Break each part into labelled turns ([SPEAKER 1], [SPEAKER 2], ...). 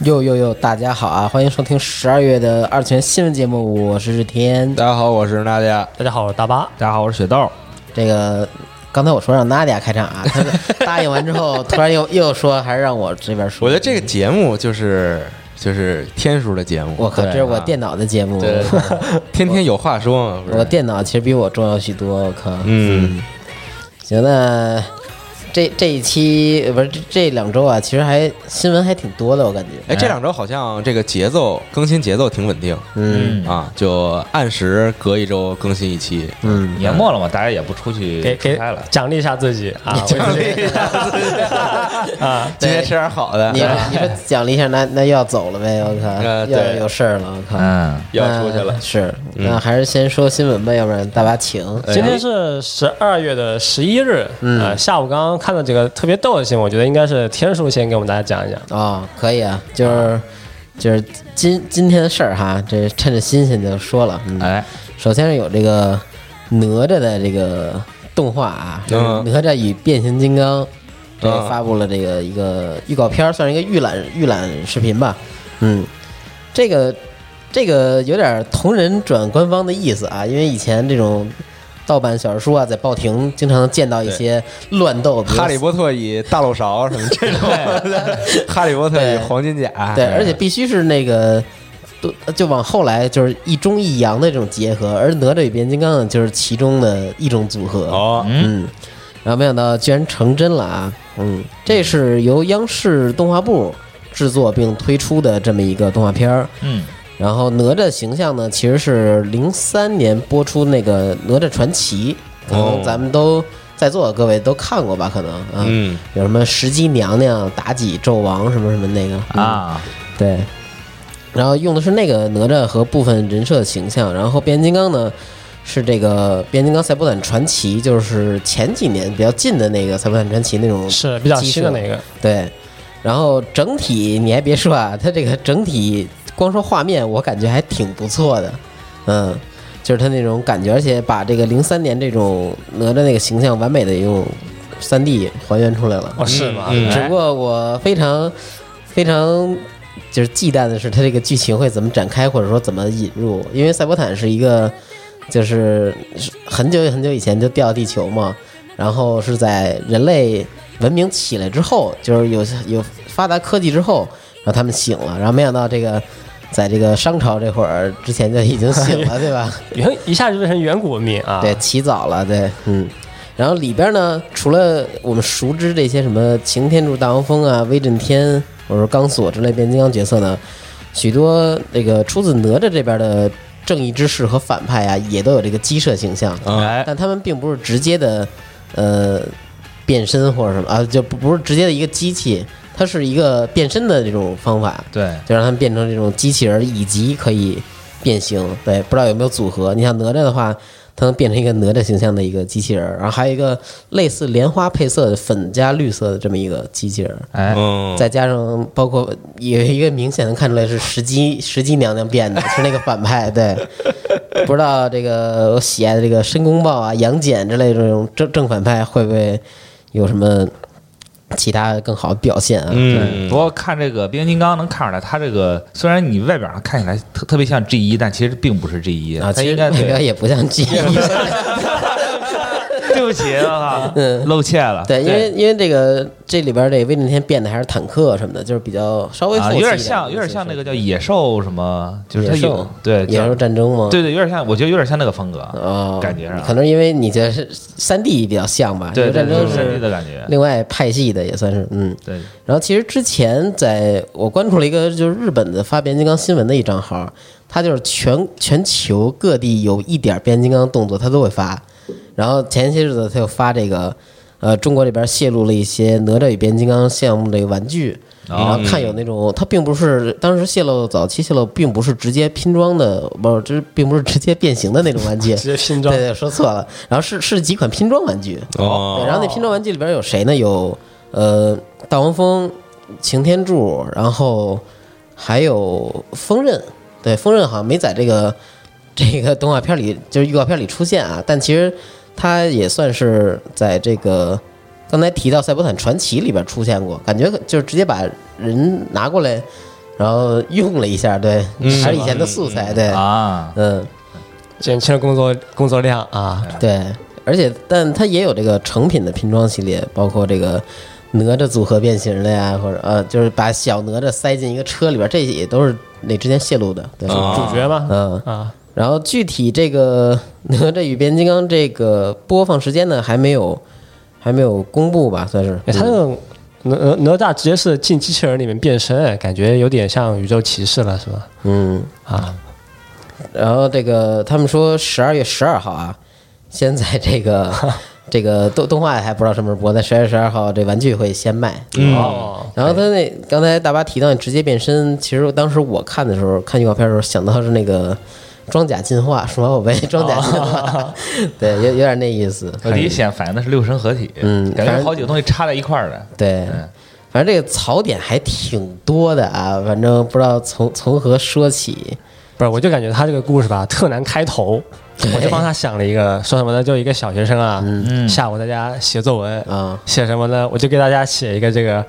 [SPEAKER 1] 哟哟哟！大家好啊，欢迎收听十二月的二次元新闻节目，我是日天。
[SPEAKER 2] 大家好，我是娜姐。
[SPEAKER 3] 大家好，我是大巴。
[SPEAKER 2] 大家好，我是雪豆。
[SPEAKER 1] 这个刚才我说让娜迪亚开场 啊，她答应完之后，突然又又说还是让我这边说。
[SPEAKER 2] 我觉得这个节目就是就是天叔的节目。
[SPEAKER 1] 我靠，这是我电脑的节目，
[SPEAKER 2] 啊对天天有话说嘛。不是
[SPEAKER 1] 我电脑其实比我重要许多。我靠，
[SPEAKER 2] 嗯，
[SPEAKER 1] 行，那这这一期呃不是这这两周啊，其实还新闻还挺多的，我感觉。
[SPEAKER 2] 哎，这两周好像这个节奏更新节奏挺稳定
[SPEAKER 1] 嗯
[SPEAKER 2] 啊，就按时隔一周更新一期。
[SPEAKER 1] 嗯，
[SPEAKER 4] 年末了嘛，大家也不出
[SPEAKER 3] 给
[SPEAKER 4] 去出
[SPEAKER 3] 给
[SPEAKER 4] 差了，
[SPEAKER 3] 奖励一下自己啊！我
[SPEAKER 2] 奖励一下自己
[SPEAKER 3] 啊，
[SPEAKER 2] 今天吃点好的
[SPEAKER 1] 你，你说奖励一下，那那又要走了呗？我靠，
[SPEAKER 2] 哎呃
[SPEAKER 1] 又要
[SPEAKER 2] 对
[SPEAKER 1] 有事儿了，我靠。
[SPEAKER 4] 嗯，
[SPEAKER 2] 要出去了嗯
[SPEAKER 1] 那。是，那还是先说新闻吧，要不然大巴请。
[SPEAKER 2] 哎
[SPEAKER 3] 今天是十二月的十一日，啊，下午刚刚看到几个特别逗的新闻，我觉得应该是天叔先给我们大家讲一讲。
[SPEAKER 1] 哦，可以啊，就是就是今今天的事儿哈，这趁着新鲜就说了。嗯，
[SPEAKER 4] 哎，
[SPEAKER 1] 首先是有这个哪吒的这个动画啊，
[SPEAKER 2] 嗯
[SPEAKER 1] 哪吒与变形金刚》这个
[SPEAKER 2] 嗯
[SPEAKER 1] 发布了这个一个预告片儿，算是一个预览预览视频吧。嗯，这个这个有点同人转官方的意思啊，因为以前这种。盗版小说啊，在报亭经常见到一些乱斗，比如
[SPEAKER 2] 哈利波特以大漏勺什么这种， 哈利波特以黄金甲，
[SPEAKER 1] 对，而且必须是那个，都就往后来就是一中一阳的这种结合，而哪吒与变形金刚呢，就是其中的一种组合。
[SPEAKER 2] 哦，
[SPEAKER 1] 嗯，然后没想到居然成真了啊！嗯，这是由央视动画部制作并推出的这么一个动画片儿。
[SPEAKER 4] 嗯，
[SPEAKER 1] 然后哪吒形象呢，其实是零三年播出那个《哪吒传奇》，可
[SPEAKER 2] 哦
[SPEAKER 1] 能咱们都在座的各位都看过吧？可能啊，
[SPEAKER 2] 嗯，
[SPEAKER 1] 有什么石矶娘娘、妲己、纣王什么什么那个嗯
[SPEAKER 4] 啊，
[SPEAKER 1] 对，然后用的是那个哪吒和部分人设形象，然后变形金刚呢是这个变形金刚赛博坦传奇，就是前几年比较近的那个赛博坦传奇那种
[SPEAKER 3] 是比较新的那个，
[SPEAKER 1] 对。然后整体你还别说啊，它这个整体光说画面，我感觉还挺不错的，嗯，就是它那种感觉，而且把这个零三年这种哪吒那个形象完美的用三 D 还原出来了。
[SPEAKER 3] 哦，是吗？
[SPEAKER 2] 嗯
[SPEAKER 1] 只不过我非常非常就是忌惮的是，它这个剧情会怎么展开，或者说怎么引入，因为赛博坦是一个就是是很久很久以前就掉地球嘛，然后是在人类文明起来之后，就是有有发达科技之后，然后他们醒了，然后没想到这个。在这个商朝这会儿之前就已经醒了，对吧？
[SPEAKER 3] 远一下就变成远古文明啊！
[SPEAKER 1] 对，起早了，对，嗯。然后里边呢，除了我们熟知这些什么擎天柱、大黄蜂啊、威震天，或者说钢索之类变形金刚角色呢，许多这个出自哪吒这边的正义之士和反派啊，也都有这个鸡舍形象，
[SPEAKER 4] 哎，
[SPEAKER 1] 但他们并不是直接的，呃，变身或者什么啊，就不不是直接的一个机器，它是一个变身的这种方法。
[SPEAKER 4] 对，
[SPEAKER 1] 就让他们变成这种机器人儿，以及可以变形。对，不知道有没有组合？你像哪吒的话，它能变成一个哪吒形象的一个机器人儿，然后还有一个类似莲花配色的粉加绿色的这么一个机器人儿，
[SPEAKER 4] 哎，
[SPEAKER 2] 嗯，
[SPEAKER 1] 再加上包括有一个明显能看出来是石矶石矶娘娘变的，是那个反派。对，不知道这个我喜爱的这个申公豹啊、杨戬之类这种正正反派会不会有什么其他更好的表现啊？
[SPEAKER 2] 嗯
[SPEAKER 4] 不过看这个变形金刚能看出来，它这个虽然你外表上看起来特特别像 G 一，但其实并不是 G 一，
[SPEAKER 1] 啊，
[SPEAKER 4] 它
[SPEAKER 1] 其
[SPEAKER 4] 应
[SPEAKER 1] 实
[SPEAKER 4] 该
[SPEAKER 1] 目标
[SPEAKER 4] 对，
[SPEAKER 1] 也不像 G 一。
[SPEAKER 4] 对不起啊，露怯了，
[SPEAKER 1] 嗯对，因为因为这个这里边儿这威震天变的还是坦克什么的，就是比较稍微后
[SPEAKER 4] 啊，
[SPEAKER 1] 期一
[SPEAKER 4] 有
[SPEAKER 1] 点
[SPEAKER 4] 点像有点像那个叫野兽什么，就是它
[SPEAKER 1] 野
[SPEAKER 4] 有
[SPEAKER 1] 兽，
[SPEAKER 4] 对
[SPEAKER 1] 野
[SPEAKER 4] 叫
[SPEAKER 1] 兽战争吗？
[SPEAKER 4] 对对，有点像，我觉得有点像那个风格，
[SPEAKER 1] 哦，
[SPEAKER 4] 感觉上
[SPEAKER 1] 可能因为你觉得是三 D 比较像吧，
[SPEAKER 4] 对
[SPEAKER 1] 野兽
[SPEAKER 4] 对
[SPEAKER 1] 战
[SPEAKER 4] 对，
[SPEAKER 1] 争
[SPEAKER 4] 三 D
[SPEAKER 1] 是
[SPEAKER 4] 的感觉，
[SPEAKER 1] 另外派系的也算是嗯。
[SPEAKER 4] 对，
[SPEAKER 1] 然后其实之前在我关注了一个就是日本的发变形金刚新闻的一账号，它就是全全球各地有一点变形金刚动作，它都会发。然后前些日子它又发这个，呃，中国这边泄露了一些哪吒与变形金刚项目这个玩具，
[SPEAKER 3] 哦
[SPEAKER 1] 然后
[SPEAKER 3] 嗯
[SPEAKER 1] 看有那种它并不是当时泄露早期泄露并不是直接拼装的，不是，这并不是直接变形的那种玩具，
[SPEAKER 3] 直接拼装
[SPEAKER 1] 对对，说错了。然后是是几款拼装玩具，对，
[SPEAKER 2] 哦，
[SPEAKER 1] 然后那拼装玩具里边有谁呢？有呃大黄蜂、擎天柱，然后还有风刃。对，风刃好像没在这个这个动画片里，就是预告片里出现啊。但其实它也算是在这个刚才提到《赛博坦传奇》里边出现过，感觉就是直接把人拿过来，然然后用了一下，对，还是以前的素材，对，
[SPEAKER 4] 啊，
[SPEAKER 1] 嗯，
[SPEAKER 3] 减轻了工作工作量啊。
[SPEAKER 1] 对，而且但它也有这个成品的拼装系列，包括这个哪吒组合变形的呀，或者呃，就是把小哪吒塞进一个车里边，这也都是那之前泄露的，对，
[SPEAKER 2] 啊
[SPEAKER 3] 主角嘛，
[SPEAKER 1] 嗯。
[SPEAKER 3] 啊，
[SPEAKER 1] 然后具体这个《哪吒与变形金刚》这个播放时间呢，还没有还没有公布吧，算是。
[SPEAKER 3] 哎他那个哪哪哪吒直接是进机器人里面变身，哎感觉有点像宇宙骑士了，是吧？
[SPEAKER 1] 嗯，
[SPEAKER 3] 啊，
[SPEAKER 1] 然后这个他们说十二月十二号啊，先在这个这个动动画还不知道什么时候播，在十二月十二号这玩具会先卖。
[SPEAKER 3] 哦，
[SPEAKER 1] 然后他那刚才大巴提到直接变身，其实当时我看的时候，看预告片的时候想到是那个装甲进化，数码宝贝装甲进化， 对，有有点那意思。
[SPEAKER 4] 我第一呃显反应的是六神合体，
[SPEAKER 1] 嗯反
[SPEAKER 4] 感觉
[SPEAKER 1] 正
[SPEAKER 4] 好几个东西插在一块儿的，
[SPEAKER 1] 对，反正这个槽点还挺多的啊，反正不知道从从何说起。
[SPEAKER 3] 不是，我就感觉他这个故事吧特难开头，我就帮他想了一个，说什么呢？就一个小学生啊，下午在家写作文
[SPEAKER 1] 嗯啊，
[SPEAKER 3] 写什么呢？我就给大家写一个这个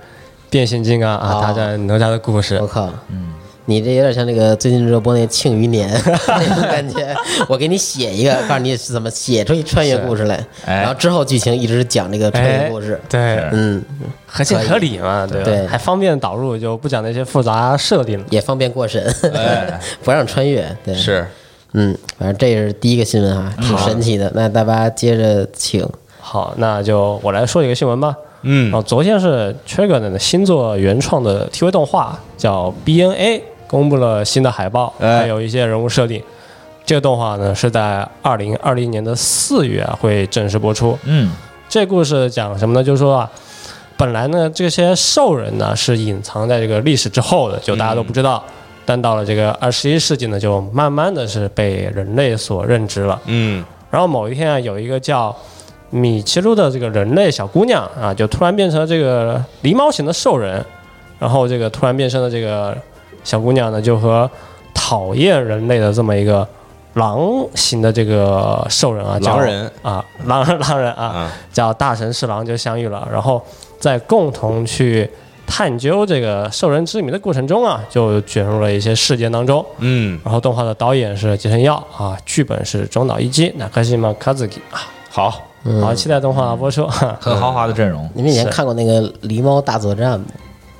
[SPEAKER 3] 变形金刚啊
[SPEAKER 1] 哦
[SPEAKER 3] 大战哪吒的故事
[SPEAKER 1] 我。靠，嗯，你这有点像那个最近热播那《庆余年》那种感觉。我给你写一个，告诉你是怎么写出一穿越故事来，
[SPEAKER 4] 哎
[SPEAKER 1] 然后之后剧情一直讲这个穿越
[SPEAKER 3] 哎
[SPEAKER 1] 故事。，
[SPEAKER 3] 对，
[SPEAKER 1] 嗯，
[SPEAKER 3] 合情合理嘛，对吧？
[SPEAKER 1] 对
[SPEAKER 3] 还方便导入，就不讲那些复杂设定。
[SPEAKER 1] 也方便过审，
[SPEAKER 4] 哎
[SPEAKER 1] 不让穿越。对，，
[SPEAKER 2] 是
[SPEAKER 1] 嗯，反正这是第一个新闻啊，挺神奇的。那大巴接着请。
[SPEAKER 3] 好，那就我来说一个新闻吧。
[SPEAKER 2] 嗯
[SPEAKER 3] 然后昨天是 Trigger 的新作原创的 TV 动画叫 BNA，公布了新的海报，
[SPEAKER 2] 哎
[SPEAKER 3] 还有一些人物设定。这个动画呢是在二零二零年的四月啊会正式播出。
[SPEAKER 4] 嗯
[SPEAKER 3] 这故事讲什么呢？就是说啊，本来呢这些兽人呢是隐藏在这个历史之后的，就大家都不知道。但到了这个二十一世纪呢，就慢慢的是被人类所认知了。
[SPEAKER 2] 嗯
[SPEAKER 3] 然后某一天啊，有一个叫米奇路的这个人类小姑娘啊，就突然变成了这个狸猫型的兽人，然后这个突然变身的这个小姑娘呢，就和讨厌人类的这么一个狼型的这个兽人啊，叫
[SPEAKER 2] 狼人
[SPEAKER 3] 啊，狼人狼人啊，
[SPEAKER 2] 啊
[SPEAKER 3] 叫大神侍郎就相遇了，然后在共同去探究这个兽人之谜的过程中啊，就卷入了一些事件当中。
[SPEAKER 2] 嗯，
[SPEAKER 3] 然后动画的导演是吉成耀啊，剧本是中岛一基、中島和之啊，
[SPEAKER 2] 好，
[SPEAKER 3] 好期待动画播出。啊哈
[SPEAKER 4] 很豪华的阵容，
[SPEAKER 1] 你们以前
[SPEAKER 3] 是
[SPEAKER 1] 看过那个《狸猫大作战》吗？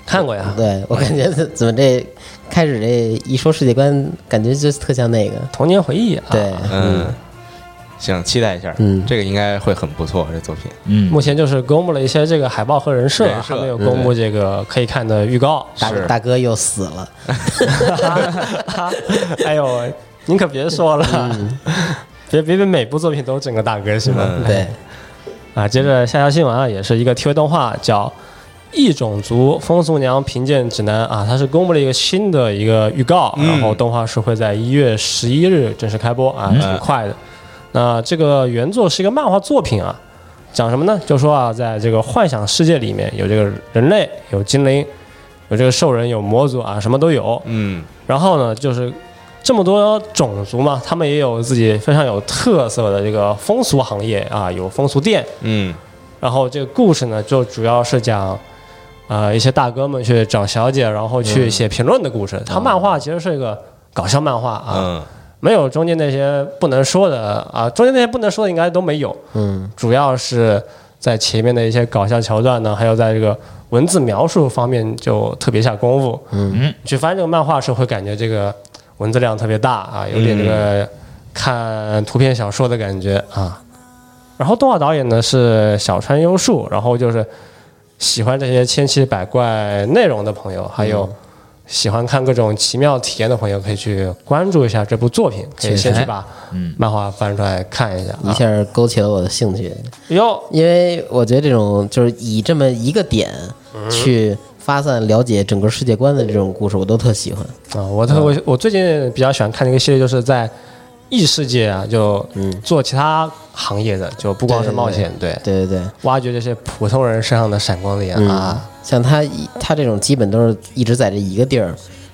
[SPEAKER 3] 看过呀，
[SPEAKER 1] 对我感觉这怎么这开始这一说世界观，感觉就特像那个。
[SPEAKER 3] 童年回忆啊。
[SPEAKER 1] 对，
[SPEAKER 2] 嗯，行，期待一下，
[SPEAKER 1] 嗯
[SPEAKER 2] 这个应该会很不错，这作品，
[SPEAKER 4] 嗯
[SPEAKER 3] 目前就是公布了一些这个海报和人设啊，
[SPEAKER 2] 人设
[SPEAKER 3] 还没有公布这个可以看的预告。
[SPEAKER 1] 大
[SPEAKER 2] 是
[SPEAKER 1] 大哥又死了，
[SPEAKER 3] 哎呦，您可别说了，别别别，每部作品都整个大歌行吗？
[SPEAKER 2] 嗯
[SPEAKER 1] 对，
[SPEAKER 3] 啊，接着下条新闻啊，也是一个 TV 动画叫《异种族风俗娘评鉴指南》啊，它是公布了一个新的一个预告，然后动画是会在一月十一日正式开播啊，挺快的。那这个原作是一个漫画作品啊，讲什么呢？就说啊，在这个幻想世界里面有这个人类，有精灵，有这个兽人，有魔族啊，什么都有。
[SPEAKER 2] 嗯
[SPEAKER 3] 然后呢，就是这么多种族嘛，他们也有自己非常有特色的这个风俗行业啊，有风俗店。
[SPEAKER 2] 嗯
[SPEAKER 3] 然后这个故事呢，就主要是讲，呃，一些大哥们去找小姐，然后去写评论的故事。它漫画其实是一个搞笑漫画啊，
[SPEAKER 2] 嗯
[SPEAKER 3] 没有中间那些不能说的啊，中间那些不能说的应该都没有。
[SPEAKER 1] 嗯，
[SPEAKER 3] 主要是在前面的一些搞笑桥段呢，还有在这个文字描述方面就特别下功夫。
[SPEAKER 4] 嗯，
[SPEAKER 3] 去翻这个漫画时候会感觉这个文字量特别大啊，有点这个看图片小说的感觉啊。然后动画导演呢是小川优树，然后就是喜欢这些千奇百怪内容的朋友，还有喜欢看各种奇妙体验的朋友，可以去关注一下这部作品，可
[SPEAKER 1] 确
[SPEAKER 3] 以
[SPEAKER 1] 实
[SPEAKER 3] 先去把漫画翻出来看一下
[SPEAKER 1] 一
[SPEAKER 3] 啊。
[SPEAKER 1] 下勾起了我的兴趣，
[SPEAKER 3] 哟，
[SPEAKER 1] 因为我觉得这种就是以这么一个点
[SPEAKER 3] 嗯
[SPEAKER 1] 去发散了解整个世界观的这种故事，我都特喜欢。
[SPEAKER 3] 啊、我
[SPEAKER 1] 嗯
[SPEAKER 3] 特我我最近比较喜欢看的一个系列，就是在异世界啊，就做其他行业的，就不光是冒险，对，
[SPEAKER 1] 嗯对对对，
[SPEAKER 3] 挖掘这些普通人身上的闪
[SPEAKER 1] 嗯
[SPEAKER 3] 光点啊。
[SPEAKER 1] 像他一他这种基本都是一直在这一个地儿，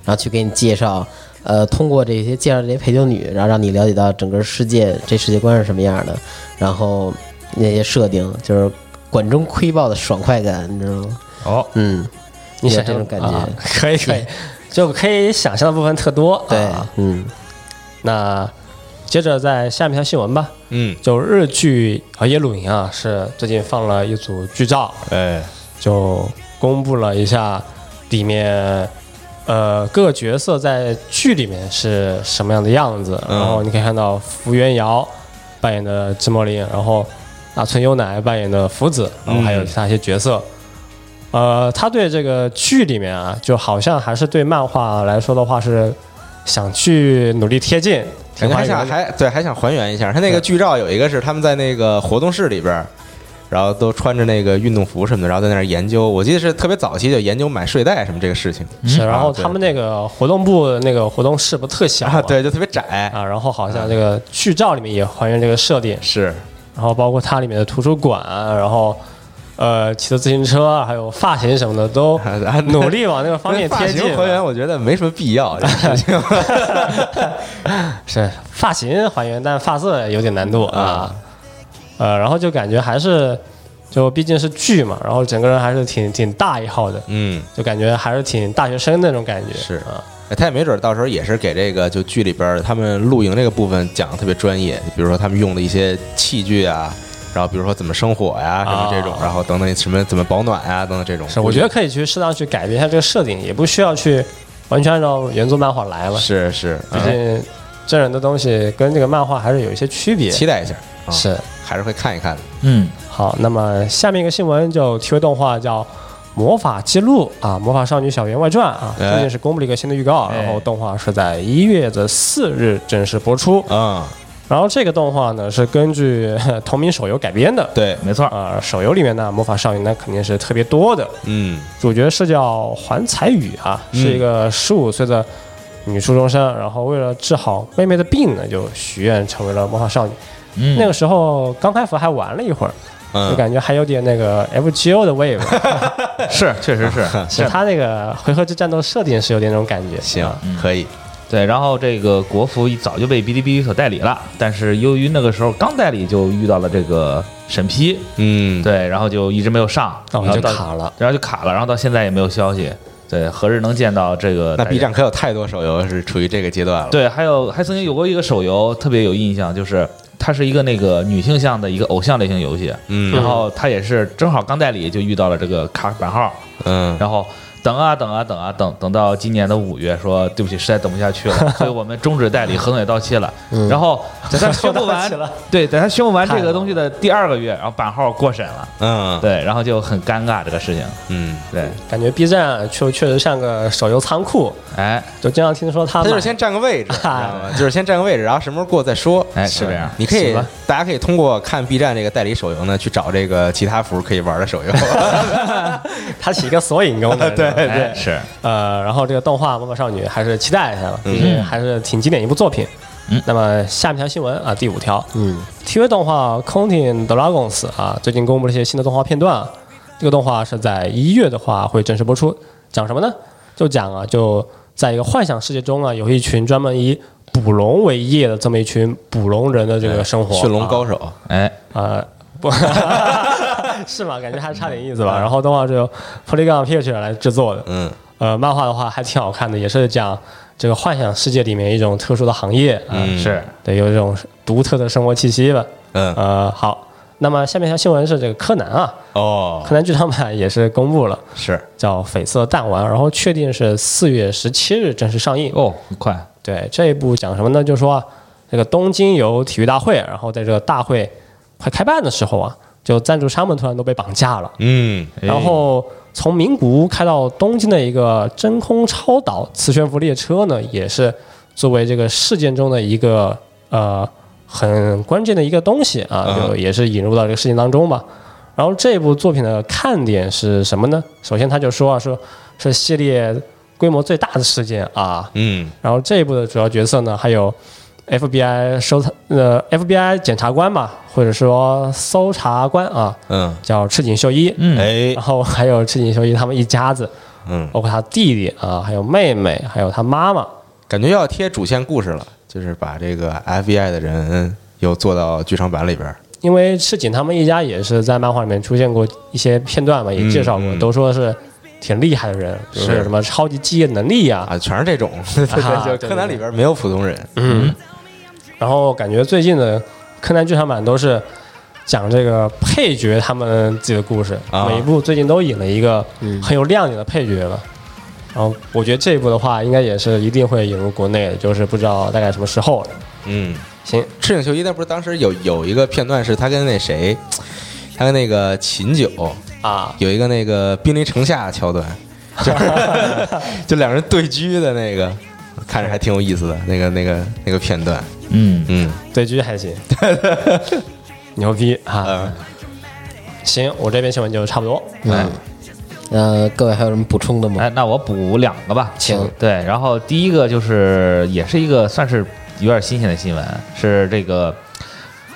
[SPEAKER 1] 然后去给你介绍，呃，通过这些介绍这些陪酒女，然后让你了解到整个世界这世界观是什么样的，然后那些设定就是管中窥豹的爽快感，你知道吗？
[SPEAKER 4] 哦，
[SPEAKER 1] 嗯，
[SPEAKER 3] 你想
[SPEAKER 1] 有这种
[SPEAKER 3] 象
[SPEAKER 1] 感
[SPEAKER 3] 啊
[SPEAKER 1] 觉
[SPEAKER 3] 啊可以可以，就可以想象的部分特多。
[SPEAKER 1] 对
[SPEAKER 3] 啊，
[SPEAKER 1] 嗯，
[SPEAKER 3] 那接着在下面一条新闻吧，
[SPEAKER 2] 嗯，
[SPEAKER 3] 就日剧《啊耶鲁营》啊，是最近放了一组剧照，
[SPEAKER 2] 哎，
[SPEAKER 3] 就公布了一下里面呃各个角色在剧里面是什么样的样子。
[SPEAKER 2] 嗯
[SPEAKER 3] 然后你可以看到福原遥扮演的志摩林，然后阿村优乃扮演的福子，然
[SPEAKER 2] 嗯
[SPEAKER 3] 后还有其他一些角色。呃，他对这个剧里面啊，就好像还是对漫画来说的话是想去努力贴近，
[SPEAKER 2] 感觉还想还对还想还原一下，他那个剧照有一个是他们在那个活动室里边儿，然后都穿着那个运动服什么的，然后在那儿研究。我记得是特别早期就研究买睡袋什么这个事情
[SPEAKER 3] 是，然后
[SPEAKER 2] 啊对
[SPEAKER 3] 他们那个活动部那个活动室不特小
[SPEAKER 2] 啊，
[SPEAKER 3] 嘛
[SPEAKER 2] 对，就特别窄，
[SPEAKER 3] 啊，然后好像这个剧照里面也还原这个设定，
[SPEAKER 2] 是
[SPEAKER 3] 然后包括它里面的图书馆，啊然后呃骑的自行车，还有发型什么的，都
[SPEAKER 2] 啊
[SPEAKER 3] 努力往那个方面贴近
[SPEAKER 2] 发型还原
[SPEAKER 3] 了。
[SPEAKER 2] 我觉得没什么必要，这个事情
[SPEAKER 3] 是发型还原，但发色有点难度啊。呃，然后就感觉还是，就毕竟是剧嘛，然后整个人还是挺挺大一号的，
[SPEAKER 2] 嗯。
[SPEAKER 3] 就感觉还是挺大学生那种感觉。
[SPEAKER 2] 是
[SPEAKER 3] 啊，
[SPEAKER 2] 他也没准儿到时候也是给这个就剧里边儿他们露营这个部分讲的特别专业，比如说他们用的一些器具啊，然后比如说怎么生火呀、什么这种，
[SPEAKER 3] 啊
[SPEAKER 2] 然后等等什么怎么保暖呀、等等这种。
[SPEAKER 3] 是，我觉得可以去适当去改变一下这个设定，也不需要去完全按照原作漫画来了。
[SPEAKER 2] 是是，
[SPEAKER 3] 毕
[SPEAKER 2] 嗯
[SPEAKER 3] 竟真人的东西跟这个漫画还是有一些区别。
[SPEAKER 2] 期待一下，啊
[SPEAKER 3] 是
[SPEAKER 2] 还是会看一看的。
[SPEAKER 4] 嗯，
[SPEAKER 3] 好，那么下面一个新闻就体会动画叫《魔法记录》啊，《魔法少女小圆外传》啊，
[SPEAKER 2] 哎
[SPEAKER 3] 最近是公布了一个新的预告，
[SPEAKER 4] 哎
[SPEAKER 3] 然后动画是在一月的四日正式播出。
[SPEAKER 2] 嗯，
[SPEAKER 3] 然后这个动画呢是根据 呵同名手游改编的。
[SPEAKER 2] 对，
[SPEAKER 4] 没错儿，
[SPEAKER 3] 啊、手游里面呢，魔法少女呢肯定是特别多的。
[SPEAKER 2] 嗯
[SPEAKER 3] 主角是叫环彩雨啊，是一个十五岁的女初中生，然后为了治好妹妹的病呢，就许愿成为了魔法少女。
[SPEAKER 4] 嗯，
[SPEAKER 3] 那个时候刚开服还玩了一会儿，就
[SPEAKER 2] 嗯，
[SPEAKER 3] 感觉还有点那个 FGO 的 wave，
[SPEAKER 4] 是确实是
[SPEAKER 3] 其实它那个回合制战斗设定是有点那种感觉。
[SPEAKER 2] 行
[SPEAKER 3] 啊，
[SPEAKER 2] 可以，
[SPEAKER 4] 对。然后这个国服早就被哔哩哔哩所代理了，但是由于那个时候刚代理就遇到了这个审批，
[SPEAKER 2] 嗯，
[SPEAKER 4] 对，然后就一直没有上，
[SPEAKER 3] 那
[SPEAKER 4] 然
[SPEAKER 3] 我们
[SPEAKER 4] 后
[SPEAKER 3] 就
[SPEAKER 4] 到
[SPEAKER 3] 卡了。
[SPEAKER 4] 然后就卡了，然后到现在也没有消息。对，何日能见到这个？
[SPEAKER 2] 那 B 站可有太多手游是处于这个阶段了。
[SPEAKER 4] 对，还有还曾经有过一个手游特别有印象，就是它是一个那个女性向的一个偶像类型游戏，然
[SPEAKER 2] 嗯
[SPEAKER 4] 后它也是正好刚代理就遇到了这个卡版号，
[SPEAKER 2] 嗯，
[SPEAKER 4] 然后等啊等啊等啊等，等到今年的五月说对不起，实在等不下去 了，所以我们终止代理，合同也到期了。然后在嗯他宣布
[SPEAKER 3] 到
[SPEAKER 4] 完
[SPEAKER 3] 期了，
[SPEAKER 4] 对，在他宣布完
[SPEAKER 3] 太
[SPEAKER 4] 这个
[SPEAKER 3] 好
[SPEAKER 4] 东西的第二个月，然后版号过审了，
[SPEAKER 2] 嗯
[SPEAKER 4] 对，然后就很尴尬这个事情，
[SPEAKER 2] 嗯，
[SPEAKER 4] 对，
[SPEAKER 3] 感觉 B 站确确实像个手游仓库，
[SPEAKER 4] 哎
[SPEAKER 3] 就经常听说它
[SPEAKER 2] 他
[SPEAKER 3] 买
[SPEAKER 2] 就是先占个 位置，你知道吗？就是先占个位置，然后什么时候过再说。
[SPEAKER 4] 哎是这样
[SPEAKER 2] 你可以
[SPEAKER 3] 行吧，
[SPEAKER 2] 大家可以通过看 B 站这个代理手游呢，去找这个其他服可以玩的手游。
[SPEAKER 3] 它起一个索引功能。
[SPEAKER 2] 对
[SPEAKER 3] 是吧
[SPEAKER 4] 哎是，
[SPEAKER 3] 呃，然后这个动画《魔法少女》还是期待一下吧，毕竟
[SPEAKER 4] 嗯
[SPEAKER 3] 还是挺经典一部作品。
[SPEAKER 4] 嗯
[SPEAKER 3] 那么下面一条新闻啊，第五条，
[SPEAKER 1] 嗯
[SPEAKER 3] ，TV 动画《Counting Dragons》啊，最近公布了一些新的动画片段。啊这个动画是在一月的话会正式播出，讲什么呢？就讲啊，就在一个幻想世界中啊，有一群专门以捕龙为业的这么一群捕龙人的 这个生活，
[SPEAKER 2] 驯龙
[SPEAKER 3] 啊
[SPEAKER 2] 高手，
[SPEAKER 4] 哎
[SPEAKER 3] 呃， 不， 是吗？感觉还差点意思吧。然后动画是由 Polygon Picture 来制作的，
[SPEAKER 2] 嗯
[SPEAKER 3] 呃，漫画的话还挺好看的，也是讲这个幻想世界里面一种特殊的行业，啊，
[SPEAKER 2] 嗯
[SPEAKER 4] 是，
[SPEAKER 3] 对，有一种独特的生活气息吧。
[SPEAKER 2] 嗯
[SPEAKER 3] 呃，好，那么下面一条新闻是这个柯南啊，
[SPEAKER 2] 哦
[SPEAKER 3] 柯南剧场版也是公布了，
[SPEAKER 2] 是
[SPEAKER 3] 叫《绯色弹丸》，然后确定是四月十七日正式上映。
[SPEAKER 4] 哦，很快，
[SPEAKER 3] 对，这一部讲什么呢？就是说啊、这个东京有体育大会，然后在这个大会快开办的时候啊，就赞助商们突然都被绑架了，
[SPEAKER 2] 嗯
[SPEAKER 4] 哎
[SPEAKER 3] 然后从名古屋开到东京的一个真空超导磁悬浮列车呢，也是作为这个事件中的一个呃很关键的一个东西啊，
[SPEAKER 2] 嗯
[SPEAKER 3] 就也是引入到这个事情当中吧。然后这部作品的看点是什么呢？首先他就说啊，说是系列规模最大的事件啊，
[SPEAKER 2] 嗯
[SPEAKER 3] 然后这一部的主要角色呢，还有 FBI 收藏呃 FBI 检察官吧，或者说搜查官啊，
[SPEAKER 2] 嗯
[SPEAKER 3] 叫赤井秀一。
[SPEAKER 4] 嗯，
[SPEAKER 2] 哎
[SPEAKER 3] 然后还有赤井秀一他们一家子，
[SPEAKER 2] 嗯，
[SPEAKER 3] 包括他弟弟啊，还有妹妹，还有他妈妈。
[SPEAKER 2] 感觉要贴主线故事了，就是把这个 FBI 的人又做到剧场版里边儿。
[SPEAKER 3] 因为赤井他们一家也是在漫画里面出现过一些片段嘛，也介绍过，
[SPEAKER 2] 嗯嗯
[SPEAKER 3] 都说是挺厉害的人，比如说
[SPEAKER 2] 是
[SPEAKER 3] 有什么超级记忆能力呀、
[SPEAKER 2] 啊，全是这种。 对对
[SPEAKER 3] 啊
[SPEAKER 2] 对，就
[SPEAKER 3] 对
[SPEAKER 2] 柯南
[SPEAKER 3] 对
[SPEAKER 2] 里边没有普通人。
[SPEAKER 3] 嗯，然后感觉最近的柯南剧场版都是讲这个配角他们自己的故事，
[SPEAKER 2] 啊
[SPEAKER 3] 每一部最近都引了一个
[SPEAKER 1] 嗯
[SPEAKER 3] 很有亮点的配角了。然后我觉得这一部的话，应该也是一定会引入国内的，就是不知道大概什么时候了。
[SPEAKER 2] 嗯，
[SPEAKER 3] 行，
[SPEAKER 2] 赤井秀一，那不是当时有有一个片段是他跟那谁，他跟那个秦九
[SPEAKER 3] 啊，
[SPEAKER 2] 有一个那个兵临城下的桥段，就是 就两人对狙的那个，看着还挺有意思的那个那个那个片段。
[SPEAKER 4] 嗯，
[SPEAKER 2] 嗯
[SPEAKER 3] 对狙还行，牛逼啊！
[SPEAKER 2] 呃，
[SPEAKER 3] 行，我这边新闻就差不多。
[SPEAKER 4] 哎
[SPEAKER 1] 嗯，呃，各位还有什么补充的吗？
[SPEAKER 4] 哎，那我补两个吧，嗯
[SPEAKER 1] 请
[SPEAKER 4] 对，然后第一个就是也是一个算是有点新鲜的新闻，是这个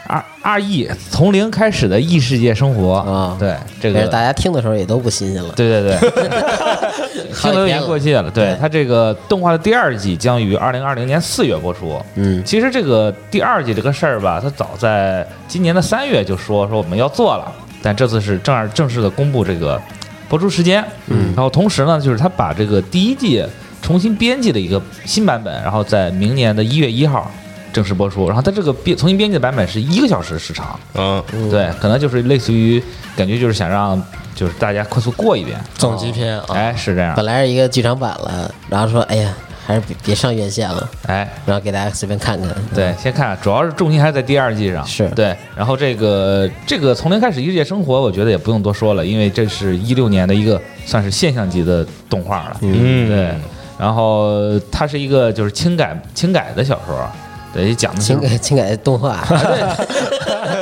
[SPEAKER 4] 二二 E 从零开始的异世界生活
[SPEAKER 1] 啊
[SPEAKER 4] 对，这
[SPEAKER 1] 但
[SPEAKER 4] 个
[SPEAKER 1] 是大家听的时候也都不新鲜了，
[SPEAKER 4] 对对对，
[SPEAKER 1] 好几天
[SPEAKER 4] 听都已经
[SPEAKER 1] 了
[SPEAKER 4] 过去了。对它这个动画的第二季将于二零二零年四月播出。
[SPEAKER 1] 嗯
[SPEAKER 4] 其实这个第二季这个事儿吧，它早在今年的三月就说说我们要做了，但这次是正儿正式的公布这个播出时间。嗯，然后同时呢，就是他把这个第一季重新编辑的一个新版本，然后在明年的一月一号正式播出。然后它这个编重新编辑的版本是一个小时时长，
[SPEAKER 2] 嗯，
[SPEAKER 1] 嗯
[SPEAKER 4] 对，可能就是类似于感觉就是想让就是大家快速过一遍。
[SPEAKER 3] 总集篇啊，
[SPEAKER 4] 哎，是这样
[SPEAKER 1] 本。来是一个剧场版了，然后说哎呀，还是别别上院线了，
[SPEAKER 4] 哎，
[SPEAKER 1] 然后给大家随便看看。
[SPEAKER 4] 对，先看，啊主要是重心还是在第二季上。
[SPEAKER 1] 是
[SPEAKER 4] 对，然后这个这个从零开始异世界生活，我觉得也不用多说了，因为这是一六年的一个算是现象级的动画了。
[SPEAKER 2] 嗯
[SPEAKER 4] 对。然后它是一个就是轻改轻改的小说，对，讲的是
[SPEAKER 1] 情感情感动
[SPEAKER 4] 啊
[SPEAKER 1] 画，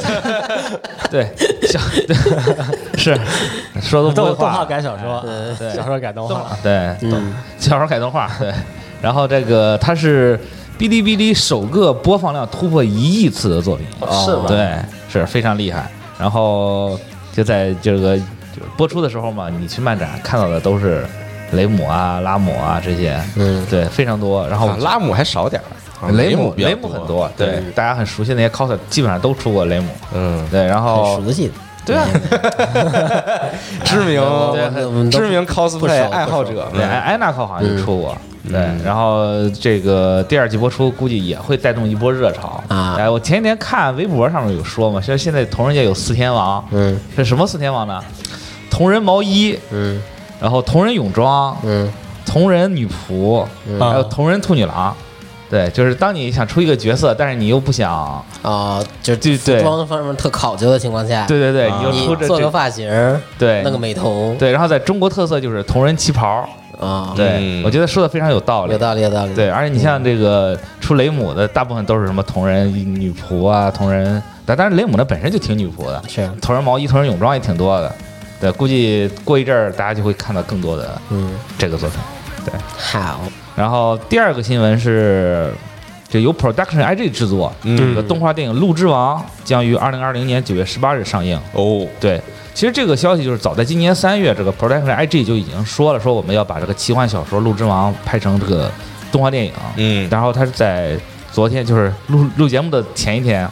[SPEAKER 4] 对小 对是说的
[SPEAKER 3] 动
[SPEAKER 4] 动
[SPEAKER 3] 动画改小说，啊
[SPEAKER 4] 对
[SPEAKER 3] 小说改动画，
[SPEAKER 4] 啊对，
[SPEAKER 1] 嗯
[SPEAKER 4] 小说改动画，对。然后这个它是哔哩哔哩首个播放量突破一亿次的作品，
[SPEAKER 1] 哦是吗
[SPEAKER 4] 对，是非常厉害。然后就在这个就是播出的时候嘛，你去漫展看到的都是雷姆啊、拉姆啊这些，
[SPEAKER 1] 嗯，
[SPEAKER 4] 对，非常多。然后
[SPEAKER 2] 啊拉姆还少点儿，啊
[SPEAKER 4] 雷姆
[SPEAKER 2] 比较
[SPEAKER 4] 雷姆很多，对
[SPEAKER 2] 对，，
[SPEAKER 4] 大家很熟悉那些 coser 基本上都出过雷姆，
[SPEAKER 2] 嗯，
[SPEAKER 4] 对。然后
[SPEAKER 1] 很熟悉的。
[SPEAKER 4] 哦
[SPEAKER 1] 哎
[SPEAKER 4] 对啊
[SPEAKER 2] 知名
[SPEAKER 1] 我们我们都
[SPEAKER 2] 知名
[SPEAKER 1] 不熟
[SPEAKER 2] cosplay
[SPEAKER 1] 不
[SPEAKER 2] 爱好者
[SPEAKER 4] 对，
[SPEAKER 1] 嗯
[SPEAKER 2] 们，
[SPEAKER 4] 安安娜考好像就出过。对
[SPEAKER 2] 嗯，
[SPEAKER 4] 然后这个第二季播出，估计也会带动一波热潮
[SPEAKER 1] 啊
[SPEAKER 4] 哎，我前几天看微博上面有说嘛，说现在同人界有四天王，
[SPEAKER 1] 嗯
[SPEAKER 4] 是什么四天王呢？同人毛衣，
[SPEAKER 1] 嗯
[SPEAKER 4] 然后同人泳装，
[SPEAKER 1] 嗯
[SPEAKER 4] 同人女仆，还有同人兔女郎。对，就是当你想出一个角色，但是你又不想，
[SPEAKER 1] 哦，就
[SPEAKER 4] 对
[SPEAKER 1] 是
[SPEAKER 4] 对
[SPEAKER 1] 服装方面特考究的情况下，
[SPEAKER 4] 对对对，
[SPEAKER 2] 啊
[SPEAKER 4] 你又
[SPEAKER 1] 你
[SPEAKER 4] 出这
[SPEAKER 1] 哎做个
[SPEAKER 4] 这，
[SPEAKER 1] 发型，
[SPEAKER 4] 对，
[SPEAKER 1] 弄个美瞳，
[SPEAKER 4] 对，然后在中国特色就是同人旗袍，
[SPEAKER 1] 啊，
[SPEAKER 4] 对
[SPEAKER 2] 嗯
[SPEAKER 4] 我觉得说的非常有道理
[SPEAKER 1] 有，道理有道理。
[SPEAKER 4] 对，啊而且你像这个出雷姆的，大部分都是什么同人女仆啊，同人，但但是雷姆呢本身就挺女仆的，
[SPEAKER 1] 是
[SPEAKER 4] 同人毛衣、同人泳装也挺多的。对，估计过一阵儿大家就会看到更多的
[SPEAKER 1] 嗯
[SPEAKER 4] 这个作品。
[SPEAKER 1] 好，
[SPEAKER 4] 然后第二个新闻是，这由 Production IG 制作
[SPEAKER 2] 嗯
[SPEAKER 4] 的动画电影《鹿之王》将于二零二零年九月十八日上映。
[SPEAKER 2] 哦，
[SPEAKER 4] 对，其实这个消息就是早在今年三月，这个 Production IG 就已经说了，说我们要把这个奇幻小说《鹿之王》拍成这个动画电影。
[SPEAKER 2] 嗯
[SPEAKER 4] 然后他是在昨天，就是录录节目的前一天，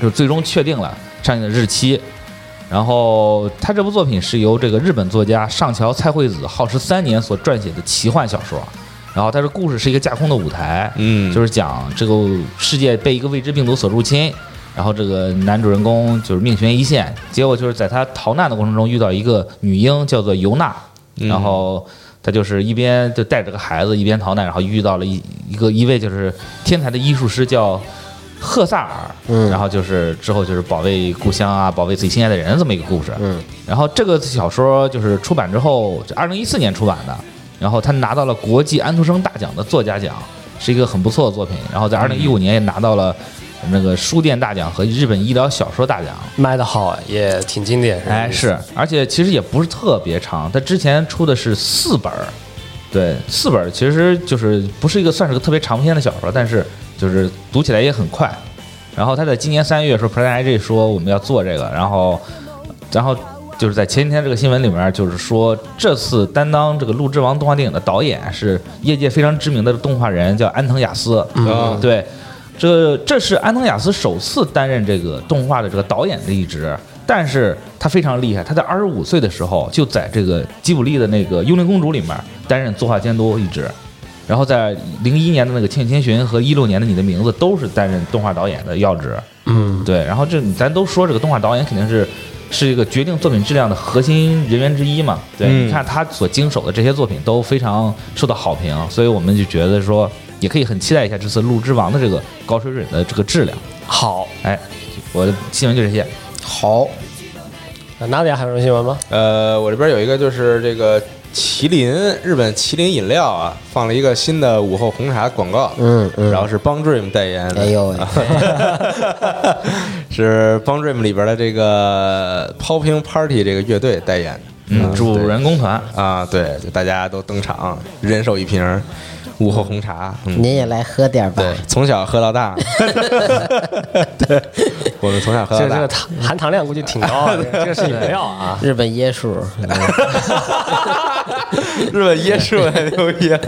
[SPEAKER 4] 就最终确定了上映的日期。然后他这部作品是由这个日本作家上桥菜惠子耗时三年所撰写的奇幻小说。然后他的故事是一个架空的舞台，
[SPEAKER 2] 嗯，
[SPEAKER 4] 就是是讲这个世界被一个未知病毒所入侵，然后这个男主人公就是命悬一线，结果就是在他逃难的过程中遇到一个女婴，叫做尤娜，然后他就是一边就带着个孩子一边逃难，然后遇到了一一个一位就是天才的艺术师叫赫萨尔，
[SPEAKER 1] 嗯
[SPEAKER 4] 然后就是之后就是保卫故乡啊，保卫自己心爱的人这么一个故事，
[SPEAKER 1] 嗯
[SPEAKER 4] 然后这个小说就是出版之后，二零一四年出版的，然后他拿到了国际安徒生大奖的作家奖，是一个很不错的作品。然后在二零一五年也拿到了那个书店大奖和日本医疗小说大奖。
[SPEAKER 3] 卖的好也挺经典。
[SPEAKER 4] 哎，是，而且其实也不是特别长，他之前出的是四本儿，对，四本儿其实就是不是一个算是个特别长篇的小说，但是就是读起来也很快。然后他在今年三月的时候 p r a n IG 说我们要做这个，然后，然后就是在前几天这个新闻里面，就是说这次担当这个《鹿之王》动画电影的导演是业界非常知名的动画人，叫安藤雅思。
[SPEAKER 2] 啊
[SPEAKER 4] 对，这这是安藤雅思首次担任这个动画的这个导演的一职。但是他非常厉害，他在二十五岁的时候就在这个吉卜力的那个《幽灵公主》里面担任作画监督一职，然后在零一年的那个《千与千寻》和一六年的《你的名字》都是担任动画导演的要职。
[SPEAKER 3] 嗯，
[SPEAKER 4] 对，然后这咱都说这个动画导演肯定是是一个决定作品质量的核心人员之一嘛。对，
[SPEAKER 2] 嗯
[SPEAKER 4] 你看他所经手的这些作品都非常受到好评，所以我们就觉得说，也可以很期待一下这次《鹿之王》的这个高水准的这个质量。
[SPEAKER 3] 好，
[SPEAKER 4] 哎，我的新闻就这些。
[SPEAKER 1] 好，
[SPEAKER 3] 那娜姐还有什么新闻吗？
[SPEAKER 2] 呃，我这边有一个就是这个麒麟，日本麒麟饮料啊，放了一个新的午后红茶广告，
[SPEAKER 1] 嗯嗯
[SPEAKER 2] 然后是帮 Dream 代言的，
[SPEAKER 1] 哎呦喂，
[SPEAKER 2] 是帮 Dream 里边的这个 Popping Party 这个乐队代言的，
[SPEAKER 4] 嗯，主人公团，
[SPEAKER 2] 啊，对，就大家都登场，人手一瓶儿午后红茶，嗯，
[SPEAKER 1] 您也来喝点吧
[SPEAKER 2] 对。，从小喝 到大，对，我们从小喝到
[SPEAKER 3] 这个这个
[SPEAKER 2] 大，
[SPEAKER 3] 糖含糖量估计挺高的，这个是饮料啊。
[SPEAKER 1] 日本椰树，
[SPEAKER 2] 日本椰树还牛逼了，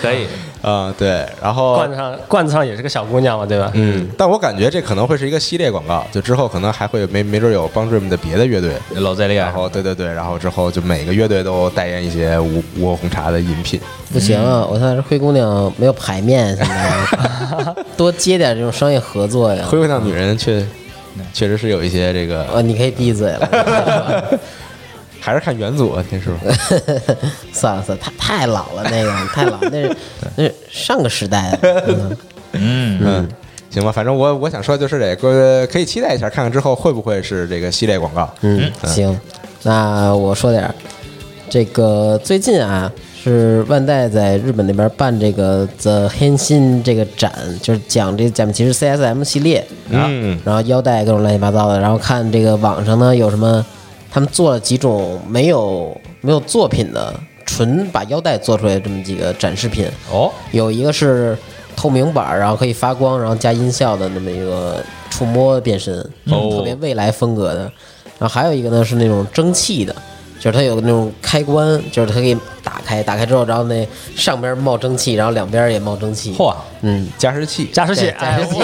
[SPEAKER 4] 可以，
[SPEAKER 2] 啊，对，然后
[SPEAKER 3] 罐子上罐子上也是个小姑娘嘛，对吧？
[SPEAKER 2] 嗯，但我感觉这可能会是一个系列广告，就之后可能还会没没准有帮 Dream 的别的乐队，
[SPEAKER 4] 老在厉啊 害
[SPEAKER 2] 然。后对对对，然后之后就每个乐队都代言一些无无红茶的饮品，
[SPEAKER 1] 不行啊！我现在这灰姑娘没有牌面，现在多接点这种商业合作呀。
[SPEAKER 2] 灰姑娘女人确嗯确实是有一些这个，
[SPEAKER 1] 啊，你可以闭嘴了，
[SPEAKER 2] 还是看元祖啊，那时候
[SPEAKER 1] 算了算了，太太老了，那个太老，那是那是上个时代了。嗯
[SPEAKER 4] 嗯，
[SPEAKER 2] 嗯。行吧，反正我我想说的就是这个，可以期待一下，看看之后会不会是这个系列广告。
[SPEAKER 1] 嗯，行，那我说点儿，这个最近啊，是万代在日本那边办这个 The Henshin 这个展，就是讲这假面骑士 CSM 系列，啊
[SPEAKER 2] 嗯
[SPEAKER 1] 然后腰带各种乱七八糟的，然后看这个网上呢有什么，他们做了几种没有没有作品的，纯把腰带做出来这么几个展示品，
[SPEAKER 4] 哦，
[SPEAKER 1] 有一个是透明板儿，然后可以发光，然后加音效的那么一个触摸变身，
[SPEAKER 2] 哦
[SPEAKER 1] 特别未来风格的。然后还有一个呢是那种蒸汽的，就是它有那种开关，就是它可以打开，打开之后，然后那上边冒蒸汽，然后两边也冒蒸汽。
[SPEAKER 4] 嚯，
[SPEAKER 1] 嗯，
[SPEAKER 2] 加湿器，
[SPEAKER 3] 加湿器，哎
[SPEAKER 1] 对加湿器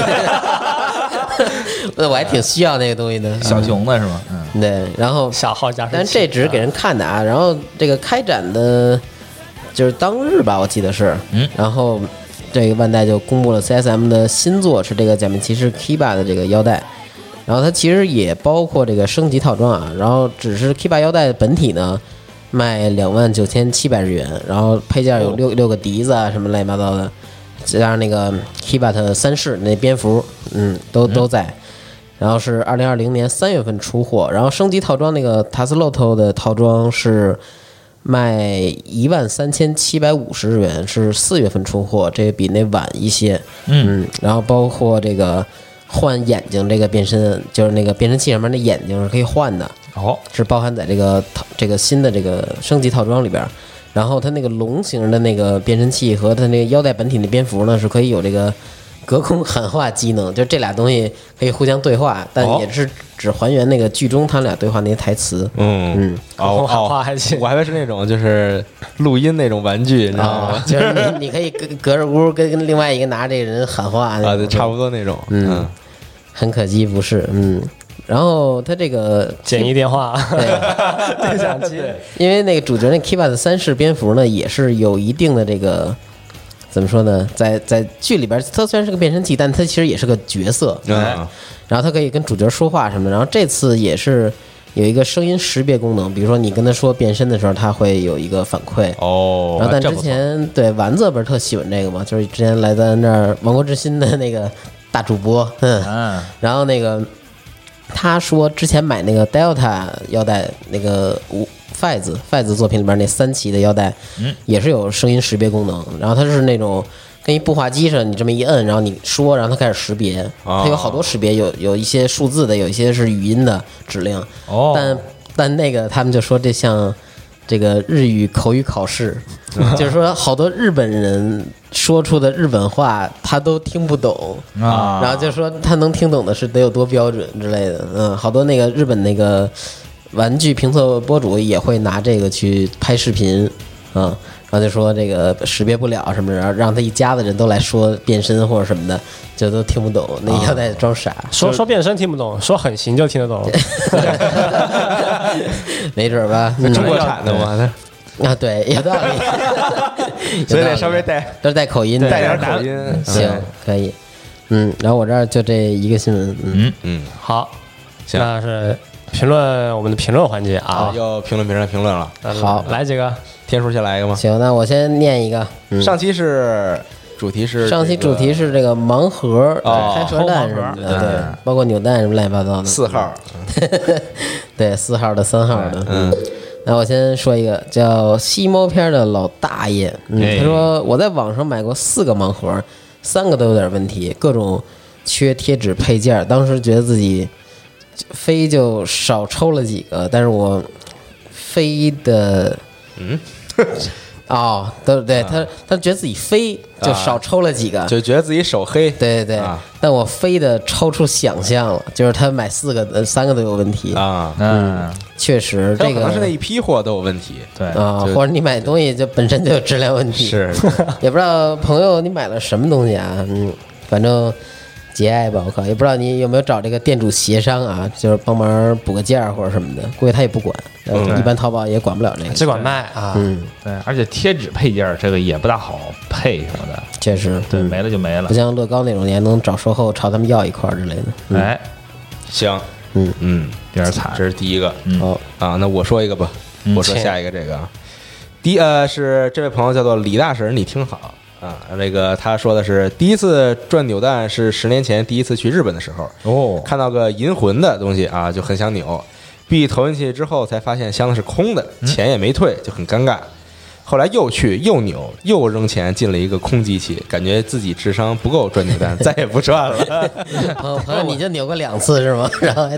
[SPEAKER 1] 我还挺需要那个东西的。
[SPEAKER 4] 小熊的是吗？嗯，
[SPEAKER 1] 对，然后
[SPEAKER 3] 小号加湿器。
[SPEAKER 1] 但这只是给人看的啊。然后这个开展的，就是当日吧，我记得是，
[SPEAKER 4] 嗯，
[SPEAKER 1] 然后这个万代就公布了 CSM 的新作是这个假面骑士 Kiba 的这个腰带，然后它其实也包括这个升级套装啊，然后只是 Kiba 腰带本体呢。卖两万九千七百日元，然后配件有六、六个笛子啊，什么乱七八糟的，加上那个 Kibat 三世那蝙蝠，嗯，都都在。然后是二零二零年三月份出货，然后升级套装那个塔斯洛特的套装是卖一万三千七百五十日元，是四月份出货，这比那晚一些。嗯，然后包括这个换眼睛这个变身，就是那个变身器上面那眼睛是可以换的，
[SPEAKER 4] 哦，
[SPEAKER 1] 是包含在这个套这个新的这个升级套装里边儿。然后它那个龙形的那个变身器和它那个腰带本体的蝙蝠呢，是可以有这个隔空喊话机能，就这俩东西可以互相对话，但
[SPEAKER 4] 哦
[SPEAKER 1] 也是只还原那个剧中他们俩对话那些台词。
[SPEAKER 2] 嗯嗯，
[SPEAKER 3] 我
[SPEAKER 2] 哦
[SPEAKER 3] 我还
[SPEAKER 2] 哦，我还以为是那种就是录音那种玩具，你知道吗？
[SPEAKER 1] 啊，就是你，你可以隔隔着屋跟跟另外一个拿这个人喊话那
[SPEAKER 2] 啊，
[SPEAKER 1] 种
[SPEAKER 2] 对，差不多那种，
[SPEAKER 1] 嗯
[SPEAKER 2] 嗯，
[SPEAKER 1] 很可惜不是，嗯。然后他这个
[SPEAKER 3] 简易电话、
[SPEAKER 1] 对，
[SPEAKER 3] 对讲机，
[SPEAKER 1] 因为那个主角那 Kiba 的三世蝙蝠呢，也是有一定的这个怎么说呢，在在剧里边，他虽然是个变身器，但他其实也是个角色，哎
[SPEAKER 2] 嗯
[SPEAKER 1] 然后他可以跟主角说话什么的。然后这次也是有一个声音识别功能，比如说你跟他说变身的时候，他会有一个反馈。
[SPEAKER 2] 哦
[SPEAKER 1] 然后但
[SPEAKER 2] 这
[SPEAKER 1] 之
[SPEAKER 2] 不错
[SPEAKER 1] 前对丸子不是特喜欢这个嘛，就是之前来咱这儿《王国之心》的那个大主播，嗯，
[SPEAKER 4] 嗯，
[SPEAKER 1] 然后那个他说之前买那个 Delta 腰带，那个五 Five 子 Five 子作品里边那三期的腰带，
[SPEAKER 4] 嗯
[SPEAKER 1] 也是有声音识别功能。然后它是那种跟一步话机似的，你这么一摁，然后你说，然后它开始识别。
[SPEAKER 2] 哦
[SPEAKER 1] 它有好多识别，有有一些数字的，有一些是语音的指令。
[SPEAKER 4] 哦
[SPEAKER 1] 但但那个他们就说这像。这个日语口语考试， 就是说好多日本人说出的日本话他都听不懂，
[SPEAKER 4] 啊，
[SPEAKER 1] 然后就说他能听懂的是得有多标准之类的，嗯，好多那个日本那个玩具评测博主也会拿这个去拍视频，啊、然后就说这个识别不了什么的，然后让他一家子人都来说变身或者什么的，就都听不懂，那腰带装 傻，
[SPEAKER 3] 说说变身听不懂，说很行就听得懂。
[SPEAKER 1] 没准儿吧？嗯
[SPEAKER 2] 中国产的嘛，
[SPEAKER 1] 啊，对，有 道理，
[SPEAKER 2] 所以
[SPEAKER 1] 有道
[SPEAKER 2] 得
[SPEAKER 1] 理
[SPEAKER 2] 稍微带
[SPEAKER 1] 都是带口音的，
[SPEAKER 2] 带点口音。
[SPEAKER 1] 行
[SPEAKER 2] 嗯，
[SPEAKER 1] 可以。嗯，然后我这儿就这一个新闻，嗯，
[SPEAKER 2] 嗯，
[SPEAKER 3] 好，
[SPEAKER 2] 行
[SPEAKER 3] 那是评论我们的评论环节啊。
[SPEAKER 2] 要评论评论评论了，
[SPEAKER 3] 那
[SPEAKER 1] 好
[SPEAKER 3] 来几个
[SPEAKER 2] 天叔先来一个吗？
[SPEAKER 1] 行，那我先念一个，嗯，
[SPEAKER 2] 上期是主题是
[SPEAKER 1] 上期
[SPEAKER 2] 这个
[SPEAKER 1] 主题是这个盲盒、
[SPEAKER 2] 哦
[SPEAKER 1] 开盒蛋什么
[SPEAKER 2] 抽盲盒嗯
[SPEAKER 1] 的，对，包括扭蛋什么乱七八糟的。
[SPEAKER 2] 四号，
[SPEAKER 1] 嗯对，四号的、三号的。
[SPEAKER 2] 嗯，
[SPEAKER 1] 那我先说一个叫西猫片的老大爷，嗯，
[SPEAKER 4] 哎
[SPEAKER 1] 他说我在网上买过四个盲盒，三个都有点问题，各种缺贴纸配件儿，当时觉得自己非就少抽了几个，但是我非的，嗯， 哦，对对，他
[SPEAKER 2] 啊
[SPEAKER 1] 他觉得自己非就少抽了几个，
[SPEAKER 2] 就觉得自己手黑，
[SPEAKER 1] 对对对，
[SPEAKER 2] 啊
[SPEAKER 1] 但我非的超出想象了，就是他买四个，呃三个都有问题，
[SPEAKER 2] 啊，
[SPEAKER 4] 嗯，
[SPEAKER 1] 确实
[SPEAKER 2] 他
[SPEAKER 1] 这
[SPEAKER 2] 有可
[SPEAKER 1] 个
[SPEAKER 2] 能是那一批货都有问题，
[SPEAKER 4] 对，
[SPEAKER 1] 啊、
[SPEAKER 2] 就
[SPEAKER 1] 或者你买东西就本身就有质量问题，
[SPEAKER 2] 是
[SPEAKER 1] 也不知道朋友你买了什么东西啊，嗯，反正节哀吧，我靠，也不知道你有没有找这个店主协商啊，就是帮忙补个件儿或者什么的，估计他也不管，呃
[SPEAKER 2] 嗯
[SPEAKER 1] 一般淘宝也管不了这个，
[SPEAKER 3] 只管卖啊。
[SPEAKER 1] 嗯，
[SPEAKER 4] 对，而且贴纸配件儿这个也不大好配什么的，
[SPEAKER 1] 确实，
[SPEAKER 4] 对，
[SPEAKER 1] 嗯
[SPEAKER 4] 没了就没了
[SPEAKER 1] 不。像乐高那种，你还能找售后朝他们要一块儿之类的，嗯，
[SPEAKER 4] 哎，
[SPEAKER 2] 行，
[SPEAKER 1] 嗯
[SPEAKER 2] 嗯，
[SPEAKER 4] 有点惨
[SPEAKER 2] 这。是第一个
[SPEAKER 4] 嗯
[SPEAKER 1] 好，
[SPEAKER 2] 啊，那我说一个吧，
[SPEAKER 4] 嗯
[SPEAKER 2] 我说下一个这个啊，第呃是这位朋友叫做李大婶，你听好啊，那个他说的是第一次转扭蛋是十年前第一次去日本的时候，
[SPEAKER 4] 哦，
[SPEAKER 2] 看到个银魂的东西啊，就很想扭，币投进去之后才发现箱子是空的，
[SPEAKER 3] 嗯
[SPEAKER 2] 钱也没退，就很尴尬。后来又去又扭又扔钱进了一个空机器，感觉自己智商不够转扭蛋， 再也不转了。
[SPEAKER 1] 朋友朋友，你就扭过两次是吗？ 然后 还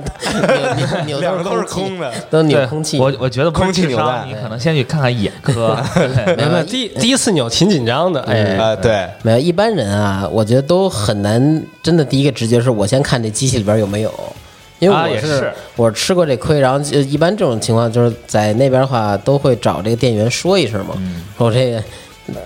[SPEAKER 1] 扭扭扭
[SPEAKER 2] 两个都是
[SPEAKER 1] 空
[SPEAKER 2] 空的
[SPEAKER 1] 气，都扭
[SPEAKER 4] 对
[SPEAKER 1] 空气。哎
[SPEAKER 4] 我我觉得不是
[SPEAKER 2] 空气
[SPEAKER 4] 智
[SPEAKER 2] 扭
[SPEAKER 4] 商，
[SPEAKER 2] 蛋
[SPEAKER 4] 你可能先去看看眼科。 对
[SPEAKER 1] 没
[SPEAKER 3] 没
[SPEAKER 1] 有
[SPEAKER 3] 有
[SPEAKER 1] 没
[SPEAKER 3] 没
[SPEAKER 1] 有
[SPEAKER 3] 有，第第一次扭挺紧张的， 哎，
[SPEAKER 2] 啊，对，
[SPEAKER 1] 没有一般人啊，我觉得都很难。真的，第一个直觉是我先看这机器里边有没有，因为
[SPEAKER 4] 啊
[SPEAKER 1] 我
[SPEAKER 4] 也是
[SPEAKER 1] 我吃过这亏，然后就一般这种情况就是在那边的话，都会找这个店员说一声嘛，
[SPEAKER 2] 嗯
[SPEAKER 1] 说我这个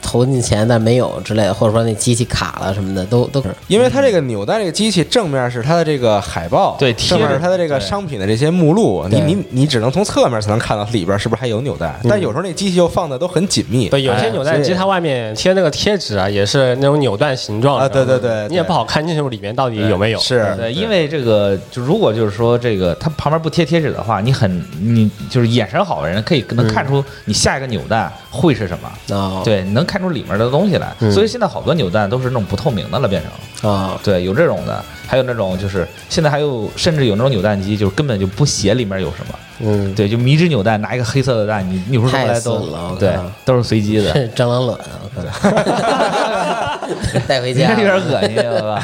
[SPEAKER 1] 投进钱但没有之类的，或者说那机器卡了什么的，都都是
[SPEAKER 2] 因为它这个扭蛋这个机器正面是它的这个海报，
[SPEAKER 4] 对贴着
[SPEAKER 2] 正面是它的这个
[SPEAKER 4] 对
[SPEAKER 2] 商品的这些目录，你
[SPEAKER 1] 对
[SPEAKER 2] 你你只能从侧面才能看到它里边是不是还有扭蛋，但有时候那机器又放的都很紧密，
[SPEAKER 3] 嗯对，有些扭蛋
[SPEAKER 2] 哎
[SPEAKER 3] 机它外面贴那个贴纸啊，也是那种扭蛋形状
[SPEAKER 2] 啊
[SPEAKER 3] 你知道吗
[SPEAKER 2] 对对对
[SPEAKER 3] 你也不好看清楚里面到底有没有。
[SPEAKER 2] 是
[SPEAKER 4] 对，因为这个，就如果就是说这个，它旁边不贴贴纸的话，你很你就是眼神好的人可以
[SPEAKER 1] 嗯
[SPEAKER 4] 能看出你下一个扭蛋会是什么，
[SPEAKER 1] 啊
[SPEAKER 4] 对，你能看出里面的东西来。
[SPEAKER 1] 嗯
[SPEAKER 4] 所以现在好多扭蛋都是那种不透明的了，变成
[SPEAKER 1] 啊
[SPEAKER 4] 对，有这种的，还有那种就是现在还有甚至有那种扭蛋机，就是根本就不写里面有什么，
[SPEAKER 1] 嗯，
[SPEAKER 4] 对，就迷之扭蛋，拿一个黑色的蛋，你扭出
[SPEAKER 1] 太
[SPEAKER 4] 来
[SPEAKER 1] 损
[SPEAKER 4] 都
[SPEAKER 1] 了我
[SPEAKER 4] 对
[SPEAKER 1] 靠，
[SPEAKER 4] 都是随机的。
[SPEAKER 1] 是蟑螂卵啊，我 靠带回
[SPEAKER 4] 你
[SPEAKER 1] 家
[SPEAKER 4] 看有点恶心，对吧？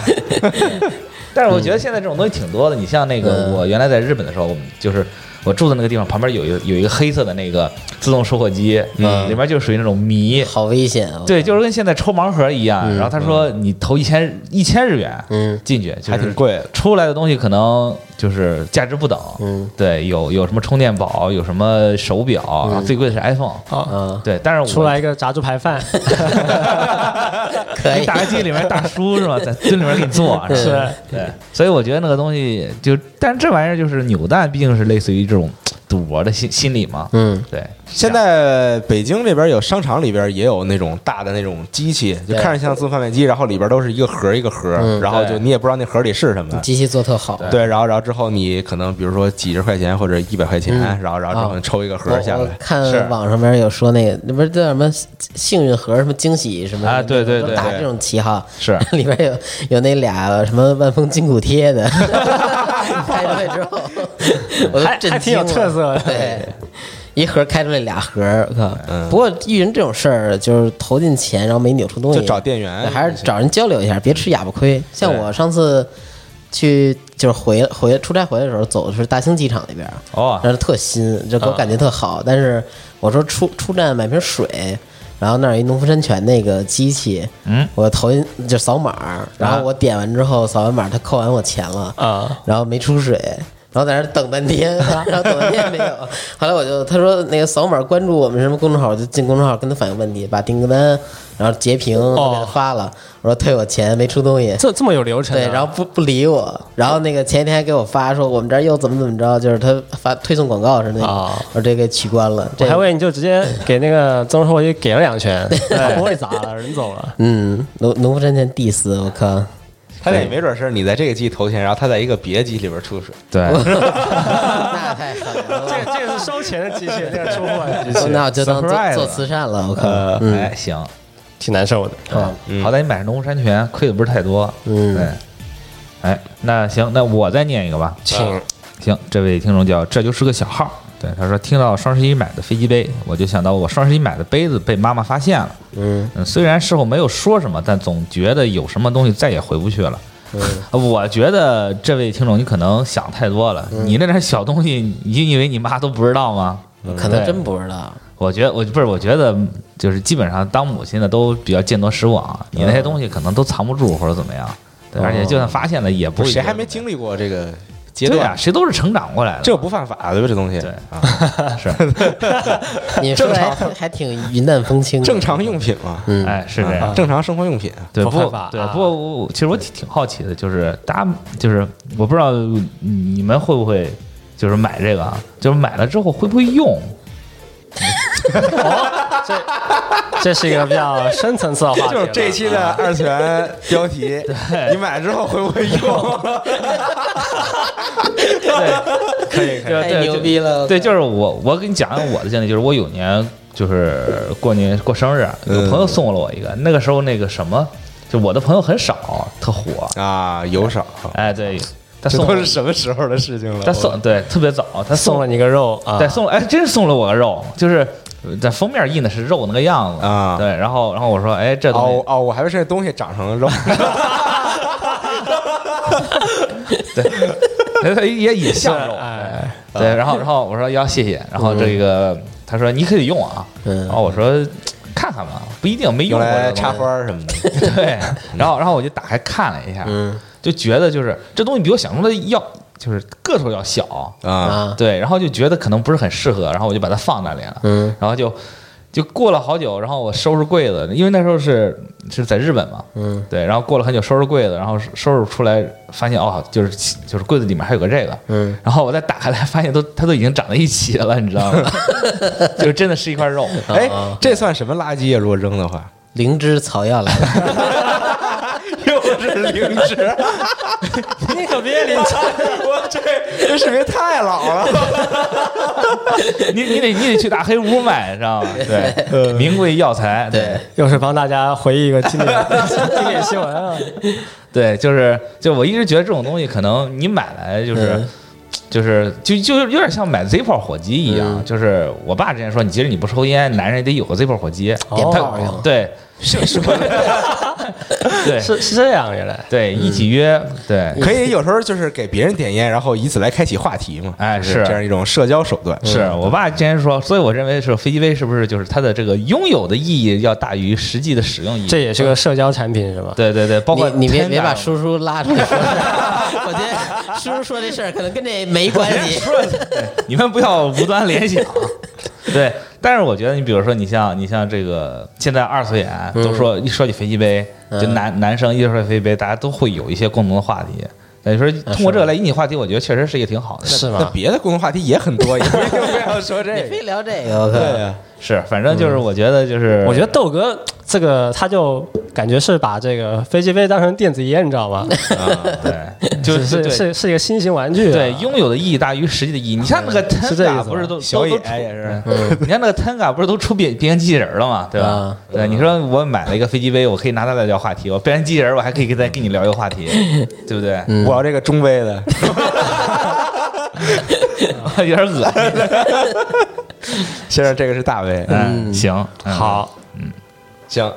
[SPEAKER 4] 但是我觉得现在这种东西挺多的。你像那个，
[SPEAKER 1] 嗯
[SPEAKER 4] 我原来在日本的时候，我们就是我住的那个地方旁边有一有一个黑色的那个自动售货机，
[SPEAKER 1] 嗯
[SPEAKER 4] 里面就属于那种迷，
[SPEAKER 1] 好危险啊！
[SPEAKER 4] 对，就是跟现在抽盲盒一样。
[SPEAKER 1] 嗯
[SPEAKER 4] 然后他说你投一千一千日元
[SPEAKER 1] 嗯
[SPEAKER 4] 进去，就是
[SPEAKER 2] 还挺贵的。
[SPEAKER 4] 出来的东西可能就是价值不等。
[SPEAKER 1] 嗯
[SPEAKER 4] 对，有有什么充电宝，有什么手表，然后最贵的是 iPhone。
[SPEAKER 3] 好，
[SPEAKER 1] 啊，
[SPEAKER 4] 对，但是我
[SPEAKER 3] 出来一个炸猪排饭，
[SPEAKER 1] 可以
[SPEAKER 4] 你打个机里面大叔是吧，在蹲里面给你做是吧
[SPEAKER 3] 是
[SPEAKER 4] 对，所以我觉得那个东西就，但是这玩意儿就是扭蛋，毕竟是类似于这种赌博的心心理嘛。
[SPEAKER 1] 嗯，
[SPEAKER 4] 对，
[SPEAKER 2] 现在北京这边有商场里边也有那种大的那种机器，就
[SPEAKER 1] 对
[SPEAKER 2] 看着像自动贩卖机，然后里边都是一个盒儿一个盒儿，
[SPEAKER 1] 嗯
[SPEAKER 2] 然后
[SPEAKER 4] 对
[SPEAKER 2] 就你也不知道那盒儿里是什么。
[SPEAKER 1] 机器做特好，
[SPEAKER 2] 啊对，然后然后之后你可能比如说几十块钱或者一百块钱，
[SPEAKER 1] 嗯
[SPEAKER 2] 然后然后之后
[SPEAKER 1] 啊
[SPEAKER 2] 你抽一个盒
[SPEAKER 1] 我
[SPEAKER 2] 儿下
[SPEAKER 1] 我
[SPEAKER 2] 来，是
[SPEAKER 1] 看网上面有说那个，那不是叫什么幸运盒、什么惊喜什么
[SPEAKER 4] 啊
[SPEAKER 1] 的
[SPEAKER 4] 对对对
[SPEAKER 1] 打
[SPEAKER 4] 对
[SPEAKER 1] 这种旗号，
[SPEAKER 4] 是
[SPEAKER 1] 里边有有那俩什么万丰金骨贴的， 开出来之后，我都
[SPEAKER 3] 还
[SPEAKER 1] 震
[SPEAKER 3] 还
[SPEAKER 1] 惊
[SPEAKER 3] 挺有
[SPEAKER 1] 了。
[SPEAKER 3] 特色的
[SPEAKER 1] 对，一盒开出来俩盒，我靠！不过遇人这种事儿，就是投进钱然后没扭出东西，
[SPEAKER 2] 就找店员
[SPEAKER 1] 还是找人交流一下，别吃哑巴亏。像我上次去就是回回出差回来的时候，走的是大兴机场那边，
[SPEAKER 4] 哦
[SPEAKER 1] 那是特新，就给我感觉特好。但是我说出出站买瓶水，然后那儿有一农夫山泉那个机器，
[SPEAKER 4] 嗯，
[SPEAKER 1] 我投进就扫码，然后我点完之后扫完码，他扣完我钱了，
[SPEAKER 3] 啊，
[SPEAKER 1] 然后没出水。然后在那儿等半天，然后等半天没有。后来我就他说那个扫码关注我们什么公众号，我就进公众号跟他反映问题，把订单然后截屏都给他发了，我说退我钱没出东西。
[SPEAKER 3] 这这么有流程、啊？
[SPEAKER 1] 对，然后不不理我，然后那个前一天还给我发说我们这儿又怎么怎么着，就是他发推送广告似的那种，
[SPEAKER 3] 啊
[SPEAKER 1] 我说这给取关了。
[SPEAKER 3] 我
[SPEAKER 1] 这
[SPEAKER 3] 还以为你就直接给那个曾硕就给了两拳， 不会砸了，人走了。
[SPEAKER 1] 嗯，农农夫山泉 diss 我靠，
[SPEAKER 2] 他那也没准是你在这个机投钱，然后他在一个别机里边出水。
[SPEAKER 4] 对，
[SPEAKER 1] 那太狠了，
[SPEAKER 3] 这这个是收钱的机器，这个出货的 机器，
[SPEAKER 1] 那我就当做
[SPEAKER 4] surprise
[SPEAKER 1] 做
[SPEAKER 4] 了
[SPEAKER 1] 慈善了，我靠，
[SPEAKER 4] 呃，
[SPEAKER 1] 嗯
[SPEAKER 4] 哎，行，
[SPEAKER 3] 挺难受的。
[SPEAKER 4] 啊，
[SPEAKER 2] 嗯
[SPEAKER 4] 好歹你买农夫山泉，亏的不是太多。
[SPEAKER 1] 嗯
[SPEAKER 4] 对，哎，那行，那我再念一个吧。啊
[SPEAKER 3] 请
[SPEAKER 4] 行，这位听众叫这就是个小号，对他说听到双十一买的飞机杯，我就想到我双十一买的杯子被妈妈发现了。
[SPEAKER 1] 嗯
[SPEAKER 4] 嗯，虽然事后没有说什么，但总觉得有什么东西再也回不去了。 我觉得这位听众你可能想太多了，你那点小东西，你以为你妈都不知道吗？
[SPEAKER 1] 可能
[SPEAKER 4] 对
[SPEAKER 1] 真不知道，
[SPEAKER 4] 我觉得我不是，我觉得就是基本上当母亲的都比较见多识广，你
[SPEAKER 2] 嗯
[SPEAKER 4] 那些东西可能都藏不住或者怎么样，对，而且就算发现了也不
[SPEAKER 2] 哦不
[SPEAKER 4] 会
[SPEAKER 2] 是谁
[SPEAKER 4] 觉得
[SPEAKER 2] 还没经历过这个阶
[SPEAKER 4] 对啊，
[SPEAKER 2] 段？
[SPEAKER 4] 谁都是成长过来的，
[SPEAKER 2] 这不犯法对吧？这东西
[SPEAKER 4] 对
[SPEAKER 2] 啊，
[SPEAKER 4] 是
[SPEAKER 1] 你说的还还挺云淡风轻的，
[SPEAKER 2] 正常用品嘛，
[SPEAKER 1] 嗯
[SPEAKER 4] 哎是这样
[SPEAKER 2] 啊，正常生活用品。
[SPEAKER 4] 对，
[SPEAKER 3] 不
[SPEAKER 4] 不
[SPEAKER 3] 犯法
[SPEAKER 4] 对
[SPEAKER 3] 啊，
[SPEAKER 4] 不过我我其实我挺挺好奇的，就是大家就是我不知道你们会不会就是买这个啊，就是买了之后会不会用？
[SPEAKER 3] 这是一个比较深层次的话题
[SPEAKER 2] 就
[SPEAKER 3] 了，
[SPEAKER 2] 是这期的二次元标 题，你买之后会不会用？
[SPEAKER 4] 可以可
[SPEAKER 1] 太牛逼了，
[SPEAKER 4] 对，就是我，我给你讲讲我的经历，就是我有年就是过年过生日，啊有朋
[SPEAKER 2] 嗯
[SPEAKER 4] 友送了我一个，那个时候那个什么，就我的朋友很少，特火，
[SPEAKER 2] 啊，有少，
[SPEAKER 4] 哎，对，他
[SPEAKER 2] 这
[SPEAKER 4] 送
[SPEAKER 2] 都是
[SPEAKER 4] 了，
[SPEAKER 2] 什么时候的事情了？
[SPEAKER 4] 他送对特别早，他
[SPEAKER 3] 送
[SPEAKER 4] 了，
[SPEAKER 3] 了你个肉啊，
[SPEAKER 4] 对，送了，哎，真是送了我个肉，就是在封面印的是肉那个样子
[SPEAKER 2] 啊
[SPEAKER 4] 对，然后然后我说，哎，这东
[SPEAKER 2] 哦
[SPEAKER 4] 西，
[SPEAKER 2] 哦，我还以为是那东西长成了肉，
[SPEAKER 4] 哎它也也
[SPEAKER 3] 是
[SPEAKER 4] 像肉，
[SPEAKER 3] 哎，
[SPEAKER 4] 对，然后然后我说要谢谢，然后
[SPEAKER 2] 嗯
[SPEAKER 4] 这个他说你可以用啊，
[SPEAKER 1] 嗯
[SPEAKER 4] 然后我说看看吧，不一定没
[SPEAKER 2] 用
[SPEAKER 4] 用过这
[SPEAKER 2] 来
[SPEAKER 4] 个东
[SPEAKER 2] 插
[SPEAKER 4] 西
[SPEAKER 2] 花儿什么 的。
[SPEAKER 4] 对，然后然后我就打开看了一下，
[SPEAKER 1] 嗯
[SPEAKER 4] 就觉得就是这东西比我想象中的要就是个头要小，
[SPEAKER 2] 啊，
[SPEAKER 1] 啊，
[SPEAKER 4] 对，然后就觉得可能不是很适合，然后我就把它放那里了，
[SPEAKER 1] 嗯
[SPEAKER 4] 然后就就过了好久，然后我收拾柜子，因为那时候是是在日本嘛，
[SPEAKER 1] 嗯
[SPEAKER 4] 对，然后过了很久收拾柜子，然后收拾出来发现哦，就是就是柜子里面还有个这个。
[SPEAKER 1] 嗯，
[SPEAKER 4] 然后我再打开来，发现都它都已经长在一起了，你知道吗？ 就真的是一块肉。
[SPEAKER 2] 哎，
[SPEAKER 4] 啊
[SPEAKER 2] 这算什么垃圾呀？啊如果扔的 话，
[SPEAKER 1] 灵芝草药来了，
[SPEAKER 2] 又是灵芝，
[SPEAKER 3] 你可别理解，
[SPEAKER 2] 我这这视频太老 了。
[SPEAKER 4] 你你得你得去大黑屋买，知道吗？ 对，名贵药材。
[SPEAKER 1] 对，
[SPEAKER 3] 又是帮大家回忆一个经 典经典新闻啊，
[SPEAKER 4] 对，就是就我一直觉得这种东西，可能你买来就是、
[SPEAKER 1] 嗯
[SPEAKER 4] 就是就就有点像买 Zippo 火机一样，
[SPEAKER 1] 嗯
[SPEAKER 4] 就是我爸之前说，你即使你不抽烟，男人得有个 Zippo 火机，
[SPEAKER 1] 点
[SPEAKER 4] 他
[SPEAKER 1] 炮用
[SPEAKER 4] 对，是是， 对
[SPEAKER 3] 是是这样原来。
[SPEAKER 4] 对，一
[SPEAKER 1] 嗯
[SPEAKER 4] 起约，对，
[SPEAKER 2] 可以有时候就是给别人点烟，然后以此来开启话题嘛。
[SPEAKER 4] 哎
[SPEAKER 2] 就是这样一种社交手段。
[SPEAKER 4] 是我爸之前说，所以我认为是飞机杯是不是就是它的这个拥有的意义要大于实际的使用意义？
[SPEAKER 3] 这也是个社交产品是吧？
[SPEAKER 4] 对对对，包括
[SPEAKER 1] 你你别
[SPEAKER 4] Panda
[SPEAKER 1] 别把叔叔拉出来说， 我觉得叔叔说这事儿可能跟这没关系，
[SPEAKER 4] 你们不要无端联想。 对，但是我觉得你比如说，你像你像这个现在二次元都说、一说起飞机杯，就男、男生一说起飞机杯，大家都会有一些共同的话题。等于说通过这个来引起话题，我觉得确实啊是一个挺好的。
[SPEAKER 3] 是
[SPEAKER 2] 那
[SPEAKER 3] 吗？
[SPEAKER 2] 别的共同话题也很多，也不一定非要说 这
[SPEAKER 1] 你
[SPEAKER 2] 个。
[SPEAKER 1] 非聊这个，我
[SPEAKER 2] 对
[SPEAKER 1] 靠，
[SPEAKER 2] 啊，
[SPEAKER 4] 是，反正就是嗯我觉得就是，
[SPEAKER 3] 我觉得豆哥这个他就感觉是把这个飞机杯当成电子烟，你知道吗？
[SPEAKER 4] 啊 对，就是对
[SPEAKER 3] 是是一个新型玩具啊，嗯
[SPEAKER 4] 对拥有的意义大于实际的意义。你像那个
[SPEAKER 3] 是这意思啊
[SPEAKER 4] Tenga
[SPEAKER 3] 吧
[SPEAKER 4] 不是都
[SPEAKER 2] 小野
[SPEAKER 4] 都都出嗯
[SPEAKER 2] 也是，
[SPEAKER 4] 你看那个 Tenga 不是都出变变形机器人了嘛，对吧？
[SPEAKER 1] 啊
[SPEAKER 4] 对，你说我买了一个飞机杯，我可以拿它来聊话题；我变形机器人，我还可以跟再跟你聊一个话题，对不对？
[SPEAKER 2] 我要这个中杯的，
[SPEAKER 4] 有点恶心。
[SPEAKER 2] 先生这个是大杯。
[SPEAKER 4] 嗯，行，嗯，
[SPEAKER 3] 好，
[SPEAKER 2] 行，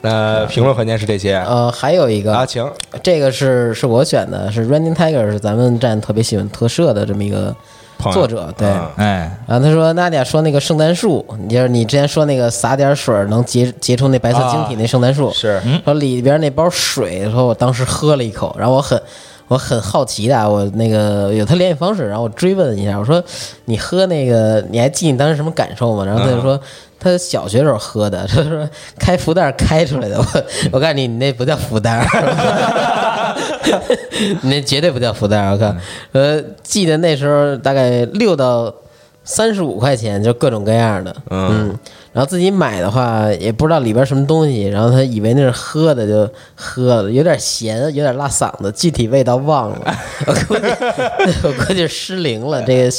[SPEAKER 2] 那评论环节是这些啊，
[SPEAKER 1] 呃，还有一个
[SPEAKER 2] 请
[SPEAKER 1] 这个是是我选的，是 Running Tiger，是咱们站特别喜欢特摄的这么一个
[SPEAKER 2] 朋友
[SPEAKER 1] 作者，对。
[SPEAKER 2] 嗯
[SPEAKER 4] 哎，
[SPEAKER 1] 然后他说，娜姐说那个圣诞树，你就是你之前说那个撒点水儿能结结出那白色晶体那圣诞树，
[SPEAKER 2] 啊是
[SPEAKER 1] 说里边那包水，说我当时喝了一口，然后我很我很好奇的啊，我那个有他联系方式，然后我追问一下，我说你喝那个，你还记你当时什么感受吗？然后他就说。他小学时候喝的，他说开福袋儿开出来的，我 我告诉你，你那不叫福袋儿， 你那绝对不叫福袋儿。我靠，呃，记得那时候大概六到三十五块钱，就各种各样的，
[SPEAKER 2] 嗯
[SPEAKER 1] 嗯，然后自己买的话也不知道里边什么东西，然后他以为那是喝的就喝了，有点咸，有点辣嗓子，具体味道忘了， 我估计我估计失灵了，这个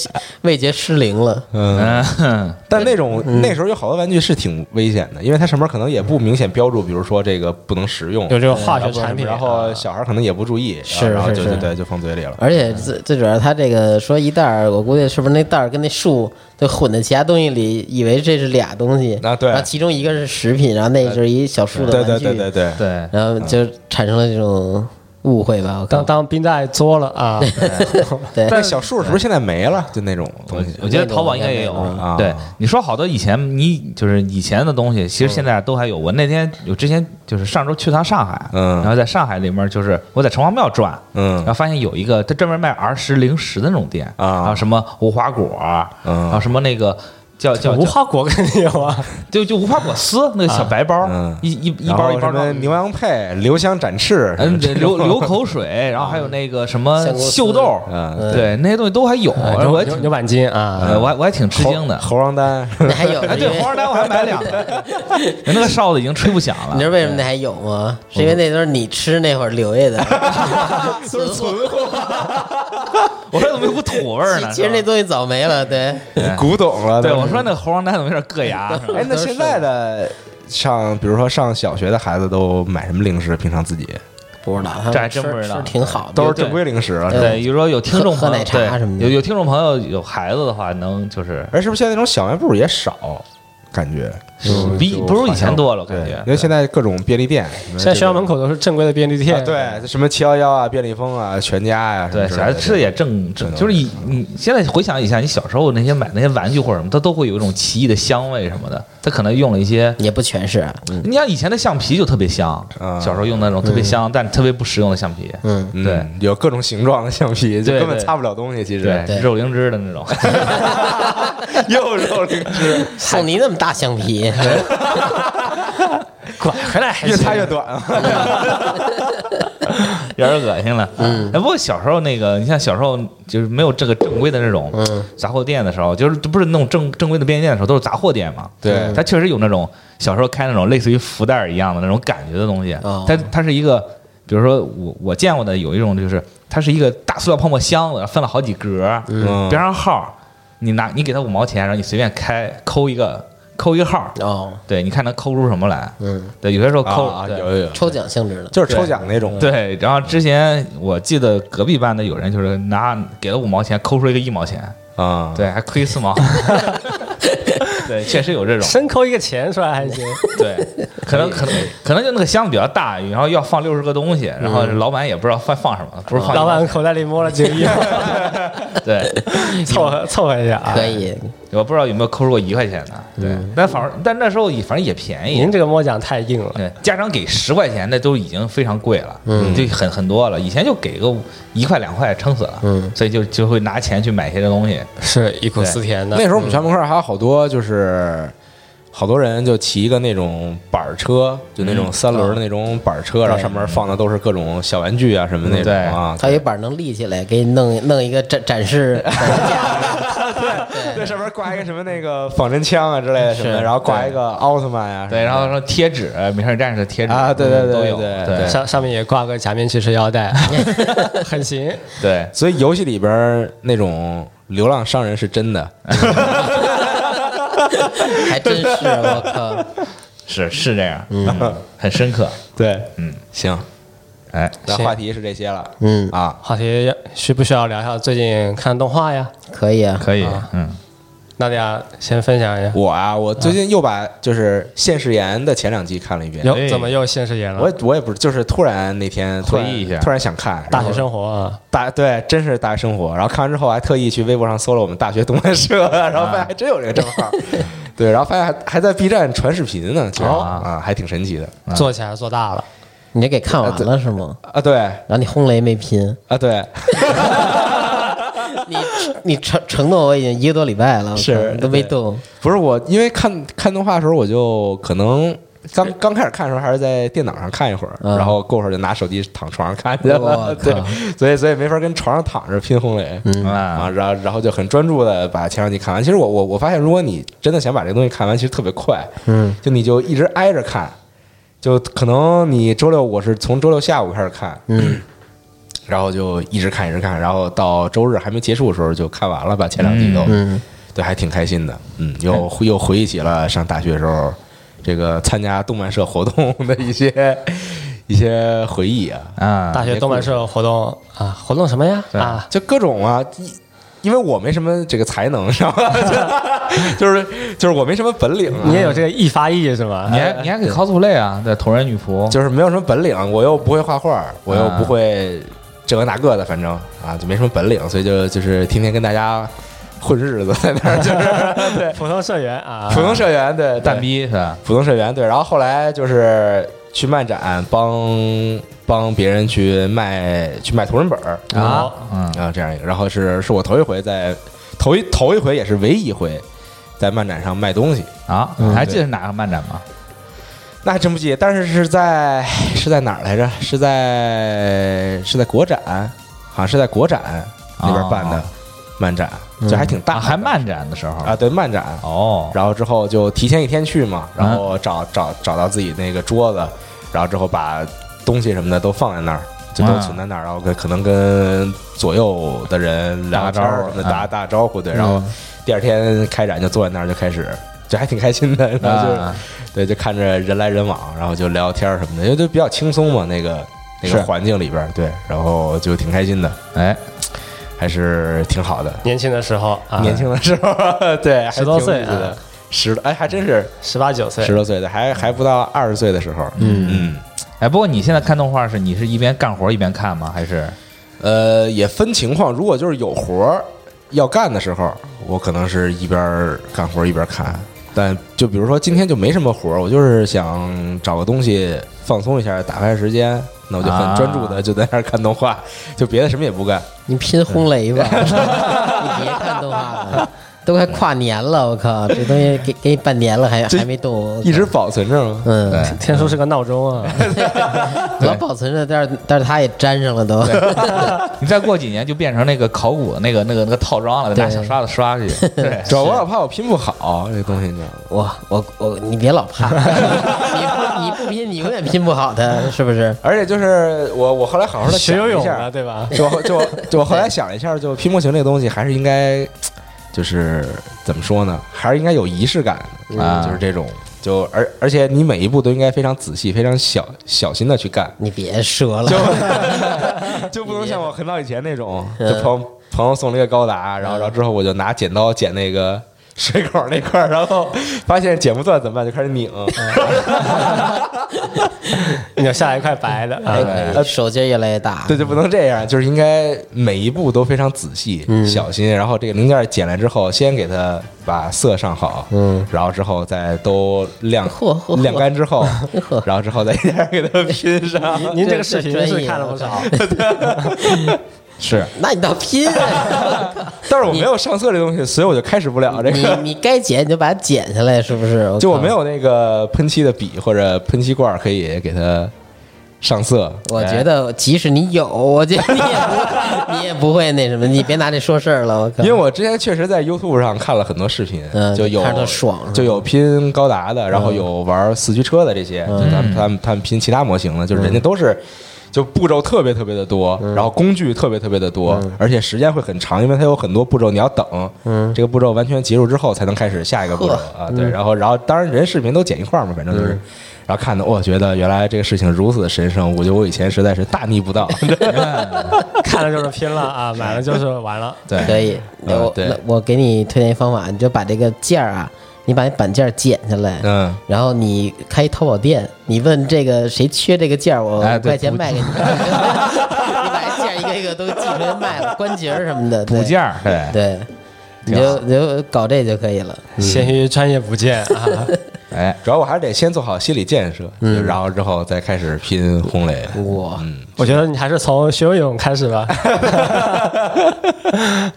[SPEAKER 1] 味觉失灵了，
[SPEAKER 2] 嗯，
[SPEAKER 4] 嗯，
[SPEAKER 2] 但那种那时候有好多玩具是挺危险的，因为它上面可能也不明显标注，比如说这个不能食用，
[SPEAKER 3] 有这个化学
[SPEAKER 2] 然后
[SPEAKER 3] 产品，
[SPEAKER 2] 然后小孩可能也不注意，
[SPEAKER 1] 是
[SPEAKER 2] 然后
[SPEAKER 1] 是
[SPEAKER 2] 就就是对就放嘴里了。
[SPEAKER 1] 而且最最主要，他这个说一袋儿，我估计是不是那袋儿跟那树就混在其他东西里，以为这是俩东西
[SPEAKER 2] 啊对
[SPEAKER 1] 然后其中一个是食品，然后那个就是一小树的
[SPEAKER 2] 对
[SPEAKER 1] 玩具，
[SPEAKER 2] 对对对对，
[SPEAKER 4] 对，
[SPEAKER 1] 然后就产生了这种误会吧。我
[SPEAKER 3] 当
[SPEAKER 1] 刚
[SPEAKER 3] 当冰袋嘬了啊，
[SPEAKER 1] 对，
[SPEAKER 2] 但小树是不是现在没了？就那种东西，
[SPEAKER 4] 我觉得淘宝应该也有。
[SPEAKER 2] 啊
[SPEAKER 4] 对，你说好多以前你就是以前的东西，其
[SPEAKER 2] 嗯
[SPEAKER 4] 实现在都还有。我那天我之前就是上周去趟上海，
[SPEAKER 2] 嗯
[SPEAKER 4] 然后在上海里面就是我在城隍庙转，
[SPEAKER 2] 嗯
[SPEAKER 4] 然后发现有一个他专门卖儿时零食的那种店
[SPEAKER 2] 啊
[SPEAKER 4] 然后什么无花果，
[SPEAKER 2] 嗯
[SPEAKER 4] 然后什么那个叫叫
[SPEAKER 3] 无
[SPEAKER 4] 叫
[SPEAKER 3] 花果肯定有啊，
[SPEAKER 4] 就就无花果丝那个小白包
[SPEAKER 2] 嗯，
[SPEAKER 4] 一一一
[SPEAKER 2] 然
[SPEAKER 4] 包
[SPEAKER 2] 后
[SPEAKER 4] 一包
[SPEAKER 2] 什么
[SPEAKER 4] 的。
[SPEAKER 2] 牛羊配、留香展翅，
[SPEAKER 4] 嗯，
[SPEAKER 2] 这
[SPEAKER 4] 对流流口水，然后还有那个什么
[SPEAKER 1] 香菇丝嗯
[SPEAKER 4] 秀豆，
[SPEAKER 2] 嗯
[SPEAKER 4] 对那些东西都还有，
[SPEAKER 3] 牛
[SPEAKER 4] 我还
[SPEAKER 3] 牛
[SPEAKER 4] 挺
[SPEAKER 3] 牛板筋啊，
[SPEAKER 4] 呃我还我还挺吃
[SPEAKER 2] 猴
[SPEAKER 4] 惊的。
[SPEAKER 2] 猴王丹，
[SPEAKER 1] 那还有，
[SPEAKER 4] 哎，
[SPEAKER 1] 因
[SPEAKER 4] 对，
[SPEAKER 1] 为
[SPEAKER 4] 黄二丹我还买两个， 那个哨子已经吹不响了。
[SPEAKER 1] 你知道为什么那还有吗？是因为那都是你吃那会儿留下的，都是存货。
[SPEAKER 4] 我说怎么有股土味儿呢？
[SPEAKER 1] 其实那
[SPEAKER 4] 是吧
[SPEAKER 1] 东西早没了，对，
[SPEAKER 2] 古董了。
[SPEAKER 4] 对
[SPEAKER 2] 都是
[SPEAKER 4] 我说那个猴王丹怎么有点硌 牙？
[SPEAKER 2] 哎，那现在的上，比如说上小学的孩子都买什么零食？平常自己
[SPEAKER 1] 不知道，他
[SPEAKER 4] 这还
[SPEAKER 1] 们
[SPEAKER 4] 真
[SPEAKER 1] 吃
[SPEAKER 4] 不知道
[SPEAKER 1] 吃挺好的，
[SPEAKER 2] 都是正规零食了。是吧
[SPEAKER 4] 对，比如说有听众
[SPEAKER 1] 喝
[SPEAKER 4] 朋
[SPEAKER 1] 喝奶
[SPEAKER 4] 友
[SPEAKER 1] 茶
[SPEAKER 4] 对
[SPEAKER 1] 什么的
[SPEAKER 4] 有有听众朋友有孩子的话，能就是
[SPEAKER 2] 哎而是不是现在那种小卖部也少？感觉
[SPEAKER 4] 比不如以前多了，我
[SPEAKER 2] 对
[SPEAKER 4] 感觉，
[SPEAKER 2] 因。为现在各种便利店，
[SPEAKER 3] 现在学校门口都是正规的便利
[SPEAKER 2] 啊
[SPEAKER 3] 店，，
[SPEAKER 2] 对什么七幺幺啊、便利蜂啊、全家呀，
[SPEAKER 4] 对，小孩子吃的
[SPEAKER 2] 的
[SPEAKER 4] 也正正，
[SPEAKER 2] 对
[SPEAKER 4] 就是以你现在回想一下，你小时候那些买那些玩具或者什么，它都会有一种奇异的香味什么的。它可能用了一些，
[SPEAKER 1] 也不全是， 嗯
[SPEAKER 4] 你像以前的橡皮就特别香，
[SPEAKER 2] 啊
[SPEAKER 4] 小时候用那种特别香但特别不实用的橡皮，
[SPEAKER 1] 嗯，
[SPEAKER 2] 嗯
[SPEAKER 4] 对，
[SPEAKER 2] 有各种形状的橡皮，就
[SPEAKER 4] 对
[SPEAKER 2] 根本
[SPEAKER 4] 对
[SPEAKER 2] 擦不了东西。其实
[SPEAKER 4] 对，
[SPEAKER 1] 对
[SPEAKER 4] 肉灵芝的那种。
[SPEAKER 2] 又肉零食，
[SPEAKER 1] 送你那么大橡皮。
[SPEAKER 3] 拐回来还
[SPEAKER 2] 越
[SPEAKER 3] 是
[SPEAKER 2] 擦越短啊。
[SPEAKER 4] 有点恶心了。嗯，哎，不过小时候那个，你像小时候就是没有这个正规的那种杂货店的时候，就是不是那种正正规的便利店的时候，都是杂货店嘛。
[SPEAKER 2] 对
[SPEAKER 4] 它确实有那种小时候开那种类似于福袋儿一样的那种感觉的东西。
[SPEAKER 1] 哦
[SPEAKER 4] 它它是一个，比如说我我见过的有一种就是它是一个大塑料泡沫箱子，分了好几格儿，
[SPEAKER 2] 嗯
[SPEAKER 4] 标上号儿，你拿你给他五毛钱，然后你随便开抠一个抠一个号儿，
[SPEAKER 1] 哦，
[SPEAKER 4] 对，你看能抠出什么来。
[SPEAKER 1] 嗯，
[SPEAKER 4] 对，有些时候抠
[SPEAKER 2] 啊，
[SPEAKER 4] 对
[SPEAKER 2] 有有有，
[SPEAKER 1] 抽奖性质的，
[SPEAKER 2] 就是抽奖那
[SPEAKER 3] 嗯
[SPEAKER 2] 种。
[SPEAKER 4] 对，然后之前我记得隔壁班的有人就是拿给了五毛钱，抠出一个一毛钱，
[SPEAKER 3] 嗯
[SPEAKER 2] 啊，
[SPEAKER 4] 对，还亏 四毛。对，确实有这种，
[SPEAKER 3] 深抠一个钱出来还行，
[SPEAKER 4] 对，可能可能可能就那个箱子比较大，然后要放六十个东西，然后老板也不知道放放什么，不是放
[SPEAKER 3] 嗯老板口袋里摸了几个亿，
[SPEAKER 4] 对，
[SPEAKER 3] 凑合凑合一下啊。
[SPEAKER 1] 可以，
[SPEAKER 4] 我不知道有没有抠出过一块钱的，对，
[SPEAKER 3] 嗯
[SPEAKER 4] 但反而但那时候也反正也便宜
[SPEAKER 3] 您，这个摸奖太硬了，
[SPEAKER 4] 对，家长给十块钱那都已经非常贵了，
[SPEAKER 1] 嗯
[SPEAKER 4] 就很很多了，以前就给个一块两块撑死了，
[SPEAKER 1] 嗯
[SPEAKER 4] 所以就就会拿钱去买一些这东西，
[SPEAKER 3] 是忆苦思甜的
[SPEAKER 2] 那。时候我们学校门口还有好多就是。好多人就骑一个那种板儿车，就那种三轮的那种板儿车，然后上面放的都是各种小玩具啊什么那种
[SPEAKER 4] 对
[SPEAKER 2] 啊。
[SPEAKER 1] 它有板能立起来，给你弄弄一个展展示
[SPEAKER 2] 对，上面挂一个什么那个仿真枪啊之类的什么的，
[SPEAKER 4] 是
[SPEAKER 2] 然后挂一个奥特曼啊呀。
[SPEAKER 4] 对，然后说贴纸，美少女战士的贴纸
[SPEAKER 2] 啊对对对
[SPEAKER 4] 都有，
[SPEAKER 2] 对
[SPEAKER 4] 对
[SPEAKER 3] 上上面也挂个假面骑士腰带，很行。
[SPEAKER 4] 对
[SPEAKER 2] 所以游戏里边儿那种流浪商人是真的，
[SPEAKER 1] 还真是我靠，
[SPEAKER 4] 是是这样，嗯，很深刻，
[SPEAKER 2] 对，
[SPEAKER 4] 嗯，
[SPEAKER 2] 行，
[SPEAKER 4] 哎，
[SPEAKER 2] 那
[SPEAKER 3] 行
[SPEAKER 2] 话题是这些了
[SPEAKER 1] 嗯，
[SPEAKER 2] 啊，
[SPEAKER 3] 话题需不需要聊一下最近看动画呀？
[SPEAKER 1] 可以啊，
[SPEAKER 4] 可以
[SPEAKER 3] 啊，
[SPEAKER 4] 嗯，
[SPEAKER 3] 娜迪亚先分享一下，
[SPEAKER 2] 我啊，我最近又把就是《现世言》的前两季看了一遍，
[SPEAKER 3] 哟，怎么又现实演了？
[SPEAKER 2] 我我也不是，就是突然那天突然
[SPEAKER 4] 回忆一下
[SPEAKER 2] 突然想看
[SPEAKER 3] 大学
[SPEAKER 2] 然后
[SPEAKER 3] 生活啊，
[SPEAKER 2] 大对，真是大学生活。然后看完之后，还特意去微博上搜了我们大学动漫社，然后发现还真有这个账号，对，然后发现还还在 B 站传视频呢，其实
[SPEAKER 4] 哦
[SPEAKER 2] 啊，还挺神奇的。
[SPEAKER 3] 做起来做大了，
[SPEAKER 1] 你这给看完了是吗？
[SPEAKER 2] 啊，对
[SPEAKER 1] 然后你轰雷没拼，
[SPEAKER 2] 啊，对，
[SPEAKER 1] 你你承承诺我已经一个多礼拜了，我靠
[SPEAKER 2] 是
[SPEAKER 1] 你都没动。
[SPEAKER 2] 不是我，因为看看动画的时候，我就可能刚刚开始看的时候还是在电脑上看一会儿，
[SPEAKER 1] 嗯
[SPEAKER 2] 然后过会儿就拿手机躺床上看去了
[SPEAKER 1] 我，
[SPEAKER 2] 对
[SPEAKER 1] 靠，
[SPEAKER 2] 所以所以没法跟床上躺着拼红雷。
[SPEAKER 1] 嗯
[SPEAKER 2] 啊，
[SPEAKER 4] 啊，
[SPEAKER 2] 然后然后就很专注的把前两集看完。其实我我我发现，如果你真的想把这个东西看完，其实特别快，
[SPEAKER 1] 嗯，
[SPEAKER 2] 就你就一直挨着看，就可能你周六我是从周六下午开始看，
[SPEAKER 1] 嗯，
[SPEAKER 2] 然后就一直看一直看，然后到周日还没结束的时候就看完了吧，前两集都，
[SPEAKER 1] 嗯，哎
[SPEAKER 2] 对，还挺开心的，嗯，又又回忆起了上大学的时候这个参加动漫社活动的一些 一些回忆啊，
[SPEAKER 4] 啊，
[SPEAKER 3] 大学动漫社活动啊，活动什么呀？
[SPEAKER 4] 对
[SPEAKER 3] 啊，
[SPEAKER 2] 就各种啊，一因为我没什么这个才能，知道吧？ 就是就是我没什么本领、啊，
[SPEAKER 3] 你也有这个一发一是吗？
[SPEAKER 4] 你还你还给 cosplay 啊？对，同人女仆，
[SPEAKER 2] 就是没有什么本领，我又不会画画，我又不会这个那个的，反正啊就没什么本领，所以就就是天天跟大家混日子，在那儿就是对
[SPEAKER 3] 哎普通社员啊，
[SPEAKER 2] 普通社员对
[SPEAKER 4] 蛋，逼是吧？啊
[SPEAKER 2] 对普通社员对，然后后来就是去漫展帮帮别人去卖去卖同人本儿
[SPEAKER 3] 啊，
[SPEAKER 4] 嗯，
[SPEAKER 2] 啊这样一个，然后是是我头一回在头一头一回也是唯一一回在漫展上卖东西，
[SPEAKER 4] 啊，
[SPEAKER 1] 嗯
[SPEAKER 4] 还记得是哪个漫展吗？
[SPEAKER 2] 那还真不记，得，但是是在是在哪儿来着？是在是在国展，好像是在国展那边办的
[SPEAKER 4] 哦
[SPEAKER 2] 漫展，
[SPEAKER 1] 嗯
[SPEAKER 2] 就还挺大
[SPEAKER 4] 啊
[SPEAKER 2] 的，
[SPEAKER 4] 还漫展的时候
[SPEAKER 2] 啊，对漫展。
[SPEAKER 4] 哦，
[SPEAKER 2] 然后之后就提前一天去嘛，然后找找找到自己那个桌子，然后之后把东西什么的都放在那儿，就都
[SPEAKER 4] 啊
[SPEAKER 2] 存在那儿，然后跟可能跟左右的人聊聊
[SPEAKER 4] 打招
[SPEAKER 2] 天
[SPEAKER 4] 呼
[SPEAKER 2] 儿什么的，
[SPEAKER 4] 啊
[SPEAKER 2] 打打招呼，对，然后第二天开展就坐在那儿就开始，就还挺开心的， 然后就是
[SPEAKER 4] 啊
[SPEAKER 2] 对，就看着人来人往，然后就聊天儿什么的，因为就比较轻松嘛，那个那
[SPEAKER 4] 是
[SPEAKER 2] 个环境里边儿，对，然后就挺开心的，
[SPEAKER 4] 哎，
[SPEAKER 2] 还是挺好的。
[SPEAKER 3] 年轻的时候啊，
[SPEAKER 2] 年轻的时候， 对，还
[SPEAKER 3] 十多岁
[SPEAKER 2] 挺有意思的
[SPEAKER 3] 啊
[SPEAKER 2] 十哎，还真是
[SPEAKER 3] 十八九岁
[SPEAKER 2] 十，多岁的，还还不到二十岁的时候，嗯
[SPEAKER 4] 哎，不过你现在看动画是你是一边干活一边看吗？还是
[SPEAKER 2] 呃，也分情况，如果就是有活儿要干的时候，我可能是一边儿干活儿一边儿看。但就比如说今天就没什么活儿，我就是想找个东西放松一下，打发时间，那我就很专注
[SPEAKER 4] 啊
[SPEAKER 2] 的就在那儿看动画， 就别的什么也不干。
[SPEAKER 1] 你拼轰雷吧， 你别看动画了，都快跨年了，我 靠，这东西给给你半年了还
[SPEAKER 2] 这
[SPEAKER 1] 还没动，我靠
[SPEAKER 2] 一直保存着 嘛。
[SPEAKER 1] 嗯，
[SPEAKER 4] 对
[SPEAKER 3] 天叔是个闹钟啊，
[SPEAKER 2] 嗯
[SPEAKER 1] 老保存着，但是但是他也粘上了都，
[SPEAKER 4] 你再过几年就变成那个考古的那个那个那个套装了，拿
[SPEAKER 1] 对
[SPEAKER 4] 小刷子刷去？ 对，
[SPEAKER 2] 主要我老怕我拼不好这东西，你知道吗？
[SPEAKER 1] 我我我，你别老 怕，你不你不拼，你永远拼不好的，是不是？
[SPEAKER 2] 而且就是我我后来好好 的
[SPEAKER 3] 学
[SPEAKER 2] 想
[SPEAKER 3] 游
[SPEAKER 2] 了一
[SPEAKER 3] 泳
[SPEAKER 2] 下
[SPEAKER 3] 的，对吧？
[SPEAKER 2] 就就就我后来想了一下，就拼模型这个东西还是应该，就是怎么说呢，还是应该有仪式感的
[SPEAKER 4] 啊
[SPEAKER 2] 就是这种。就而而且你每一步都应该非常仔细、非常小小心的去干，
[SPEAKER 1] 你别说 了，
[SPEAKER 2] 就就不能像我很早以前那种，就朋友朋友送了一个高达，然后然后之后我就拿剪刀剪那个水口那块儿，然后发现剪不断怎么办，就开始拧，
[SPEAKER 3] 你就下一块白的啊
[SPEAKER 2] 哎
[SPEAKER 1] 还，可以哎手劲儿越来越大，
[SPEAKER 2] 呃对，就不能这样，就是应该每一步都非常仔细、小心，然后这个零件剪来之后，先给它把色上好，嗯，然后之后再都晾
[SPEAKER 1] 嚯嚯嚯
[SPEAKER 2] 晾干之后，然后之后再一点给它拼上，
[SPEAKER 3] 您您这个视频是看了不少，
[SPEAKER 2] 是，
[SPEAKER 1] 那你倒拼 啊！
[SPEAKER 2] 但是我没有上色这东西，所以我就开始不了这
[SPEAKER 1] 你嗯
[SPEAKER 2] 个。
[SPEAKER 1] 你该剪你就把它剪下来，是不是？
[SPEAKER 2] 就我
[SPEAKER 1] 靠
[SPEAKER 2] 没，有那个喷漆的笔或者喷漆罐儿可以给它上色。
[SPEAKER 1] 我觉得即使你有，我觉得你也不 你也不会那什么，你别拿这说事儿了，我靠！
[SPEAKER 2] 因为我之前确实在 YouTube 上看了很多视频，
[SPEAKER 1] 嗯
[SPEAKER 2] 就有
[SPEAKER 1] 看着爽是吧
[SPEAKER 2] 就有拼高达的，然后有玩四驱车的这些，
[SPEAKER 1] 嗯
[SPEAKER 2] 就他们他们他们拼其他模型的，就是人家都是。就步骤特别特别的多，
[SPEAKER 1] 嗯
[SPEAKER 2] 然后工具特别特别的多，而且时间会很长，因为它有很多步骤你要等，这个步骤完全结束之后才能开始下一个步骤
[SPEAKER 1] 嗯呵嗯
[SPEAKER 2] 啊。对，然后然后当然人视频都剪一块儿嘛，反正就是，然后看的我觉得原来这个事情如此的神圣，我觉得我以前实在是大逆 不道。
[SPEAKER 3] 看了就是拼了啊，买了就是玩了。
[SPEAKER 2] 对，
[SPEAKER 1] 可以，那
[SPEAKER 2] 嗯
[SPEAKER 1] 我
[SPEAKER 2] 对
[SPEAKER 1] 那我给你推荐一方法，你就把这个件儿啊，你把板件儿剪下来，
[SPEAKER 2] 嗯，
[SPEAKER 1] 然后你开一淘宝店，你问这个谁缺这个件儿，我
[SPEAKER 4] 哎
[SPEAKER 1] 五
[SPEAKER 4] 对
[SPEAKER 1] 块钱
[SPEAKER 4] 补
[SPEAKER 1] 卖给你。你 把这件儿一个一个都寄出来卖了，关节儿什么的，对
[SPEAKER 4] 补件儿，对，
[SPEAKER 2] 嗯
[SPEAKER 1] 对，你就你就搞这就可以了。
[SPEAKER 3] 闲鱼专业不见啊，
[SPEAKER 4] 哎，
[SPEAKER 2] 主要我还是得先做好心理建设，然后之后再开始拼轰雷。
[SPEAKER 1] 哇，
[SPEAKER 2] 嗯
[SPEAKER 3] 我觉得你还是从学游泳开始 吧。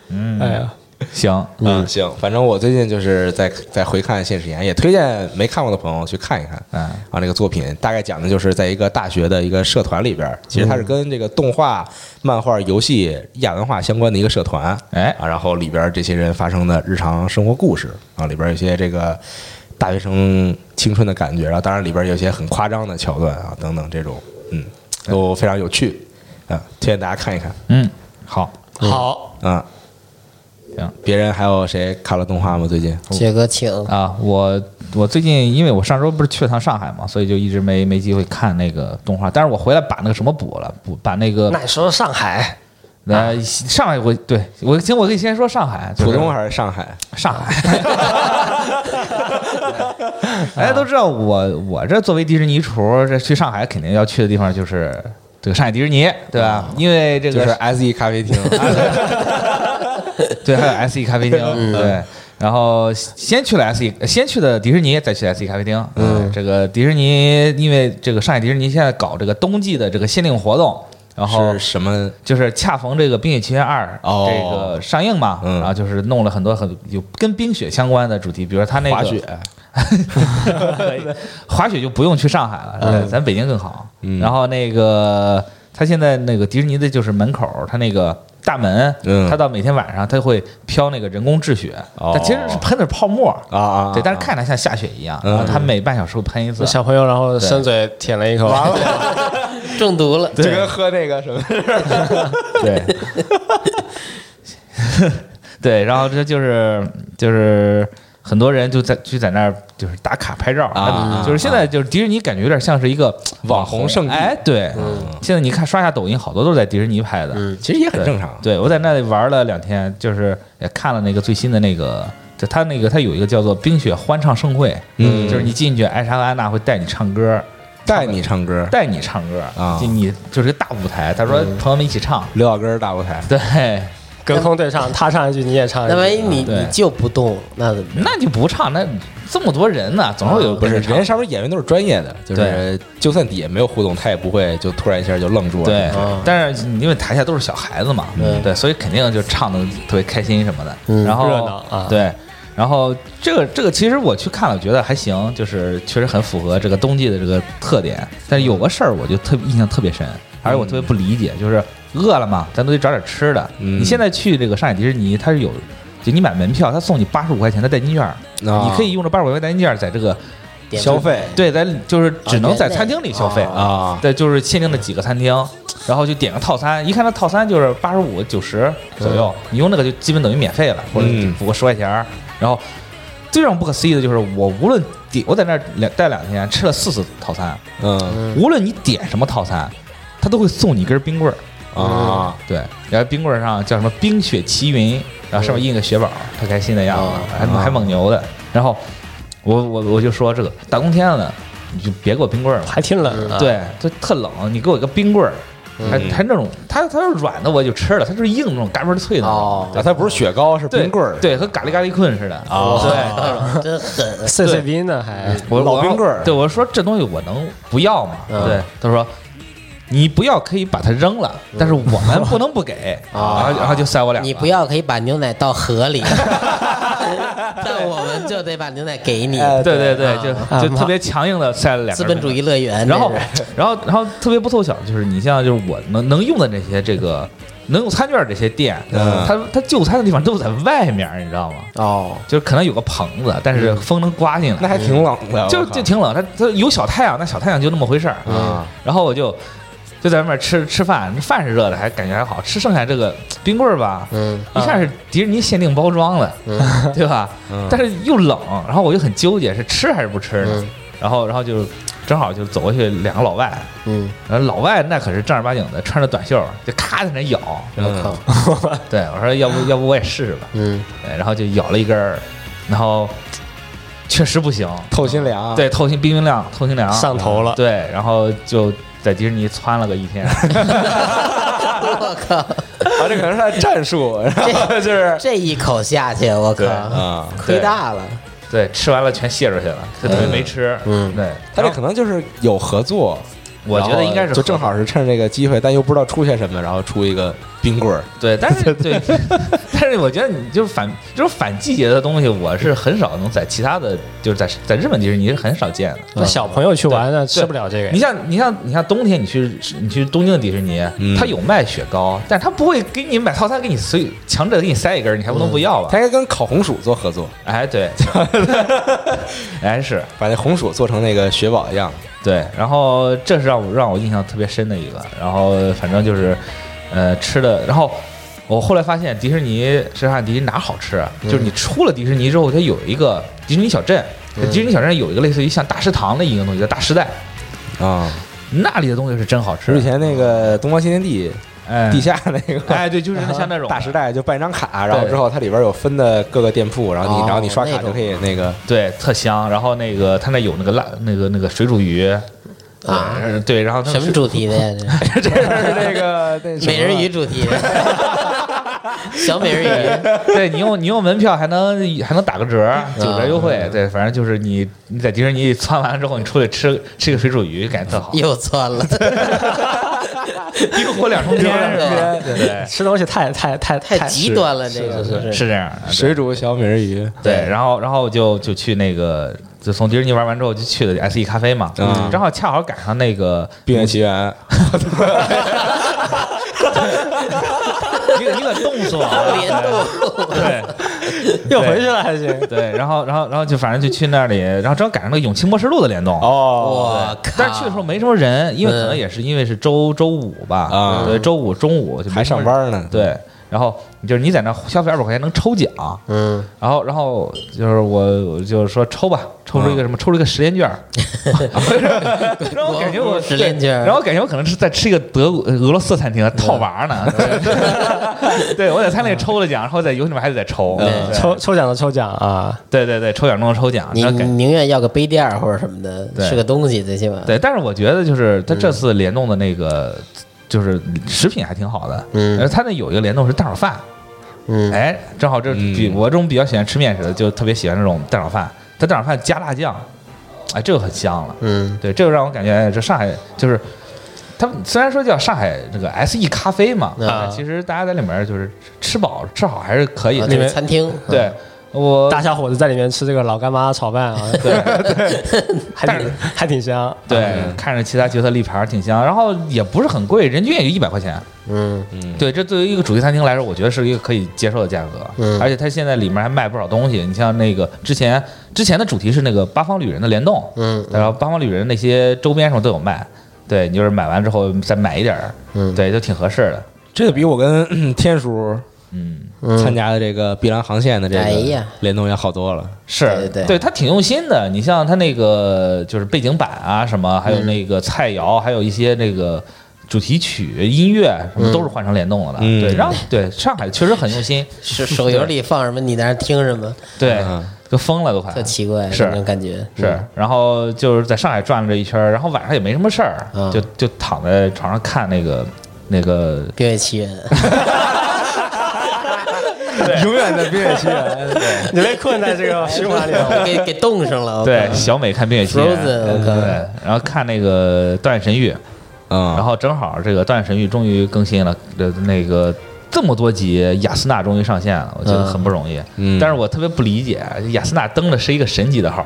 [SPEAKER 3] 嗯，哎呀，
[SPEAKER 4] 行，
[SPEAKER 2] 嗯，行，反正我最近就是在在回看《现实演》，也推荐没看过的朋友去看一看。
[SPEAKER 4] 嗯
[SPEAKER 2] 啊，这个作品大概讲的就是在一个大学的一个社团里边儿，其实它
[SPEAKER 4] 嗯
[SPEAKER 2] 是跟这个动画、漫画、游戏、亚文化相关的一个社团。
[SPEAKER 4] 哎
[SPEAKER 2] 啊，然后里边儿这些人发生的日常生活故事啊，里边儿有些这个大学生青春的感觉，然后当然里边儿有些很夸张的桥段啊，等等这种，嗯，
[SPEAKER 4] 哎
[SPEAKER 2] 都非常有趣啊，推荐大家看一看
[SPEAKER 4] 嗯，好，
[SPEAKER 3] 好，
[SPEAKER 2] 啊。
[SPEAKER 4] 行，
[SPEAKER 2] 别人还有谁看了动画吗？最近？
[SPEAKER 1] 杰哥请
[SPEAKER 4] 啊，我我最近因为我上周不是去了趟上海嘛，所以就一直没没机会看那个动画。但是我回来把那个什么补了，补把那个
[SPEAKER 3] 那你说说上海，
[SPEAKER 4] 呃上海我对我行，我可以先说上海，就是
[SPEAKER 2] 浦东还是上海？
[SPEAKER 4] 上海。大哎家都知道我，我这作为迪士尼厨，这去上海肯定要去的地方就是这个上海迪士尼，对吧？因为这
[SPEAKER 2] 就
[SPEAKER 4] 个
[SPEAKER 2] 是 S E 咖啡 厅，
[SPEAKER 4] 对，还 有 S E 咖啡厅，
[SPEAKER 2] 嗯
[SPEAKER 4] 对。然后先去了 S E，先去的迪士尼，再去 S E 咖啡厅。嗯，这个迪士尼，因为这个上海迪士尼现在搞这个冬季的这个限定活动，然后
[SPEAKER 2] 是什么？
[SPEAKER 4] 就是恰逢这个《冰雪奇缘二》
[SPEAKER 2] 哦
[SPEAKER 4] 这个上映嘛，
[SPEAKER 2] 嗯
[SPEAKER 4] 然后就是弄了很多很有跟冰雪相关的主题，比如说他那个
[SPEAKER 2] 滑雪，
[SPEAKER 4] 滑雪就不用去上海了，对咱北京更好。
[SPEAKER 2] 嗯
[SPEAKER 4] 然后那个他现在那个迪士尼的就是门口，他那个大门，
[SPEAKER 2] 嗯
[SPEAKER 4] 他到每天晚上他会飘那个人工制雪，
[SPEAKER 2] 哦
[SPEAKER 4] 它其实是喷的是泡沫，
[SPEAKER 2] 啊啊！
[SPEAKER 4] 对，但是看起来像下雪一样，
[SPEAKER 2] 嗯
[SPEAKER 4] 然后他每半小时会喷一次。
[SPEAKER 3] 小朋友然后伸嘴舔了一口，
[SPEAKER 1] 中毒了，
[SPEAKER 2] 就跟喝那个什么，
[SPEAKER 4] 对， 对，然后这就是就是很多人就在就在那儿就是打卡拍照
[SPEAKER 2] 啊
[SPEAKER 4] 就是现在就是迪士尼感觉有点像是一个
[SPEAKER 2] 网红圣地嗯
[SPEAKER 4] 哎，对，现在你看刷一下抖音，好多都是在迪士尼拍的，
[SPEAKER 2] 其实也很
[SPEAKER 4] 对
[SPEAKER 2] 正常。啊
[SPEAKER 4] 对我在那里玩了两天，就是也看了那个最新的那个。就他那个，他有一个叫做“冰雪欢唱盛会”，
[SPEAKER 2] 嗯
[SPEAKER 4] 就是你进去，艾莎和安娜会带你唱歌，
[SPEAKER 2] 带你唱歌，
[SPEAKER 4] 带你唱歌
[SPEAKER 2] 啊嗯
[SPEAKER 4] 就你就是一个大舞台。他说朋友们一起唱，
[SPEAKER 2] 刘老根儿大舞台，
[SPEAKER 4] 对，
[SPEAKER 3] 隔空对唱，他唱一句你也唱一
[SPEAKER 1] 那万一
[SPEAKER 3] 句，
[SPEAKER 1] 你
[SPEAKER 4] 对
[SPEAKER 1] 你就不动，那怎么办？
[SPEAKER 4] 那你不唱，那这么多人呢，总会有
[SPEAKER 2] 啊不是
[SPEAKER 4] 人
[SPEAKER 2] 人
[SPEAKER 4] 唱
[SPEAKER 2] 家。上面演员都是专业的，就是就算底下没有互动，他也不会就突然一下就愣住了。
[SPEAKER 4] 对
[SPEAKER 1] 嗯，
[SPEAKER 4] 但是因为台下都是小孩子嘛，
[SPEAKER 1] 嗯
[SPEAKER 4] 对，所以肯定就唱的特别开心什么的。
[SPEAKER 1] 嗯
[SPEAKER 4] 然后
[SPEAKER 3] 热闹啊
[SPEAKER 4] 对，然后这个这个其实我去看了，觉得还行，就是确实很符合这个冬季的这个特点。但是有个事儿我就特印象特别深，而且我特别不理解，就是饿了嘛，咱都得找点吃的。
[SPEAKER 2] 嗯
[SPEAKER 4] 你现在去这个上海迪士尼，它是有。就你买门票，他送你八十五块钱的代金券儿，
[SPEAKER 2] 啊
[SPEAKER 4] 你可以用这八十五块钱代金券儿在这个
[SPEAKER 1] 点
[SPEAKER 2] 消
[SPEAKER 1] 名
[SPEAKER 2] 费
[SPEAKER 4] 对，咱就是只能在
[SPEAKER 1] 园内
[SPEAKER 4] 餐厅里消费
[SPEAKER 1] 哦
[SPEAKER 2] 啊，
[SPEAKER 4] 对，就是限定的几个餐厅，然后就点个套餐，一看它套餐就是八十五、九十左右，你用那个就基本等于免费了，或者
[SPEAKER 2] 嗯
[SPEAKER 4] 补个十块钱儿。然后最让我不可思议的就是，我无论点，我在那儿两待两天，吃了四次套餐，
[SPEAKER 2] 嗯
[SPEAKER 4] 无论你点什么套餐，它都会送你一根冰棍儿。
[SPEAKER 2] 啊，
[SPEAKER 4] 对，然后冰棍儿上叫什么“冰雪奇云”，然
[SPEAKER 2] 嗯
[SPEAKER 4] 后上面印个雪宝，特开心的样
[SPEAKER 2] 哦
[SPEAKER 4] 子，还还蒙牛的。然后我我我就说这个大冬天的，你就别给我冰棍儿了。
[SPEAKER 3] 还挺冷的，
[SPEAKER 4] 对，就特冷，你给我一个冰棍儿，还
[SPEAKER 2] 啊嗯
[SPEAKER 4] 还那种，它它是软的我就吃了，它就是硬的那种嘎嘣脆的那种，
[SPEAKER 1] 哦
[SPEAKER 2] 啊，它不是雪糕，是
[SPEAKER 4] 对
[SPEAKER 2] 冰棍儿，
[SPEAKER 4] 对，和咖喱咖喱棍似的
[SPEAKER 2] 哦
[SPEAKER 1] 对，
[SPEAKER 4] 对。
[SPEAKER 1] 真狠，啊
[SPEAKER 3] 碎碎冰呢还，
[SPEAKER 4] 我
[SPEAKER 2] 老
[SPEAKER 4] 我
[SPEAKER 2] 冰棍儿
[SPEAKER 4] 对我说这东西我能不要吗？
[SPEAKER 1] 嗯
[SPEAKER 4] 对，他说你不要可以把它扔了，
[SPEAKER 2] 嗯
[SPEAKER 4] 但是我们不能 不给，
[SPEAKER 1] 啊
[SPEAKER 4] 然后然后就塞我俩，
[SPEAKER 1] 你不，要可以把牛奶倒河 里， 但我们就得把牛奶给你。
[SPEAKER 2] 哎
[SPEAKER 4] 对对对，
[SPEAKER 1] 啊
[SPEAKER 4] 就就
[SPEAKER 3] 啊
[SPEAKER 4] 特别强硬的塞了 两
[SPEAKER 1] 资
[SPEAKER 4] 根
[SPEAKER 1] 本主义乐园，
[SPEAKER 4] 然后
[SPEAKER 1] 这是，
[SPEAKER 4] 然后，然后特别不凑巧，就是你像就是我能能用的这些这个能用餐券儿这些店，
[SPEAKER 2] 嗯
[SPEAKER 4] 它它就餐的地方都在外面儿，你知道吗？
[SPEAKER 1] 哦，
[SPEAKER 4] 就是可能有个棚子，但是风能刮进
[SPEAKER 2] 那
[SPEAKER 4] 来，
[SPEAKER 2] 还挺冷的，
[SPEAKER 4] 就
[SPEAKER 2] 我靠
[SPEAKER 4] 就挺冷。它它有小太阳，那小太阳就那么回事儿。
[SPEAKER 2] 啊
[SPEAKER 4] 然后我就就在外面吃吃饭，饭是热的，还感觉还好吃。剩下这个冰棍儿吧，
[SPEAKER 1] 嗯，
[SPEAKER 4] 一看是迪士尼限定包装的，对吧？
[SPEAKER 2] 嗯
[SPEAKER 4] 但是又冷，然后我就很纠结，是吃还是不吃呢
[SPEAKER 1] 嗯？
[SPEAKER 4] 然后，然后就正好就走过去两个老外，
[SPEAKER 1] 嗯，
[SPEAKER 4] 然后老外那可是正儿八经的，穿着短袖，就咔在那咬。
[SPEAKER 1] 我
[SPEAKER 2] 嗯
[SPEAKER 1] 靠，
[SPEAKER 4] 对我说，要不要不我也试试吧？
[SPEAKER 1] 嗯，
[SPEAKER 4] 对然后就咬了一根儿，然后确实不行，
[SPEAKER 2] 透心凉，
[SPEAKER 4] 对，透心冰冰凉，透心凉
[SPEAKER 3] 啊上头了
[SPEAKER 4] 对，然后就在迪士尼窜了个一天，
[SPEAKER 1] 我靠，
[SPEAKER 2] 啊，这可 能是他的战术，然后就是
[SPEAKER 4] 嗯
[SPEAKER 1] 这一口下去，我靠，
[SPEAKER 2] 啊，
[SPEAKER 1] 亏大了，
[SPEAKER 4] 对，吃完了全泄出去了，就等于没吃。
[SPEAKER 1] 嗯
[SPEAKER 4] 对，
[SPEAKER 2] 他这可能就是有合作，
[SPEAKER 4] 我觉得应该是
[SPEAKER 2] 就正好是趁这个机会，但又不知道出些什么，然后出一个冰棍儿。
[SPEAKER 4] 对，但是对， 但是我觉得你就反这种反季节的东西，我是很少能在其他的，就是在在日本迪士尼是很少见的。
[SPEAKER 3] 那小朋友去玩呢，
[SPEAKER 4] 对
[SPEAKER 3] 吃不了这个
[SPEAKER 4] 你
[SPEAKER 3] 呀。
[SPEAKER 4] 像你像你像冬天你去你去东京的迪士尼
[SPEAKER 2] 嗯，
[SPEAKER 4] 它有卖雪糕，但是它不会给你买套餐，给你随强制地给你塞一根儿，你还不能不要吧
[SPEAKER 2] 他？应该跟烤红薯做合作，
[SPEAKER 4] 哎，对， 哎是
[SPEAKER 2] 把那红薯做成那个雪宝的样子。
[SPEAKER 4] 对，然后这是让我让我印象特别深的一个，然后反正就是，呃，吃的，然后我后来发现迪士尼实际上迪士尼哪儿好吃
[SPEAKER 2] 嗯
[SPEAKER 4] 啊，就是你出了迪士尼之后，它有一个迪士尼小镇，迪士尼小镇有一个类似于像大食堂的一个东西叫大时代，
[SPEAKER 2] 啊，
[SPEAKER 4] 那里的东西是真好吃
[SPEAKER 2] 是以，前那个东方新天地
[SPEAKER 4] 哎，
[SPEAKER 2] 地下那个，
[SPEAKER 4] 哎对，就是像那种
[SPEAKER 2] 大时，代就办一张卡，然后
[SPEAKER 4] 对
[SPEAKER 2] 之后它里边有分的各个店铺，然后你
[SPEAKER 1] 哦
[SPEAKER 2] 然后你刷卡
[SPEAKER 1] 那种
[SPEAKER 2] 就可以那个
[SPEAKER 4] 对，特香，然后那个它那有那个辣那个那个水煮鱼，
[SPEAKER 1] 啊，
[SPEAKER 4] 呃对，然后它
[SPEAKER 1] 什么主题 的呀？
[SPEAKER 2] 这是 那个那什
[SPEAKER 1] 这
[SPEAKER 2] 么
[SPEAKER 1] 美人鱼主题，小美人鱼，
[SPEAKER 4] 对你用你用门票还能还能打个折，九折优惠。对，反正就是你你在迪士尼窜完了之后，你出去吃吃个水煮鱼，感觉 特好，
[SPEAKER 1] 又窜了，
[SPEAKER 4] 一个火两 重天，是吧？
[SPEAKER 1] 对
[SPEAKER 4] 对对，
[SPEAKER 3] 吃东西太太太
[SPEAKER 1] 太极端了，这个
[SPEAKER 3] 是
[SPEAKER 1] 是
[SPEAKER 4] 是这样。啊
[SPEAKER 2] 水煮小美人鱼，
[SPEAKER 4] 对，然后然后就就去那个，就从迪士尼玩完之后就去了 S E 咖啡嘛，
[SPEAKER 2] 嗯
[SPEAKER 4] 正好恰好赶上那 个，
[SPEAKER 2] 冰雪奇缘，
[SPEAKER 4] 你你可冻死我了，
[SPEAKER 1] 联动，
[SPEAKER 4] 啊 对
[SPEAKER 3] 又回去了还行。
[SPEAKER 4] 对，然后然后然后就反正就去那里，然后正好赶上那个永清模式路的联动，
[SPEAKER 2] 哦，
[SPEAKER 1] 我靠！
[SPEAKER 4] 但是去的时候没什么人，因为可能
[SPEAKER 1] 嗯
[SPEAKER 4] 也是因为是周周五吧，
[SPEAKER 2] 啊
[SPEAKER 4] 对，周五中午就没
[SPEAKER 2] 还
[SPEAKER 4] 什么
[SPEAKER 2] 上班
[SPEAKER 4] 人
[SPEAKER 2] 呢，嗯
[SPEAKER 4] 对，然后就是你在那消费二百块钱能抽奖，
[SPEAKER 1] 嗯，
[SPEAKER 4] 然后然后就是我我就是说抽吧，抽出
[SPEAKER 1] 嗯
[SPEAKER 4] 一个什么，抽出一个实验券 儿， 然后我感觉我
[SPEAKER 1] 国服实验券儿
[SPEAKER 4] 对然后我感觉我可能是在吃一个德国俄罗斯餐厅啊套娃呢，
[SPEAKER 1] 嗯
[SPEAKER 4] 对 对我在餐厅里抽了奖，然后在游戏里面还得再抽，
[SPEAKER 1] 对
[SPEAKER 4] 对
[SPEAKER 3] 抽抽奖的抽奖啊，
[SPEAKER 4] 对对对，抽奖中的抽奖，
[SPEAKER 1] 嗯你
[SPEAKER 4] 然后
[SPEAKER 1] 你
[SPEAKER 4] 感
[SPEAKER 1] 宁愿要个杯垫儿或者什么的，
[SPEAKER 4] 对
[SPEAKER 1] 是个东西最起码。
[SPEAKER 4] 对，但是我觉得就是它
[SPEAKER 1] 嗯
[SPEAKER 4] 这次联动的那个。就是食品还挺好的，
[SPEAKER 1] 嗯
[SPEAKER 4] 而它那有一个联动是蛋炒饭，
[SPEAKER 1] 嗯，
[SPEAKER 4] 哎，正好这比、
[SPEAKER 2] 嗯
[SPEAKER 4] 我这种比较喜欢吃面食的，就特别喜欢这种蛋炒饭。它蛋炒饭加辣酱，哎，这个很香了。
[SPEAKER 1] 嗯，
[SPEAKER 4] 对，这个让我感觉哎这上海就是，他们虽然说叫上海这个 S E 咖啡嘛，
[SPEAKER 1] 啊
[SPEAKER 4] 但其实大家在里面就是吃饱吃好还是可以
[SPEAKER 1] 啊
[SPEAKER 4] 的。
[SPEAKER 1] 这
[SPEAKER 4] 因
[SPEAKER 1] 个
[SPEAKER 4] 为
[SPEAKER 1] 餐厅，嗯
[SPEAKER 4] 对我
[SPEAKER 3] 大小伙子在里面吃这个老干妈炒饭啊，对，还挺还挺香。
[SPEAKER 4] 对看着其他角色立牌挺香，然后也不是很贵，人均也就一百块钱。
[SPEAKER 1] 嗯，
[SPEAKER 4] 对，这对于一个主题餐厅来说，我觉得是一个可以接受的价格。
[SPEAKER 1] 嗯
[SPEAKER 4] 而且它现在里面还卖不少东西。你像那个之前之前的主题是那个八方旅人的联动，
[SPEAKER 1] 嗯，
[SPEAKER 4] 然后八方旅人那些周边什么都有卖。对你就是买完之后再买一点儿，
[SPEAKER 1] 嗯
[SPEAKER 4] 对，就挺合适的。
[SPEAKER 2] 这个比我跟天叔
[SPEAKER 4] 嗯，
[SPEAKER 1] 嗯
[SPEAKER 2] 参加的这个碧蓝航线的这
[SPEAKER 1] 哎
[SPEAKER 2] 个
[SPEAKER 1] 呀
[SPEAKER 2] 联动要好多了，
[SPEAKER 4] 是
[SPEAKER 1] 对对对
[SPEAKER 4] 对，它挺用心的。你像它那个就是背景板啊什么，
[SPEAKER 1] 嗯
[SPEAKER 4] 还有那个菜肴，还有一些那个。主题曲、音乐什么都是换成联动了的，
[SPEAKER 2] 嗯
[SPEAKER 4] 对，然后对上海确实很用心，
[SPEAKER 1] 手手游里放什么，你在那儿听什么，
[SPEAKER 4] 对
[SPEAKER 2] 嗯，
[SPEAKER 4] 都疯了都快，
[SPEAKER 1] 特奇嗯怪，
[SPEAKER 4] 是
[SPEAKER 1] 那种感觉。
[SPEAKER 4] 是，然后就是在上海转了这一圈儿，然后晚上也没什么事儿，
[SPEAKER 1] 嗯
[SPEAKER 4] 就就躺在床上看那个那个，
[SPEAKER 1] 冰雪奇缘，
[SPEAKER 2] 永远的冰雪奇缘，
[SPEAKER 3] 你被困在这 个循环里 了。
[SPEAKER 1] 我给给冻上了。我靠
[SPEAKER 4] 对，小美看《冰雪奇缘》，
[SPEAKER 1] 嗯 Frozen，
[SPEAKER 4] 对
[SPEAKER 1] 我靠
[SPEAKER 4] 对，对然后看那个《断神域》，
[SPEAKER 2] 嗯，
[SPEAKER 4] 然后正好这个《断神域》终于更新了，呃，那个这么多集，雅斯娜终于上线了，我觉得
[SPEAKER 1] 嗯
[SPEAKER 4] 很不容易。
[SPEAKER 2] 嗯
[SPEAKER 4] 但是我特别不理解，雅斯娜登的是一个神级的号，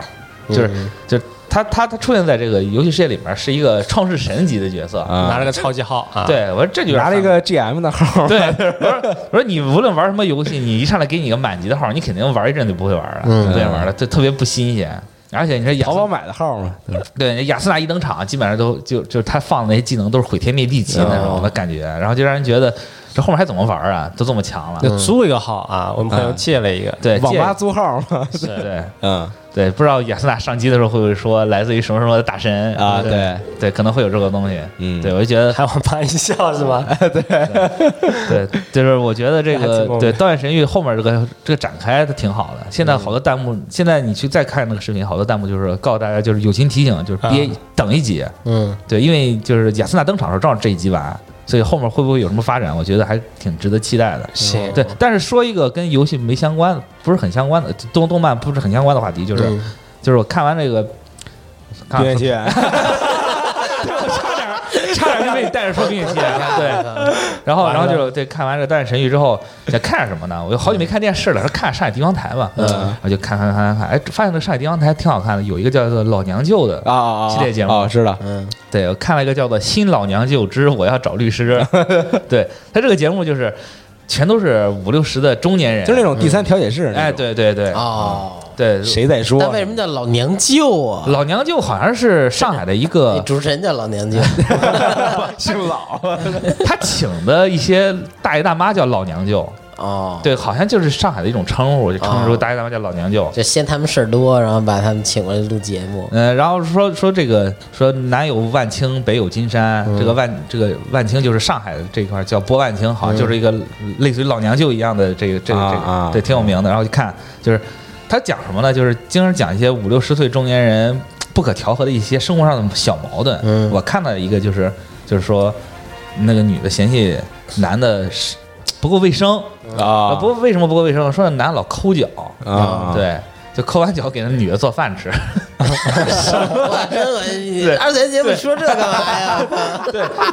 [SPEAKER 2] 嗯
[SPEAKER 4] 就是、就是他他他出现在这个游戏世界里面是一个创世神级的角色，
[SPEAKER 2] 啊
[SPEAKER 3] 拿了个超级号啊，，
[SPEAKER 4] 对我说这就有点
[SPEAKER 2] 拿了一
[SPEAKER 4] 反
[SPEAKER 2] 个 GM 的号，
[SPEAKER 4] 对，我说我说你无论玩什么游戏，你一上来给你个满级的号，你肯定玩一阵就不会玩了，
[SPEAKER 1] 嗯
[SPEAKER 4] 不愿意玩了，这特别不新鲜。而且你说雅
[SPEAKER 2] 淘宝
[SPEAKER 4] 斯
[SPEAKER 2] 买的号嘛，
[SPEAKER 4] 对雅斯达一登场，啊基本上都就就是他放的那些技能都是毁天灭地级那种的感觉，然后就让人觉得这后面还怎么玩啊？都这么强了，
[SPEAKER 3] 就租一个号啊，我们朋友借了一个，
[SPEAKER 4] 对，
[SPEAKER 2] 网
[SPEAKER 4] 借
[SPEAKER 2] 吧租号嘛，
[SPEAKER 4] 对 对
[SPEAKER 2] 嗯，
[SPEAKER 4] 对，不知道雅斯达上机的时候会不会说来自于什么什么的大神
[SPEAKER 2] 啊
[SPEAKER 4] 对对，可能会有这个东西，
[SPEAKER 2] 嗯
[SPEAKER 4] 对我就觉得
[SPEAKER 3] 还往旁一笑是吗？
[SPEAKER 4] 对，就是我觉得这
[SPEAKER 3] 还
[SPEAKER 4] 个
[SPEAKER 3] 挺猛
[SPEAKER 4] 对《刀剑神域》后面这个这个展开它挺好的。现在好多弹幕，现在你去再看那个视频，好多弹幕就是告诉大家，就是友情提醒，就是别
[SPEAKER 3] 啊
[SPEAKER 4] 等一集。
[SPEAKER 1] 嗯
[SPEAKER 4] 对，因为就是雅斯娜登场的时候正好这一集完，所以后面会不会有什么发展，我觉得还挺值得期待的。
[SPEAKER 3] 行
[SPEAKER 4] 对，但是说一个跟游戏没相关的，不是很相关的动动漫不是很相关的话题，就是、
[SPEAKER 1] 嗯
[SPEAKER 4] 就是我看完这个，看
[SPEAKER 2] 冰原奇缘，
[SPEAKER 4] 差点就被你带着说冰雪奇缘了，对。然后，然后就对看完这个《断神域》之后，在看什么呢？我就好久没看电视了，看上海地方台嘛，
[SPEAKER 2] 嗯
[SPEAKER 4] 然后就看看看看看，哎，发现那个上海地方台挺好看的，有一个叫做《老娘舅》的，
[SPEAKER 2] 啊啊啊！
[SPEAKER 4] 系列节目
[SPEAKER 2] 哦，知道，
[SPEAKER 1] 嗯
[SPEAKER 4] 对我看了一个叫做《新老娘舅之我要找律师》，对他这个节目就是全都是五六十的中年人，
[SPEAKER 2] 就是那种第三调解室，
[SPEAKER 4] 哎，，对对对
[SPEAKER 1] 哦，
[SPEAKER 4] 对，
[SPEAKER 2] 谁在说？
[SPEAKER 1] 但为什么叫老娘舅啊？
[SPEAKER 4] 老娘舅好像是上海的一
[SPEAKER 1] 那
[SPEAKER 4] 个，
[SPEAKER 1] 主持人叫老娘舅，
[SPEAKER 2] 姓老？
[SPEAKER 4] 他请的一些大爷大妈叫老娘舅，
[SPEAKER 1] 哦，，
[SPEAKER 4] 对，好像就是上海的一种称呼，就称
[SPEAKER 1] 哦
[SPEAKER 4] 呼大爷大妈叫老娘舅。
[SPEAKER 1] 就嫌他们事儿多，然后把他们请过来录节目。
[SPEAKER 4] 嗯，然后说说这个说南有万青，北有金山，
[SPEAKER 2] 嗯
[SPEAKER 4] 这个万这个万青就是上海的这一块儿叫波万青，好像就是一个类似于老娘舅一样的这个这个这
[SPEAKER 2] 嗯啊啊
[SPEAKER 4] 个，对，挺有名的。然后就看就是他讲什么呢？就是经常讲一些五六十岁中年人不可调和的一些生活上的小矛盾。
[SPEAKER 1] 嗯
[SPEAKER 4] 我看到一个就是就是说那个女的嫌弃男的是不够卫生，
[SPEAKER 2] 啊，
[SPEAKER 4] 啊，不，为什么不够卫生？说那男的老抠脚
[SPEAKER 2] 啊
[SPEAKER 4] 对，就抠完脚给那女的做饭吃。
[SPEAKER 1] 哇，真恶心！二次元节目说这干嘛呀？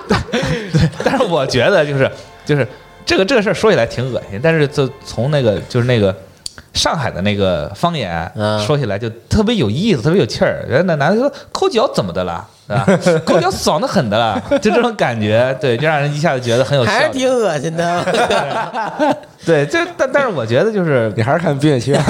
[SPEAKER 4] 但是我觉得就是就是这个这个事儿说起来挺恶心，但是就从那个就是那个上海的那个方言
[SPEAKER 1] 嗯
[SPEAKER 4] 说起来就特别有意思，特别有气儿。人家那男的说抠脚怎么的啦？啊，抠脚爽的很的啦，就这种感觉，对，就让人一下子觉得很有
[SPEAKER 1] 还是
[SPEAKER 4] 笑
[SPEAKER 1] 挺
[SPEAKER 4] 点。
[SPEAKER 1] 恶心的。
[SPEAKER 4] 对，这但但是我觉 得就是
[SPEAKER 2] 你还是看冰雪 奇缘，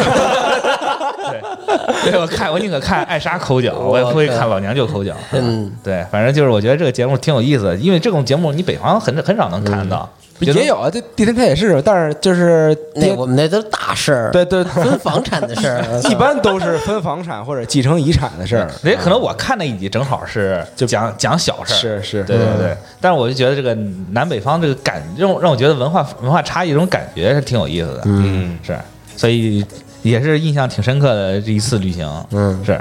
[SPEAKER 4] 对我看，我宁可看爱莎抠脚，我也不会看老娘舅抠脚。
[SPEAKER 1] 嗯，
[SPEAKER 4] 对，反正就是我觉得这个节目挺有意思的，因为这种节目你北方很很少能看
[SPEAKER 1] 嗯
[SPEAKER 4] 到，觉得
[SPEAKER 2] 也有啊，这第三调解室，但是就是
[SPEAKER 1] 那我们那都是大事儿，
[SPEAKER 2] 对对，
[SPEAKER 1] 分房产的事儿。
[SPEAKER 2] 一般都是分房产或者继承遗产的事儿，
[SPEAKER 4] 也可能我看那一集正好是
[SPEAKER 2] 就
[SPEAKER 4] 讲讲小事儿，
[SPEAKER 2] 是嗯是
[SPEAKER 4] 对对对。但是我就觉得这个南北方这个感，让我让我觉得文化文化差异这种感觉是挺有意思的，
[SPEAKER 2] 嗯，
[SPEAKER 4] 是，所以也是印象挺深刻的这一次旅行，
[SPEAKER 1] 嗯，
[SPEAKER 4] 是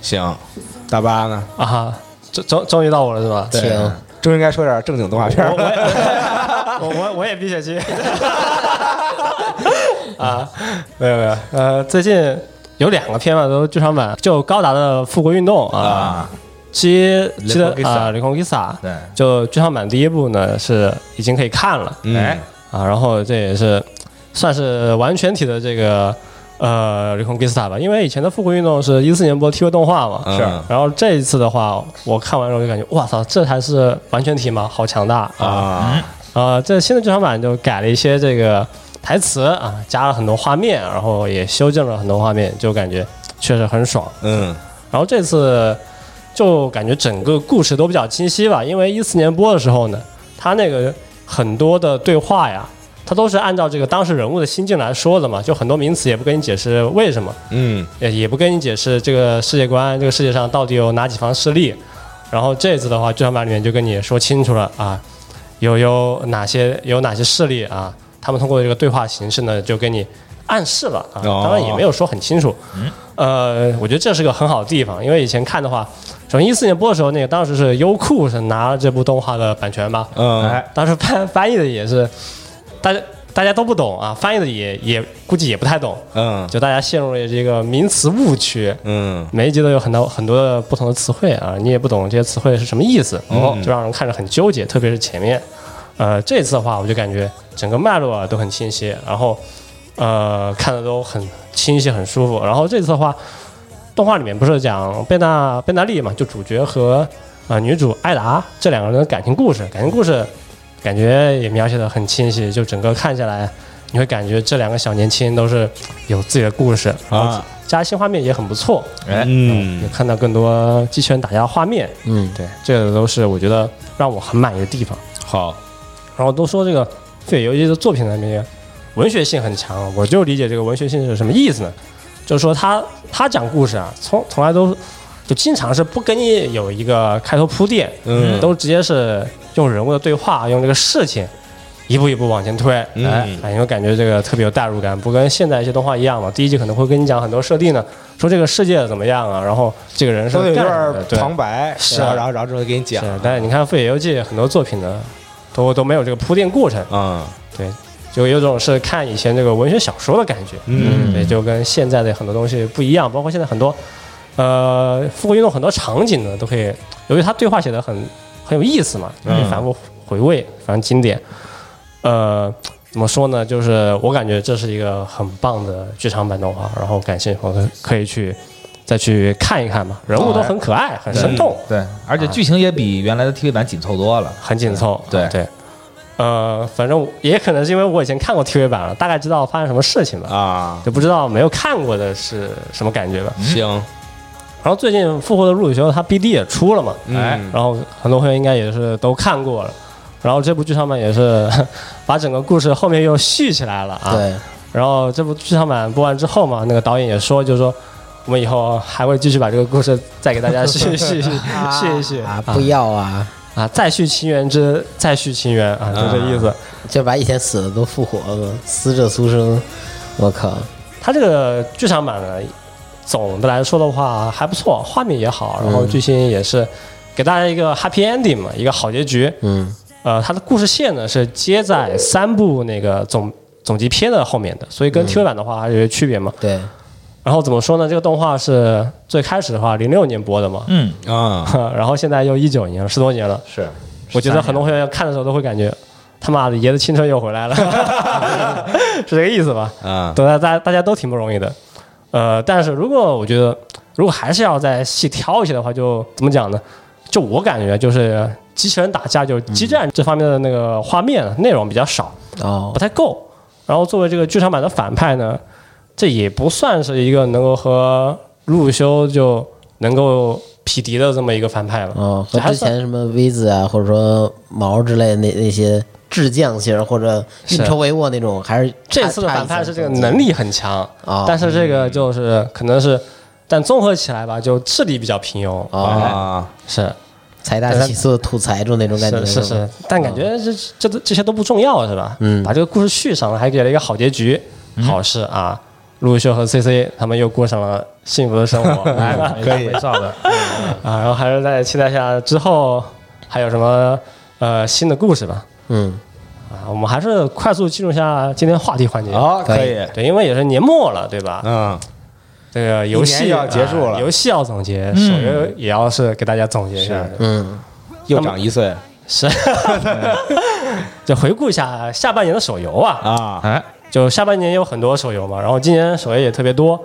[SPEAKER 2] 行，大巴呢，
[SPEAKER 3] 啊哈，终终终于到我了是吧？
[SPEAKER 1] 请
[SPEAKER 2] 终于该说点正经动画片
[SPEAKER 3] 我
[SPEAKER 2] 儿，
[SPEAKER 3] 我也我我我也避雪 期。啊，没有没有，呃，最近有两个片嘛，都是剧场版，就高达的《复国运动》啊，
[SPEAKER 4] 啊，
[SPEAKER 3] 七七的
[SPEAKER 4] Reconquista
[SPEAKER 3] 啊，《雷空 s a
[SPEAKER 4] 对，
[SPEAKER 3] 就剧场版第一部呢是已经可以看了
[SPEAKER 2] 嗯
[SPEAKER 4] 哎，
[SPEAKER 3] 啊，然后这也是算是完全体的这个呃《雷空 s a 吧，因为以前的《复国运动》是一四年播 TV 动画嘛，
[SPEAKER 2] 嗯
[SPEAKER 3] 然后这一次的话，我看完之后就感觉，哇操，这才是完全体嘛，好强大啊！
[SPEAKER 2] 啊，
[SPEAKER 3] 呃，这新的剧场版就改了一些这个台词啊，加了很多画面，然后也修正了很多画面，就感觉确实很爽。
[SPEAKER 2] 嗯
[SPEAKER 3] 然后这次就感觉整个故事都比较清晰吧，因为一四年播的时候呢，他那个很多的对话呀，他都是按照这个当事人物的心境来说的嘛，就很多名词也不跟你解释为什么，
[SPEAKER 2] 嗯
[SPEAKER 3] 也也不跟你解释这个世界观，这个世界上到底有哪几方势力。然后这次的话，剧场版里面就跟你说清楚了啊，有有哪些有哪些势力啊，他们通过这个对话形式呢，就跟你暗示了啊，
[SPEAKER 2] 哦
[SPEAKER 3] 当然也没有说很清楚。呃，我觉得这是个很好的地方，因为以前看的话，首先一四年播的时候，那个当时是优酷是拿了这部动画的版权吧，
[SPEAKER 2] 嗯，
[SPEAKER 3] 当时翻翻译的也是，大家大家都不懂啊，翻译的也也估计也不太懂，
[SPEAKER 2] 嗯
[SPEAKER 3] 就大家陷入了这个名词误区，
[SPEAKER 2] 嗯
[SPEAKER 3] 每一集都有很多很多的不同的词汇啊，你也不懂这些词汇是什么意思，
[SPEAKER 2] 嗯
[SPEAKER 3] 哦，就让人看着很纠结，特别是前面。呃，这次的话，我就感觉整个脉络啊都很清晰，然后呃看的都很清晰，很舒服。然后这次的话，动画里面不是讲呃贝纳贝纳利嘛，就主角和呃女主艾达这两个人的感情故事，感情故事感觉也描写的很清晰，就整个看下来，你会感觉这两个小年轻都是有自己的故事，然后
[SPEAKER 2] 啊
[SPEAKER 3] 加新画面也很不错，
[SPEAKER 4] 哎，
[SPEAKER 2] 嗯
[SPEAKER 3] 也看到更多机器人打架画面，
[SPEAKER 1] 嗯，
[SPEAKER 3] 对，这个都是我觉得让我很满意的地方。
[SPEAKER 2] 好，
[SPEAKER 3] 然后都说这个对游戏的作品里面文学性很强，我就理解这个文学性是什么意思呢？就是说他他讲故事啊，从从来都就经常是不跟你有一个开头铺垫，
[SPEAKER 2] 嗯
[SPEAKER 3] 都直接是用人物的对话，用这个事情一步一步往前推，
[SPEAKER 2] 嗯
[SPEAKER 3] 哎，哎，因为感觉这个特别有代入感，不跟现在一些动画一样嘛，第一集可能会跟你讲很多设定呢，说这个世界怎么样啊，然后这个人是
[SPEAKER 2] 都有一
[SPEAKER 3] 干什么的
[SPEAKER 2] 段
[SPEAKER 3] 对
[SPEAKER 2] 旁白，
[SPEAKER 3] 是
[SPEAKER 2] 然后然后然后之后给你讲
[SPEAKER 3] 是，但是你看《富野游记》很多作品呢，都都没有这个铺垫过程。
[SPEAKER 2] 啊，
[SPEAKER 3] 对，就有种是看以前这个文学小说的感觉。
[SPEAKER 2] 嗯
[SPEAKER 3] 对，就跟现在的很多东西不一样，包括现在很多呃复古运动很多场景呢，都可以由于他对话写的很很有意思嘛，可以反复回味，非常经典。呃，怎么说呢？就是我感觉这是一个很棒的剧场版动画，然后感兴趣的朋友可以去再去看一看嘛，人物都很可爱，很生动。
[SPEAKER 4] 对，而且剧情也比原来的 TV 版紧凑多了。
[SPEAKER 3] 很紧凑。
[SPEAKER 4] 对
[SPEAKER 3] 对，呃，反正我也可能是因为我以前看过 TV 版了，大概知道发生什么事情吧，
[SPEAKER 2] 啊，
[SPEAKER 3] 就不知道没有看过的是什么感觉吧。
[SPEAKER 2] 行，
[SPEAKER 3] 然后最近《复活的路里修》它 BD 也出了嘛，
[SPEAKER 4] 哎
[SPEAKER 2] 嗯
[SPEAKER 3] 然后很多朋友应该也是都看过了。然后这部剧场版也是把整个故事后面又续起来了啊。
[SPEAKER 1] 对，
[SPEAKER 3] 然后这部剧场版播完之后嘛，那个导演也说，就是说我们以后还会继续把这个故事再给大家续续续续一续
[SPEAKER 1] 啊，不要啊，
[SPEAKER 3] 啊，再续情缘之再续情缘啊，就这意思。
[SPEAKER 1] 就把以前死的都复活了，死者苏生，我靠，
[SPEAKER 3] 它这个剧场版呢，总的来说的话还不错，画面也好，然后剧情也是给大家一个 happy ending 嘛，一个好结局。
[SPEAKER 1] 嗯
[SPEAKER 3] 呃，它的故事线呢是接在三部那个总总集篇的后面的，所以跟 TV 版的话还是有些区别嘛。
[SPEAKER 1] 对，
[SPEAKER 3] 然后怎么说呢？这个动画是最开始的话零六年播的嘛，
[SPEAKER 4] 嗯，
[SPEAKER 2] 啊，
[SPEAKER 3] 然后现在又一九年了，十多年了。
[SPEAKER 4] 是，
[SPEAKER 3] 我觉得很多朋友看的时候都会感觉，他妈的爷的青春又回来了， 是这个意思吧？
[SPEAKER 2] 啊，
[SPEAKER 3] 对，大家大家都挺不容易的。呃，但是如果我觉得，如果还是要再细挑一些的话，就怎么讲呢？就我感觉，就是机器人打架，就是激战这方面的那个画面、内容比较少，
[SPEAKER 1] 哦
[SPEAKER 3] 不，太够。然后作为这个剧场版的反派呢，这也不算是一个能够和陆修就能够匹敌的这么一个反派了。
[SPEAKER 1] 哦，和
[SPEAKER 3] 还
[SPEAKER 1] 之
[SPEAKER 3] 算
[SPEAKER 1] 前什么 V 字啊，或者说毛之类的那那些智将型或者运筹帷幄那种，还是
[SPEAKER 3] 这次的反派是这个能
[SPEAKER 1] 力
[SPEAKER 3] 力很强，
[SPEAKER 1] 哦
[SPEAKER 3] 但是这个就是可能是，但综合起来吧，就智力比较平庸。
[SPEAKER 1] 哦，
[SPEAKER 2] 啊，
[SPEAKER 3] 是
[SPEAKER 1] 财大气粗的土财主那种感觉
[SPEAKER 3] 是是
[SPEAKER 1] 吗
[SPEAKER 3] 是，但感
[SPEAKER 2] 哦
[SPEAKER 3] 觉这这都这些都不重要是吧？
[SPEAKER 1] 嗯
[SPEAKER 3] 把这个故事续上了，还给了一个好结局，
[SPEAKER 2] 嗯
[SPEAKER 3] 好事啊！陆秀和 CC 他们又过上了幸福的 生活
[SPEAKER 4] 哎，可以造的，
[SPEAKER 3] 啊，然后还是再期待一下之后还有什么呃新的故事吧。
[SPEAKER 1] 嗯，
[SPEAKER 3] 啊，我们还是快速进入一下今天话题环节。
[SPEAKER 2] 好，
[SPEAKER 1] 可
[SPEAKER 2] 可
[SPEAKER 1] 以
[SPEAKER 2] 以，
[SPEAKER 3] 对，因为也是年末了，对吧？
[SPEAKER 2] 嗯，
[SPEAKER 3] 这个游
[SPEAKER 2] 一
[SPEAKER 3] 戏
[SPEAKER 2] 年要结束了
[SPEAKER 3] 啊游戏要总结，手游也要是给大家总结一下。
[SPEAKER 1] 嗯，
[SPEAKER 2] 又长一岁
[SPEAKER 3] 是， 就回顾一下下半年的手游 啊，
[SPEAKER 2] 啊，
[SPEAKER 4] 哎，
[SPEAKER 3] 就下半年有很多手游嘛，然后今年手游也特别多，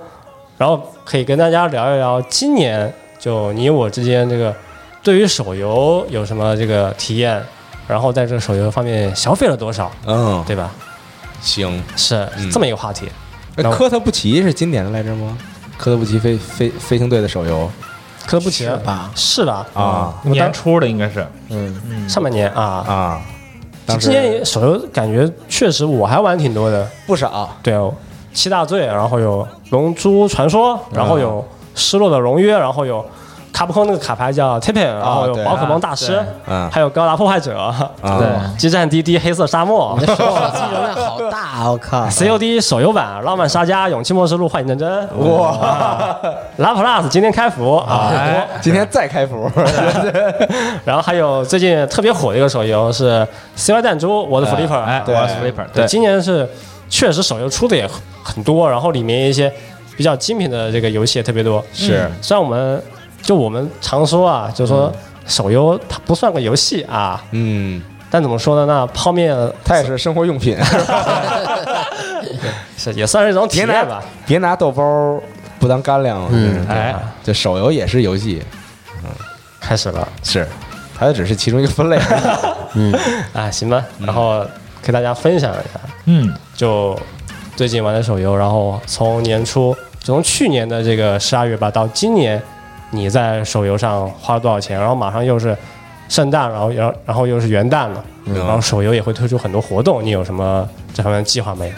[SPEAKER 3] 然后可以跟大家聊一聊今年就你我之间这个对于手游有什么这个体验，然后在这个手游方面消费了多少，
[SPEAKER 2] 嗯，
[SPEAKER 3] 对吧？
[SPEAKER 2] 行。
[SPEAKER 3] 是
[SPEAKER 2] 嗯
[SPEAKER 3] 这么一个话题。
[SPEAKER 2] 那
[SPEAKER 3] 那我
[SPEAKER 2] 科特布奇是今年的来着吗？科特布奇飞飞飞行队的手游
[SPEAKER 3] 科特布奇
[SPEAKER 1] 是吧？
[SPEAKER 3] 是吧？
[SPEAKER 2] 啊
[SPEAKER 3] 我
[SPEAKER 4] 年
[SPEAKER 3] 当
[SPEAKER 4] 初的应该是，
[SPEAKER 1] 嗯，
[SPEAKER 3] 上半年啊，
[SPEAKER 2] 啊，当
[SPEAKER 3] 今
[SPEAKER 2] 时
[SPEAKER 3] 年手游感觉确实我还玩挺多的，
[SPEAKER 2] 不少，
[SPEAKER 3] 对哦，七大罪，然后有龙珠传说，嗯然后有失落的荣约，然后有卡普空那个卡牌叫 t i p p n 然后有
[SPEAKER 2] 对
[SPEAKER 3] 宝可梦大师
[SPEAKER 4] 啊，
[SPEAKER 2] 嗯
[SPEAKER 3] 还有高达破坏者，
[SPEAKER 2] 啊
[SPEAKER 4] 对
[SPEAKER 3] 激战滴滴黑色沙漠
[SPEAKER 1] 你。的手机容量好大，我 靠，
[SPEAKER 3] COD 手游版《浪漫沙加》《勇气末世录》《幻影战争》哇，拉普拉斯今天开服啊！
[SPEAKER 2] 哎今天再开服，
[SPEAKER 3] 然后还有最近特别火的一个手游是《CY 弹珠》《我的 Flipper》
[SPEAKER 4] 哎，
[SPEAKER 2] 对
[SPEAKER 4] 我是 Flipper，
[SPEAKER 3] 对，今年是确实手游出的也很很多，然后里面一些比较精品的这个游戏也特别多。嗯
[SPEAKER 2] 是
[SPEAKER 3] 虽然我们就我们常说啊，就说手游它不算个游戏啊，
[SPEAKER 2] 嗯，
[SPEAKER 3] 但怎么说呢？那泡面
[SPEAKER 2] 它也是生活用品，
[SPEAKER 3] 是也算是一种体
[SPEAKER 2] 别
[SPEAKER 3] 验
[SPEAKER 2] 拿
[SPEAKER 3] 吧。
[SPEAKER 2] 别拿豆包不当干粮，
[SPEAKER 1] 嗯
[SPEAKER 2] 就是
[SPEAKER 4] 哎，
[SPEAKER 2] 这手游也是游戏，
[SPEAKER 3] 开始了，
[SPEAKER 2] 是，它只是其中一个分类而已，
[SPEAKER 3] 哎，行吧，然后给大家分享一下，
[SPEAKER 4] 嗯，
[SPEAKER 3] 就最近玩的手游，然后从年初，从去年的这个十二月吧，到今年，你在手游上花了多少钱？然后马上又是圣诞，然后然后然后又是元旦了，
[SPEAKER 2] 嗯
[SPEAKER 3] 然后手游也会推出很多活动，你有什么这方面的计划没有？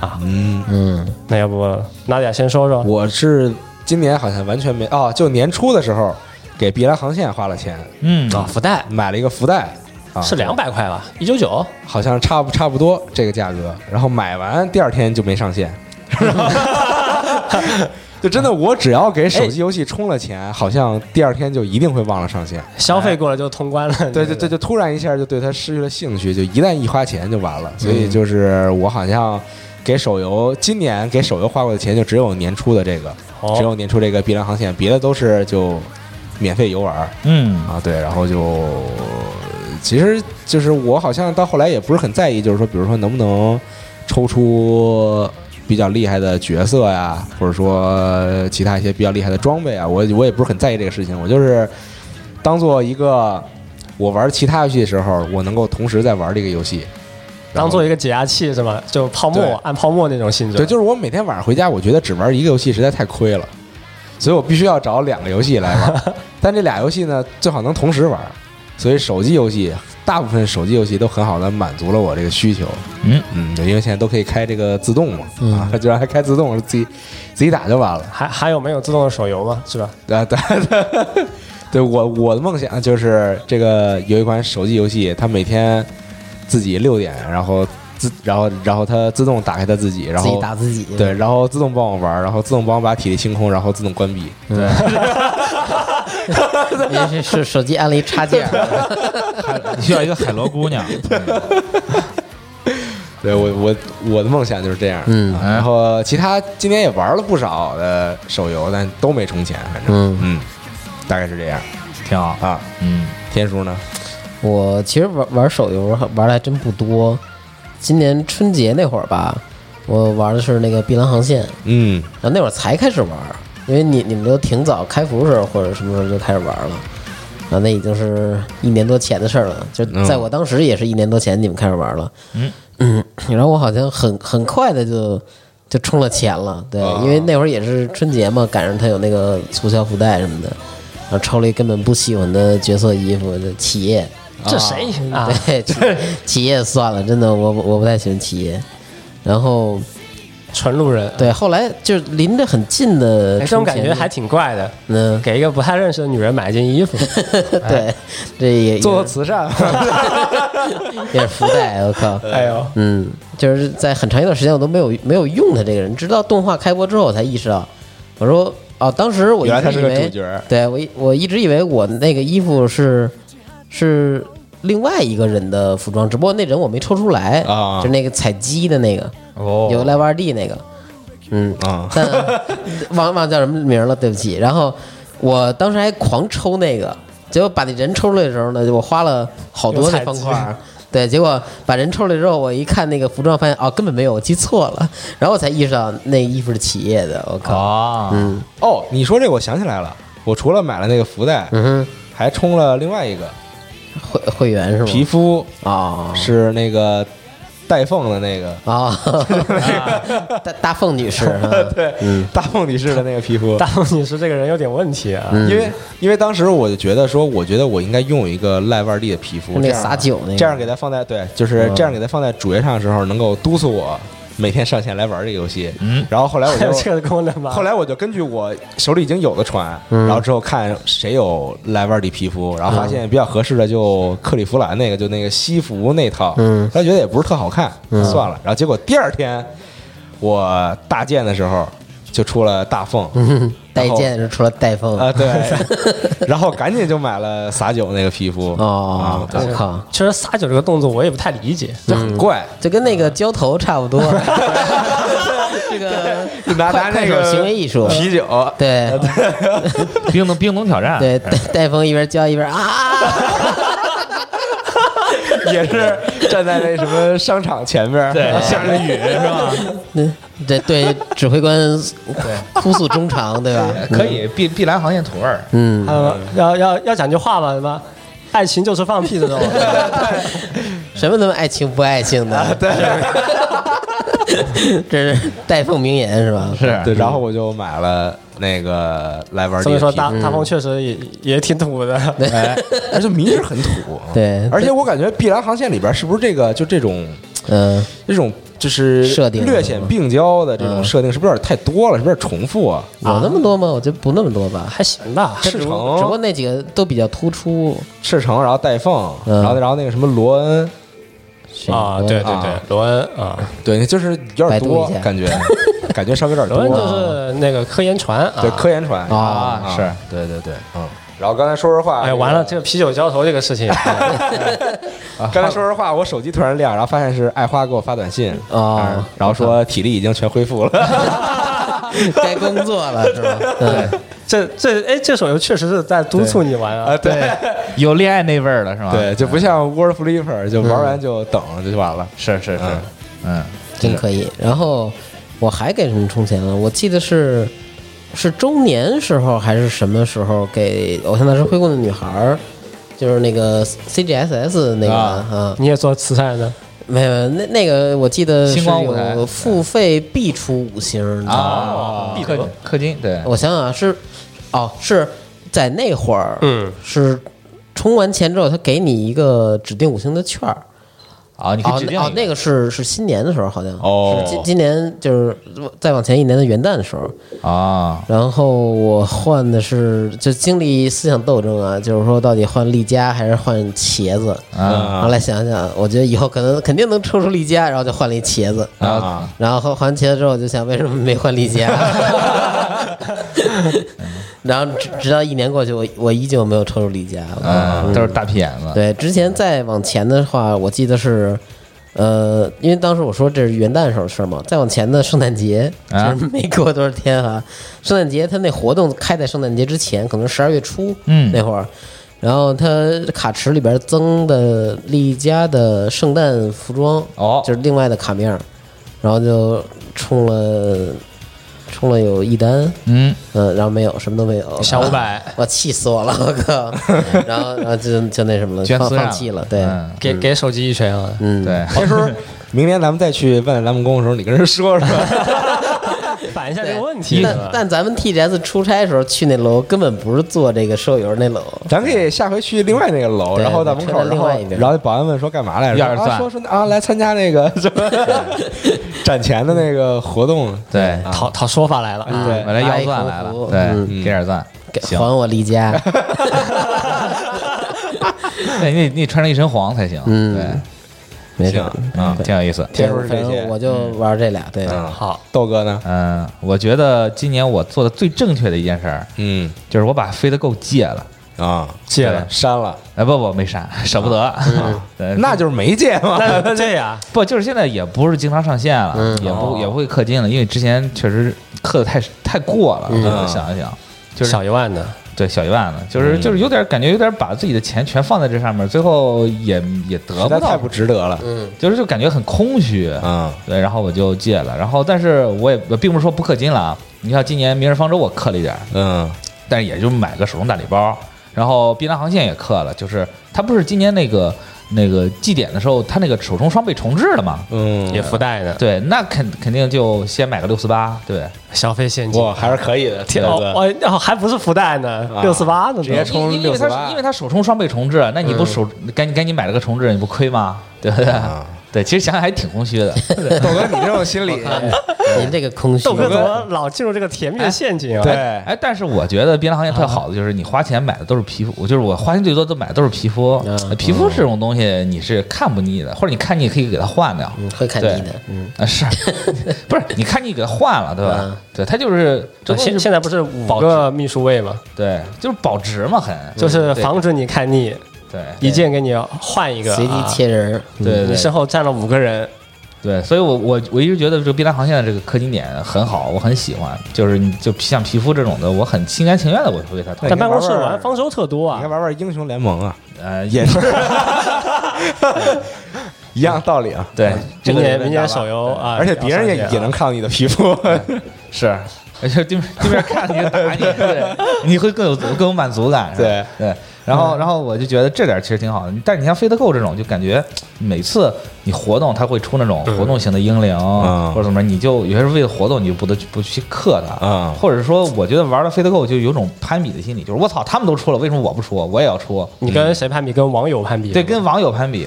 [SPEAKER 3] 啊
[SPEAKER 2] 嗯。
[SPEAKER 1] 嗯，
[SPEAKER 3] 那要不娜姐先说说，
[SPEAKER 2] 我是今年好像完全没哦，就年初的时候给《碧蓝航线》花了钱，
[SPEAKER 4] 嗯，
[SPEAKER 3] 啊，福袋
[SPEAKER 2] 买了一个福袋，啊、
[SPEAKER 3] 是两百块吧？一九九
[SPEAKER 2] 好像 差不差不多这个价格。然后买完第二天就没上线，就真的，我只要给手
[SPEAKER 3] 哎
[SPEAKER 2] 机游戏充了钱，好像第二天就一定会忘了上线。
[SPEAKER 3] 消费过了就通关了。
[SPEAKER 2] 哎对对对，就突然一下就对它失去了兴趣，就一旦一花钱就完了。所以就是我好像给手游，今年给手游花过的钱就只有年初的这个，只
[SPEAKER 3] 哦，
[SPEAKER 2] 有年初这个《碧蓝航线》，别的都是就免费游玩儿
[SPEAKER 4] 嗯，
[SPEAKER 2] 啊。对，然后就其实就是我好像到后来也不是很在意，就是说，比如说能不能抽出。比较厉害的角色呀，或者说其他一些比较厉害的装备啊，我我也不是很在意这个事情，我就是当做一个我玩其他游戏的时候，我能够同时在玩这个游戏，然后
[SPEAKER 3] 当做一个解压器是吗？就泡
[SPEAKER 2] 对
[SPEAKER 3] 沫，按泡沫那种性质。
[SPEAKER 2] 对，就是我每天晚上回家，我觉得只玩一个游戏实在太亏了，所以我必须要找两个游戏来 玩。但这俩游戏呢，最好能同时玩。所以手机游戏，大部分手机游戏都很好的满足了我这个需求。
[SPEAKER 4] 嗯
[SPEAKER 2] 嗯，因为现在都可以开这个自动嘛，
[SPEAKER 1] 嗯
[SPEAKER 2] 啊，就让它开自动，自己自己打就完了。
[SPEAKER 3] 还还有没有自动的手游吗？是吧？
[SPEAKER 2] 啊，对 对，对我我的梦想就是这个有一款手机游戏，它每天自己六点，然后自然后然后它自动打开它自己，然
[SPEAKER 1] 自己
[SPEAKER 2] 后
[SPEAKER 1] 打自己，
[SPEAKER 2] 对，然后自动帮我玩儿，然后自动帮我把体力清空，然后自动关闭。
[SPEAKER 1] 对，也是是手机安了一插件 儿，
[SPEAKER 4] 需要一个海螺姑娘，
[SPEAKER 2] 对我我我的梦想就是这样。
[SPEAKER 1] 嗯
[SPEAKER 2] 啊然后其他今年也玩了不少的手游，但都没充钱，反正
[SPEAKER 1] 嗯
[SPEAKER 2] 嗯，大概是这样
[SPEAKER 4] 挺好。
[SPEAKER 2] 啊。
[SPEAKER 4] 嗯，
[SPEAKER 2] 天叔呢？
[SPEAKER 1] 我其实玩玩手游玩玩的还真不多，今年春节那会儿吧，我玩的是那个《碧蓝航线》，
[SPEAKER 2] 嗯
[SPEAKER 1] 然后那会儿才开始玩儿，因为你你们都挺早开服的时候或者什么时候就开始玩儿了，然后那已经是一年多前的事儿了，就
[SPEAKER 2] 嗯
[SPEAKER 1] 在我当时也是一年多前你们开始玩儿了，
[SPEAKER 4] 嗯
[SPEAKER 1] 然后我好像很很快的就就充了钱了，对，
[SPEAKER 2] 啊
[SPEAKER 1] 因为那会儿也是春节嘛，赶上它有那个促销福袋什么的，然后抽了一根本不喜欢的角色衣服的企业。
[SPEAKER 3] 这谁啊？
[SPEAKER 1] 对，企企业算了，真的，我不我不太喜欢企业。然后
[SPEAKER 3] 纯路
[SPEAKER 2] 啊
[SPEAKER 3] 人。
[SPEAKER 1] 对，后来就是离着很近的充
[SPEAKER 3] 哎，
[SPEAKER 1] 钱，
[SPEAKER 3] 这种感觉还挺怪的，
[SPEAKER 1] 嗯，
[SPEAKER 3] 给一个不太认识的女人买一件衣服，
[SPEAKER 1] 对，这也
[SPEAKER 2] 哎做慈善，
[SPEAKER 1] 也 是福袋，我靠，
[SPEAKER 3] 哎呦，
[SPEAKER 1] 嗯，就是在很长一段时间我都没有没有用他这个人，直到动画开播之后我才意识到，我说哦，当时我一
[SPEAKER 2] 原来他
[SPEAKER 1] 直
[SPEAKER 2] 是
[SPEAKER 1] 以
[SPEAKER 2] 个主
[SPEAKER 1] 为，
[SPEAKER 2] 角儿。
[SPEAKER 1] 对我一我一直以为我那个衣服是是另外一个人的服装，只不过那人我没抽出来
[SPEAKER 2] 啊
[SPEAKER 1] 就那个采鸡的那个。
[SPEAKER 4] 哦
[SPEAKER 1] 有个 Live 二 D 那个，嗯，
[SPEAKER 2] 啊
[SPEAKER 1] 但 忘忘叫什么名了，对不起。然后我当时还狂抽那个，结果把那人抽出来的时候呢，我花了好多那方块
[SPEAKER 3] 有采
[SPEAKER 1] 儿。对，结果把人抽出来之后，我一看那个服装，发现哦根本没有，我记错了，然后我才意识到那衣服是企业的，我靠，
[SPEAKER 4] 啊，
[SPEAKER 1] 嗯
[SPEAKER 2] 哦，你说这我想起来了，我除了买了那个福袋，
[SPEAKER 1] 嗯
[SPEAKER 2] 还充了另外一个
[SPEAKER 1] 哼，会会员是吗？
[SPEAKER 2] 皮肤，
[SPEAKER 1] 嗯哦
[SPEAKER 2] 是那个带凤的那个，
[SPEAKER 1] 哦， 啊大大凤女士，啊
[SPEAKER 2] 对， 大凤女士的那个皮肤
[SPEAKER 3] 大。龙女士这个人有点问题啊。
[SPEAKER 1] 嗯
[SPEAKER 2] 因为因为当时我就觉得说，我觉得我应该拥有一个赖腕力的皮肤，
[SPEAKER 1] 那
[SPEAKER 2] 这
[SPEAKER 1] 个
[SPEAKER 2] 样
[SPEAKER 1] 撒酒那个，
[SPEAKER 2] 这样给它放在对，
[SPEAKER 1] 嗯
[SPEAKER 2] 就是这样给它放在主页上的时候，能够督促我每天上线来玩这个游戏。
[SPEAKER 4] 嗯
[SPEAKER 2] 然后后来我
[SPEAKER 3] 还有这
[SPEAKER 2] 就
[SPEAKER 3] 个功能吗？
[SPEAKER 2] 后来我就根据我手里已经有的船，
[SPEAKER 1] 嗯
[SPEAKER 2] 然后之后看谁有赖腕力皮肤，然后发现比较合适的就克利夫兰那个，就那个西服那套，
[SPEAKER 1] 嗯
[SPEAKER 2] 他觉得也不是特好看，算了。然后结果第二天我大剑的时候就出了大凤。
[SPEAKER 1] 嗯带
[SPEAKER 2] 然后
[SPEAKER 1] 剑是除了带凤
[SPEAKER 2] 啊，对，然后赶紧就买了撒酒那个皮肤
[SPEAKER 1] 哦
[SPEAKER 2] 啊，，对
[SPEAKER 1] 我靠，
[SPEAKER 3] 其实撒酒这个动作我也不太理解，
[SPEAKER 2] 就很怪，
[SPEAKER 1] 就跟那个浇头差 不多。 这个
[SPEAKER 2] 就拿
[SPEAKER 1] 快
[SPEAKER 2] 拿那
[SPEAKER 1] 快手
[SPEAKER 2] 个
[SPEAKER 1] 行为艺术，
[SPEAKER 2] 啤酒，
[SPEAKER 1] 对
[SPEAKER 4] 冰冻冰冻挑战，
[SPEAKER 1] 对，戴戴峰一边浇一边啊，
[SPEAKER 2] 也 是站在那什么商场前面，
[SPEAKER 4] 对，下着雨是吧？
[SPEAKER 1] 这嗯对指挥官哭诉衷肠，对吧？
[SPEAKER 4] 可以碧碧蓝航线土味儿，
[SPEAKER 1] 嗯，
[SPEAKER 3] 呃，要要要讲句话吧，什么爱情就是放 屁这种，
[SPEAKER 1] 什么他妈爱情不爱情的，
[SPEAKER 2] 啊
[SPEAKER 1] 对， 这是戴凤名言是吧？
[SPEAKER 4] 是
[SPEAKER 2] 对，然后我就买了那个来玩
[SPEAKER 3] 所以说大
[SPEAKER 2] 大，
[SPEAKER 3] 大风确实也也挺土的，
[SPEAKER 2] 哎，而且迷是很土，
[SPEAKER 1] 对
[SPEAKER 2] 而且我感觉《碧蓝航线》里边是不是这个就这种
[SPEAKER 1] 嗯，
[SPEAKER 2] 这种就是
[SPEAKER 1] 设定
[SPEAKER 2] 略显病娇的这种
[SPEAKER 1] 嗯
[SPEAKER 2] 设定，是不是有点太多了？是不是有点重复啊？哦
[SPEAKER 1] 有那么多吗？我觉得不那么多吧。
[SPEAKER 3] 还行吧。
[SPEAKER 2] 赤
[SPEAKER 1] 只不过
[SPEAKER 2] 诚，
[SPEAKER 1] 那几个都比较突出，
[SPEAKER 2] 赤诚，然后戴凤，
[SPEAKER 1] 嗯
[SPEAKER 2] 然后然后那个什么罗恩，
[SPEAKER 3] 啊，
[SPEAKER 2] 嗯
[SPEAKER 3] 对对对，罗恩啊，
[SPEAKER 2] 对，就是有
[SPEAKER 1] 百
[SPEAKER 2] 点
[SPEAKER 1] 度
[SPEAKER 2] 多
[SPEAKER 1] 一下，
[SPEAKER 2] 感觉感觉稍微有点
[SPEAKER 3] 罗恩
[SPEAKER 2] 多
[SPEAKER 3] 就
[SPEAKER 2] 啊。
[SPEAKER 3] 是那个科研船啊，
[SPEAKER 2] 对科研船
[SPEAKER 1] 啊
[SPEAKER 4] 啊，是
[SPEAKER 2] 对对对，嗯。然后刚才说实话，
[SPEAKER 3] 哎，完了，这个啤酒浇头这个 事情，
[SPEAKER 2] 呃刚才说实话，我手机突然亮，然后发现是爱花给我发短信
[SPEAKER 1] 哦
[SPEAKER 2] 啊，然后说体力已经全恢复 了。
[SPEAKER 1] 该工作了是吧？对，
[SPEAKER 3] 这这哎，这手游确实是在督促你玩 啊
[SPEAKER 2] 啊，，对
[SPEAKER 4] 有恋爱那味儿了，是吗？嗯
[SPEAKER 2] 对，，嗯就不像 Word Flipper，就玩完就等就完了。
[SPEAKER 4] 是是是
[SPEAKER 2] 嗯，
[SPEAKER 4] 嗯，
[SPEAKER 1] 真可以。然后我还给什么充钱了？我记得是是周年时候还是什么时候给《偶像大师》回顾的女孩儿，就是那个 CGSS 那个
[SPEAKER 2] 啊
[SPEAKER 1] 啊
[SPEAKER 3] 你也做慈善的，
[SPEAKER 1] 没有，那那个我记得是
[SPEAKER 4] 星光舞台
[SPEAKER 1] 有付费必出五星你知道吗
[SPEAKER 4] 啊，
[SPEAKER 3] 必
[SPEAKER 4] 氪
[SPEAKER 3] 得
[SPEAKER 4] 氪金，对，
[SPEAKER 1] 我想想啊，是哦，是在那会儿，
[SPEAKER 3] 嗯，
[SPEAKER 1] 是充完钱之后，他给你一个指定五星的券儿。
[SPEAKER 4] 啊，你可以
[SPEAKER 1] 哦
[SPEAKER 4] 指定
[SPEAKER 1] 那哦，那
[SPEAKER 4] 个
[SPEAKER 1] 个是是新年的时候，好像
[SPEAKER 4] 哦
[SPEAKER 1] 是今今年就是再往前一年的元旦的时候。
[SPEAKER 4] 啊，
[SPEAKER 1] 然后我换的是就经历思想斗争啊，就是说到底换丽佳还是换茄子。
[SPEAKER 4] 啊
[SPEAKER 1] 然后来想想，我觉得以后可能肯定能抽出丽佳，然后就换了一茄子。
[SPEAKER 2] 啊，
[SPEAKER 1] 然后换完茄子之后，我就想为什么没换丽 佳？然后直直到一年过去，我我依旧没有抽出丽佳。
[SPEAKER 4] 嗯，都是大屁眼子，
[SPEAKER 1] 对，之前再往前的话，我记得是，呃，因为当时我说这是元旦时候的事儿嘛，再往前的圣诞节，就
[SPEAKER 4] 啊
[SPEAKER 1] 是没过多少天啊，圣诞节他那活动开在圣诞节之前，可能十二月初，
[SPEAKER 4] 嗯
[SPEAKER 1] 那会儿。然后他卡池里边增的丽佳的圣诞服装，
[SPEAKER 4] 哦
[SPEAKER 1] 就是另外的卡面儿，然后就充了充了有一单，
[SPEAKER 4] 嗯，
[SPEAKER 1] 嗯，然后没有，什么都没有，啊
[SPEAKER 3] 小五百
[SPEAKER 1] 我气死我了，我靠！然后，然后就就那什么了，
[SPEAKER 4] 捐
[SPEAKER 1] 放
[SPEAKER 4] 私
[SPEAKER 1] 放弃了，对，
[SPEAKER 4] 嗯
[SPEAKER 3] 给给手机一拳啊，
[SPEAKER 1] 嗯，
[SPEAKER 4] 对，
[SPEAKER 2] 到时候明年咱们再去问栏目工的时候，你跟人说说。
[SPEAKER 3] 反一下
[SPEAKER 1] 对。
[SPEAKER 3] 这个问题，
[SPEAKER 1] 但但咱们 TGS 出差的时候去那楼，根本不是坐这个兽游那楼，
[SPEAKER 2] 咱可以下回去另外那个楼，
[SPEAKER 1] 对
[SPEAKER 2] 然后到门
[SPEAKER 1] 我
[SPEAKER 2] 口，
[SPEAKER 1] 们车到
[SPEAKER 2] 然
[SPEAKER 1] 另
[SPEAKER 2] 后
[SPEAKER 1] 外一边
[SPEAKER 2] 然后保安问说干嘛来着？
[SPEAKER 4] 要是
[SPEAKER 2] 啊
[SPEAKER 4] 算
[SPEAKER 2] 说说啊来参加那个什么 展前的那个活动，嗯
[SPEAKER 4] 对，
[SPEAKER 3] 讨讨说法来了啊，
[SPEAKER 4] 本来要钻来
[SPEAKER 1] 哎
[SPEAKER 4] 了
[SPEAKER 1] 口服，
[SPEAKER 4] 对，
[SPEAKER 1] 嗯
[SPEAKER 4] 给点钻，
[SPEAKER 1] 给
[SPEAKER 4] 行
[SPEAKER 1] 还我离家，
[SPEAKER 4] 对你你穿着一身黄才行，
[SPEAKER 1] 嗯
[SPEAKER 4] 对，
[SPEAKER 1] 没事
[SPEAKER 2] 行
[SPEAKER 1] 儿。
[SPEAKER 4] 嗯，挺有意思，
[SPEAKER 2] 天数是这
[SPEAKER 1] 反
[SPEAKER 2] 些
[SPEAKER 1] 正我就玩这俩，对，
[SPEAKER 2] 嗯，
[SPEAKER 3] 好，
[SPEAKER 2] 豆哥呢？
[SPEAKER 4] 嗯，我觉得今年我做的最正确的一件事儿，
[SPEAKER 2] 嗯
[SPEAKER 4] 就是我把飞得够戒了，
[SPEAKER 2] 啊，
[SPEAKER 3] 戒了，
[SPEAKER 2] 删了，
[SPEAKER 4] 哎，不不，没删，舍不
[SPEAKER 1] 啊
[SPEAKER 4] 得，
[SPEAKER 1] 嗯
[SPEAKER 4] 对
[SPEAKER 2] 那就是没戒嘛。
[SPEAKER 3] 那这样
[SPEAKER 4] 不，就是现在也不是经常上线了，
[SPEAKER 1] 嗯
[SPEAKER 4] 也不
[SPEAKER 3] 哦
[SPEAKER 4] 也不会氪金了，因为之前确实氪的太太过了。
[SPEAKER 1] 嗯
[SPEAKER 4] 我想一想，就是
[SPEAKER 3] 小一万的，
[SPEAKER 4] 对小一万
[SPEAKER 2] 嗯
[SPEAKER 4] 了，就是、就是有点感觉有点把自己的钱全放在这上面，最后也也得
[SPEAKER 2] 实在
[SPEAKER 4] 不
[SPEAKER 2] 太
[SPEAKER 4] 到，
[SPEAKER 2] 不值得了。
[SPEAKER 1] 嗯，
[SPEAKER 4] 就是就感觉很空虚。
[SPEAKER 2] 嗯
[SPEAKER 4] 对，然后我就戒了，然后但是我也并不是说不氪金了啊。你像今年《明日方舟》我氪了一点儿，
[SPEAKER 2] 嗯
[SPEAKER 4] 但是也就买个手动大礼包。然后《碧蓝航线》也氪了，就是它不是今年那个那个祭典的时候，它那个手冲双倍重置了嘛？
[SPEAKER 2] 嗯，
[SPEAKER 3] 也附带的，
[SPEAKER 4] 对，那肯肯定就先买个六四八，对，
[SPEAKER 3] 消费现金，
[SPEAKER 2] 我还是可以的，
[SPEAKER 3] 天
[SPEAKER 2] 豆
[SPEAKER 3] 哦
[SPEAKER 2] 哥，
[SPEAKER 3] 哦哦，还不是附带呢，
[SPEAKER 2] 啊
[SPEAKER 3] 六四八嗯呢，
[SPEAKER 2] 直接
[SPEAKER 3] 都
[SPEAKER 2] 充
[SPEAKER 4] 因因为它
[SPEAKER 2] 648
[SPEAKER 4] 是因为它首充双倍重置，那你不首赶紧赶紧买了个重置，你不亏吗？对不对？
[SPEAKER 2] 啊
[SPEAKER 4] 对，其实想想还挺空虚 的。对
[SPEAKER 2] 豆哥，你这种心理，
[SPEAKER 1] 您这个空虚，
[SPEAKER 3] 豆哥怎么老进入这个甜蜜的陷阱啊？
[SPEAKER 2] 对
[SPEAKER 4] 哎，但是我觉得槟榔行业
[SPEAKER 3] 啊
[SPEAKER 4] 特好的就是你花钱买的都是皮肤，就是我花钱最多都买的都是皮
[SPEAKER 3] 啊
[SPEAKER 4] 肤，呃
[SPEAKER 1] 嗯
[SPEAKER 4] 皮肤这种东西你是看不腻的，或者你看腻可以给它换掉。
[SPEAKER 1] 嗯会看
[SPEAKER 4] 对
[SPEAKER 1] 腻的，嗯，
[SPEAKER 4] 啊，是， 不是？你看腻给它换了，对吧
[SPEAKER 3] 啊
[SPEAKER 1] 嗯？
[SPEAKER 4] 对，它就是这东
[SPEAKER 3] 呃
[SPEAKER 4] 西
[SPEAKER 3] 现
[SPEAKER 4] 是
[SPEAKER 3] 现在不是五
[SPEAKER 4] 保
[SPEAKER 3] 个秘书位吗？
[SPEAKER 4] 对，就是保值嘛，很
[SPEAKER 3] 就是
[SPEAKER 4] 对
[SPEAKER 3] 防止你看腻，
[SPEAKER 4] 对
[SPEAKER 3] 一键给你换一个，
[SPEAKER 1] 随机
[SPEAKER 3] 啊
[SPEAKER 1] 切人儿，
[SPEAKER 4] 对对
[SPEAKER 3] 你
[SPEAKER 4] 对
[SPEAKER 3] 身后站了五个人，
[SPEAKER 4] 对，所以我我我一直觉得这个碧蓝航线的这个氪金点很好，我很喜欢。就是你就像皮肤这种的，我很心甘情愿的我就会给它投
[SPEAKER 2] 对
[SPEAKER 3] 在
[SPEAKER 2] 你看
[SPEAKER 3] 办公室
[SPEAKER 2] 玩玩
[SPEAKER 3] 玩方舟特多
[SPEAKER 2] 你
[SPEAKER 3] 啊
[SPEAKER 2] 看。玩玩英雄联盟啊，
[SPEAKER 4] 呃，
[SPEAKER 2] 也是一样道理啊。
[SPEAKER 4] 对，
[SPEAKER 2] 这
[SPEAKER 3] 明
[SPEAKER 2] 个
[SPEAKER 3] 年
[SPEAKER 2] 人大
[SPEAKER 3] 明年
[SPEAKER 2] 吧
[SPEAKER 3] 手游啊，
[SPEAKER 2] 而且别人也
[SPEAKER 3] 要上线啊
[SPEAKER 2] 也能看到你的皮肤，
[SPEAKER 4] 是， 而且对面对面看你就打你，对， 你会更有更有满足感。是吧
[SPEAKER 2] 对
[SPEAKER 4] 对，然后然后我就觉得这点其实挺好的，但是你像飞得够这种，就感觉每次你活动它会出那种活动型的英灵
[SPEAKER 2] 嗯
[SPEAKER 4] 或者怎么着，你就有些是为了活动你就不得不去氪它
[SPEAKER 2] 嗯
[SPEAKER 4] 或者说我觉得玩了飞得够就有种攀比的心理，就是我操他们都出了，为什么我不出？我也要出。嗯
[SPEAKER 3] 你跟谁攀比？跟网友攀比？
[SPEAKER 4] 对，跟网友攀比。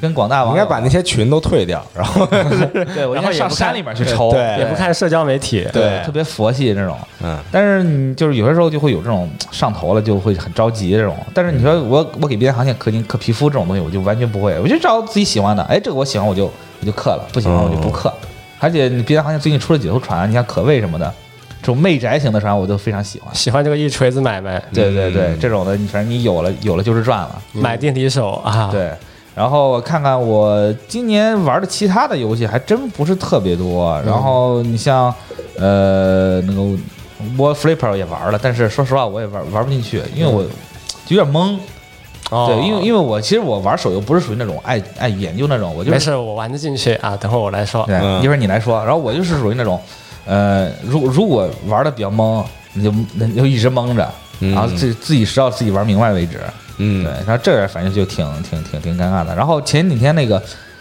[SPEAKER 4] 跟广大
[SPEAKER 2] 应
[SPEAKER 4] 网
[SPEAKER 2] 该
[SPEAKER 4] 友
[SPEAKER 2] 把那些群都退掉，然后
[SPEAKER 4] 对我应
[SPEAKER 3] 然后
[SPEAKER 4] 该
[SPEAKER 3] 也
[SPEAKER 4] 上
[SPEAKER 3] 不
[SPEAKER 4] 山
[SPEAKER 3] 看
[SPEAKER 4] 里面去抽，
[SPEAKER 2] 对
[SPEAKER 3] 也不看社交媒体，
[SPEAKER 2] 对
[SPEAKER 4] 特别佛系这种。
[SPEAKER 2] 嗯
[SPEAKER 4] 但是你就是有些时候就会有这种上头了，就会很着急这种。但是你说我我给别人行情氪金氪皮肤这种东西，我就完全不会，我就找自己喜欢的。哎，这个我喜欢我就我就氪了，不喜欢我就不氪。而且你别人行情最近出了几艘船，你像可卫什么的，这种媚宅型的船我都非常喜欢。
[SPEAKER 3] 喜欢这个一锤子买卖，
[SPEAKER 4] 对对对，
[SPEAKER 2] 嗯
[SPEAKER 4] 这种的你反正你有了有了就是赚了。
[SPEAKER 3] 买电离手啊，，
[SPEAKER 4] 对，然后我看看我今年玩的其他的游戏还真不是特别
[SPEAKER 3] 嗯
[SPEAKER 4] 多。然后你像呃那个 War Flipper 也玩了，但是说实话我也玩玩不进去，因为我就有点懵。
[SPEAKER 3] 嗯哦、
[SPEAKER 4] 对，因为因为我其实我玩手游不是属于那种爱爱研究那种，我就
[SPEAKER 3] 没
[SPEAKER 4] 是
[SPEAKER 3] 事，我玩得进去啊，等会儿我来说。
[SPEAKER 4] 对，
[SPEAKER 2] 嗯
[SPEAKER 4] 一会儿你来说。然后我就是属于那种，呃，如如果玩的比较懵，你就那你就一直蒙着，
[SPEAKER 2] 嗯
[SPEAKER 4] 然后自自己直到自己玩明白为止。
[SPEAKER 2] 嗯
[SPEAKER 4] 对，然后这反正就挺挺挺挺尴尬的。然后前几天那个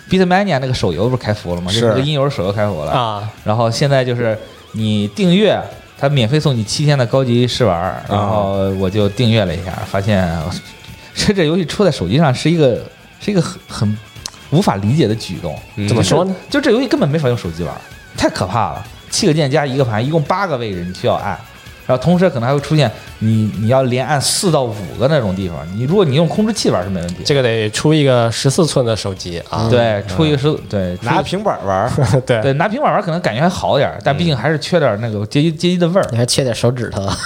[SPEAKER 4] Beatmania 那个手游不是开服了吗？
[SPEAKER 2] 是
[SPEAKER 4] 就是那个音游手游开服了。
[SPEAKER 3] 啊，
[SPEAKER 4] 然后现在就是你订阅，它免费送你七天的高级试玩
[SPEAKER 2] 啊
[SPEAKER 4] 儿。然后我就订阅了一下，发现 这这游戏出在手机上是一个是一个很很无法理解的举动。
[SPEAKER 2] 嗯
[SPEAKER 3] 怎么说呢？
[SPEAKER 4] 就这游戏根本没法用手机玩儿，太可怕了。七个键加一个盘，一共八个位置你需要按，然后同时可能还会出现你你要连按四到五个那种地方。你如果你用控制器玩儿是没问题。
[SPEAKER 3] 这个得出一个十四寸的手机啊，
[SPEAKER 4] 对，出一个是，对，出一
[SPEAKER 2] 拿
[SPEAKER 4] 个
[SPEAKER 2] 平板玩儿，
[SPEAKER 3] 对
[SPEAKER 4] 对拿平板玩儿可能感觉还好点儿，但毕竟还是缺点儿那个街机街机的味儿
[SPEAKER 1] 你。还缺点手指头，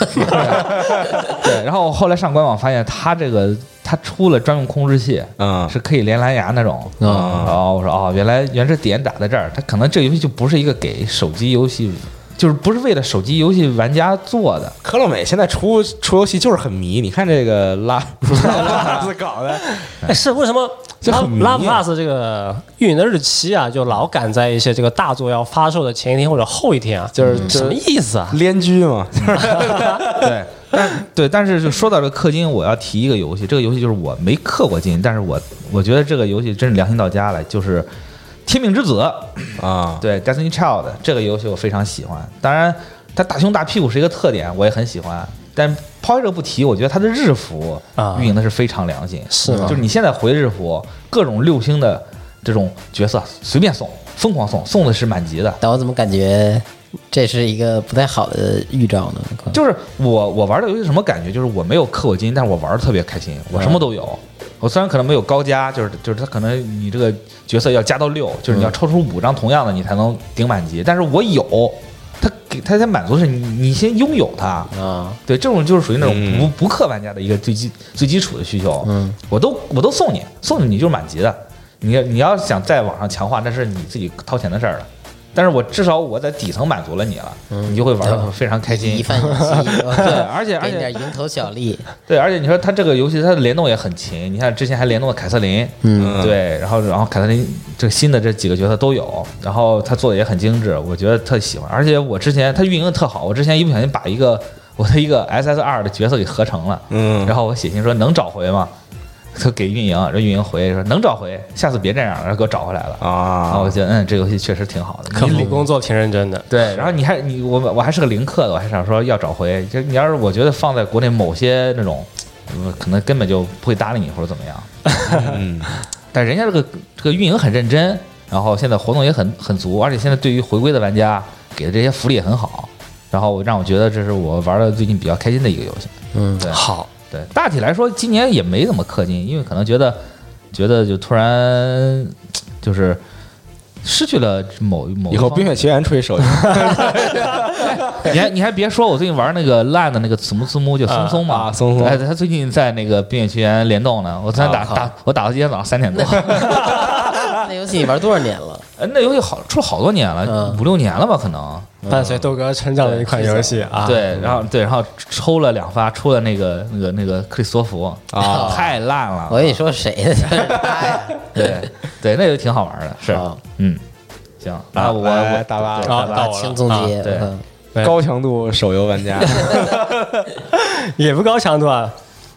[SPEAKER 4] 对，然后我后来上官网发现它这个它出了专用控制器，
[SPEAKER 2] 嗯
[SPEAKER 4] 是可以连蓝牙那种。
[SPEAKER 2] 嗯
[SPEAKER 4] 然后我说哦，原来原来点打在这儿，它可能这个游戏就不是一个给手机游戏，就是不是为了手机游戏玩家做的。
[SPEAKER 2] 科乐美现在出出游戏就是很迷，你看这个 拉拉子搞的，
[SPEAKER 3] 哎，是为什么
[SPEAKER 2] 这很迷
[SPEAKER 3] Love
[SPEAKER 2] 啊
[SPEAKER 3] Plus 这个运营的日期啊，就老赶在一些这个大作要发售的前一天或者后一天啊？
[SPEAKER 2] 就是
[SPEAKER 4] 嗯
[SPEAKER 2] 就
[SPEAKER 3] 什么
[SPEAKER 2] 是
[SPEAKER 3] 意思啊？
[SPEAKER 2] 联居 嘛，
[SPEAKER 4] 对，但对，但是就说到这氪金，我要提一个游戏，这个游戏就是我没氪过金，但是我我觉得这个游戏真是良心到家了，就是《天命之子》
[SPEAKER 2] 啊，
[SPEAKER 4] 对《Destiny Child》这个游戏我非常喜欢，当然它大胸大屁股是一个特点，我也很喜欢。但抛开这个不提，我觉得它的日服
[SPEAKER 3] 啊
[SPEAKER 4] 运营的是非常良心，
[SPEAKER 3] 是啊吗
[SPEAKER 4] 就是你现在回日服，各种六星的这种角色随便送，疯狂送，送的是满级的。
[SPEAKER 1] 但我怎么感觉这是一个不太好的预兆呢？
[SPEAKER 4] 就是我我玩的游戏什么感觉？就是我没有氪过金，但是我玩的特别开心，我什
[SPEAKER 1] 嗯
[SPEAKER 4] 么都有。我虽然可能没有高加，就是就是它可能你这个角色要加到六，就
[SPEAKER 1] 嗯
[SPEAKER 4] 是你要抽出五张同样的你才能顶满级，但是我有，它给它才满足的是你你先拥有它。
[SPEAKER 1] 啊，
[SPEAKER 4] 对，这种就是属于那种
[SPEAKER 2] 嗯
[SPEAKER 4] 不、不氪玩家的一个最基最基础的需求。
[SPEAKER 1] 嗯，
[SPEAKER 4] 我都我都送你，送你就是满级的。你你要想在网上强化，那是你自己掏钱的事儿了。但是我至少我在底层满足了你了，你就会玩的非常开心。
[SPEAKER 1] 嗯一犯一计，
[SPEAKER 4] 对，
[SPEAKER 1] 哦对
[SPEAKER 4] 而且而
[SPEAKER 1] 给你
[SPEAKER 4] 且
[SPEAKER 1] 点蝇头小利，
[SPEAKER 4] 对，而且你说它这个游戏它的联动也很勤，你看之前还联动了凯瑟琳，
[SPEAKER 1] 嗯，
[SPEAKER 4] 对，然后然后凯瑟琳这个新的这几个角色都有，然后他做的也很精致，我觉得特喜欢。而且我之前他运营的特好，我之前一不小心把一个我的一个 SSR 的角色给合成了，
[SPEAKER 2] 嗯
[SPEAKER 4] 然后我写信说能找回吗？他给运营，这运营回说能找回，下次别这样了，然后给我找回来了。然后
[SPEAKER 2] 啊
[SPEAKER 4] 我，觉得嗯，这游戏确实挺好的，
[SPEAKER 3] 客
[SPEAKER 4] 你
[SPEAKER 3] 服工作挺认真的，
[SPEAKER 4] 对，然后你还你我我还是个零氪的，我还想说要找回。就是你要是我觉得放在国内某些那种，呃可能根本就不会搭理你或者怎么样。
[SPEAKER 2] 嗯
[SPEAKER 4] 但人家这个这个运营很认真，然后现在活动也很很足，而且现在对于回归的玩家给的这些福利也很好。然后让我觉得这是我玩的最近比较开心的一个游戏。
[SPEAKER 1] 嗯，
[SPEAKER 4] 对
[SPEAKER 3] 好，
[SPEAKER 4] 对，大体来说今年也没怎么氪金，因为可能觉得觉得就突然就是失去了某某一
[SPEAKER 2] 以后《
[SPEAKER 4] 方
[SPEAKER 2] 冰雪奇缘》出一手游，
[SPEAKER 4] 你还你还别说，我最近玩那个烂的那个子木字幕就松松嘛，
[SPEAKER 2] 啊啊松松啊
[SPEAKER 4] 哎，他最近在那个《冰雪奇缘》联动呢，我昨天打、打我打到今天早上三点多，
[SPEAKER 1] 那游戏你玩多少年了？
[SPEAKER 4] 呃那游戏好出了好多年了，
[SPEAKER 1] 嗯
[SPEAKER 4] 五六年了吧，可能。
[SPEAKER 3] 伴随豆哥成长的一款游戏啊，，
[SPEAKER 4] 嗯对，然后对，然后抽了两发，出了那个那个那个克里斯托弗
[SPEAKER 1] 啊
[SPEAKER 4] 太烂了，
[SPEAKER 1] 我跟你说谁呢？就是他 呀，
[SPEAKER 4] 对对，那游戏挺好玩的，是
[SPEAKER 2] 啊
[SPEAKER 1] 好
[SPEAKER 4] 嗯，行 啊，我
[SPEAKER 2] 来
[SPEAKER 4] 我
[SPEAKER 2] 哎大巴
[SPEAKER 4] 对
[SPEAKER 3] 啊
[SPEAKER 4] 大巴
[SPEAKER 3] 到我了
[SPEAKER 1] 轻松
[SPEAKER 3] 啊
[SPEAKER 1] 接，
[SPEAKER 4] 对
[SPEAKER 1] 嗯
[SPEAKER 3] 对
[SPEAKER 2] 高强度手游 玩家，
[SPEAKER 3] 也不高强度啊，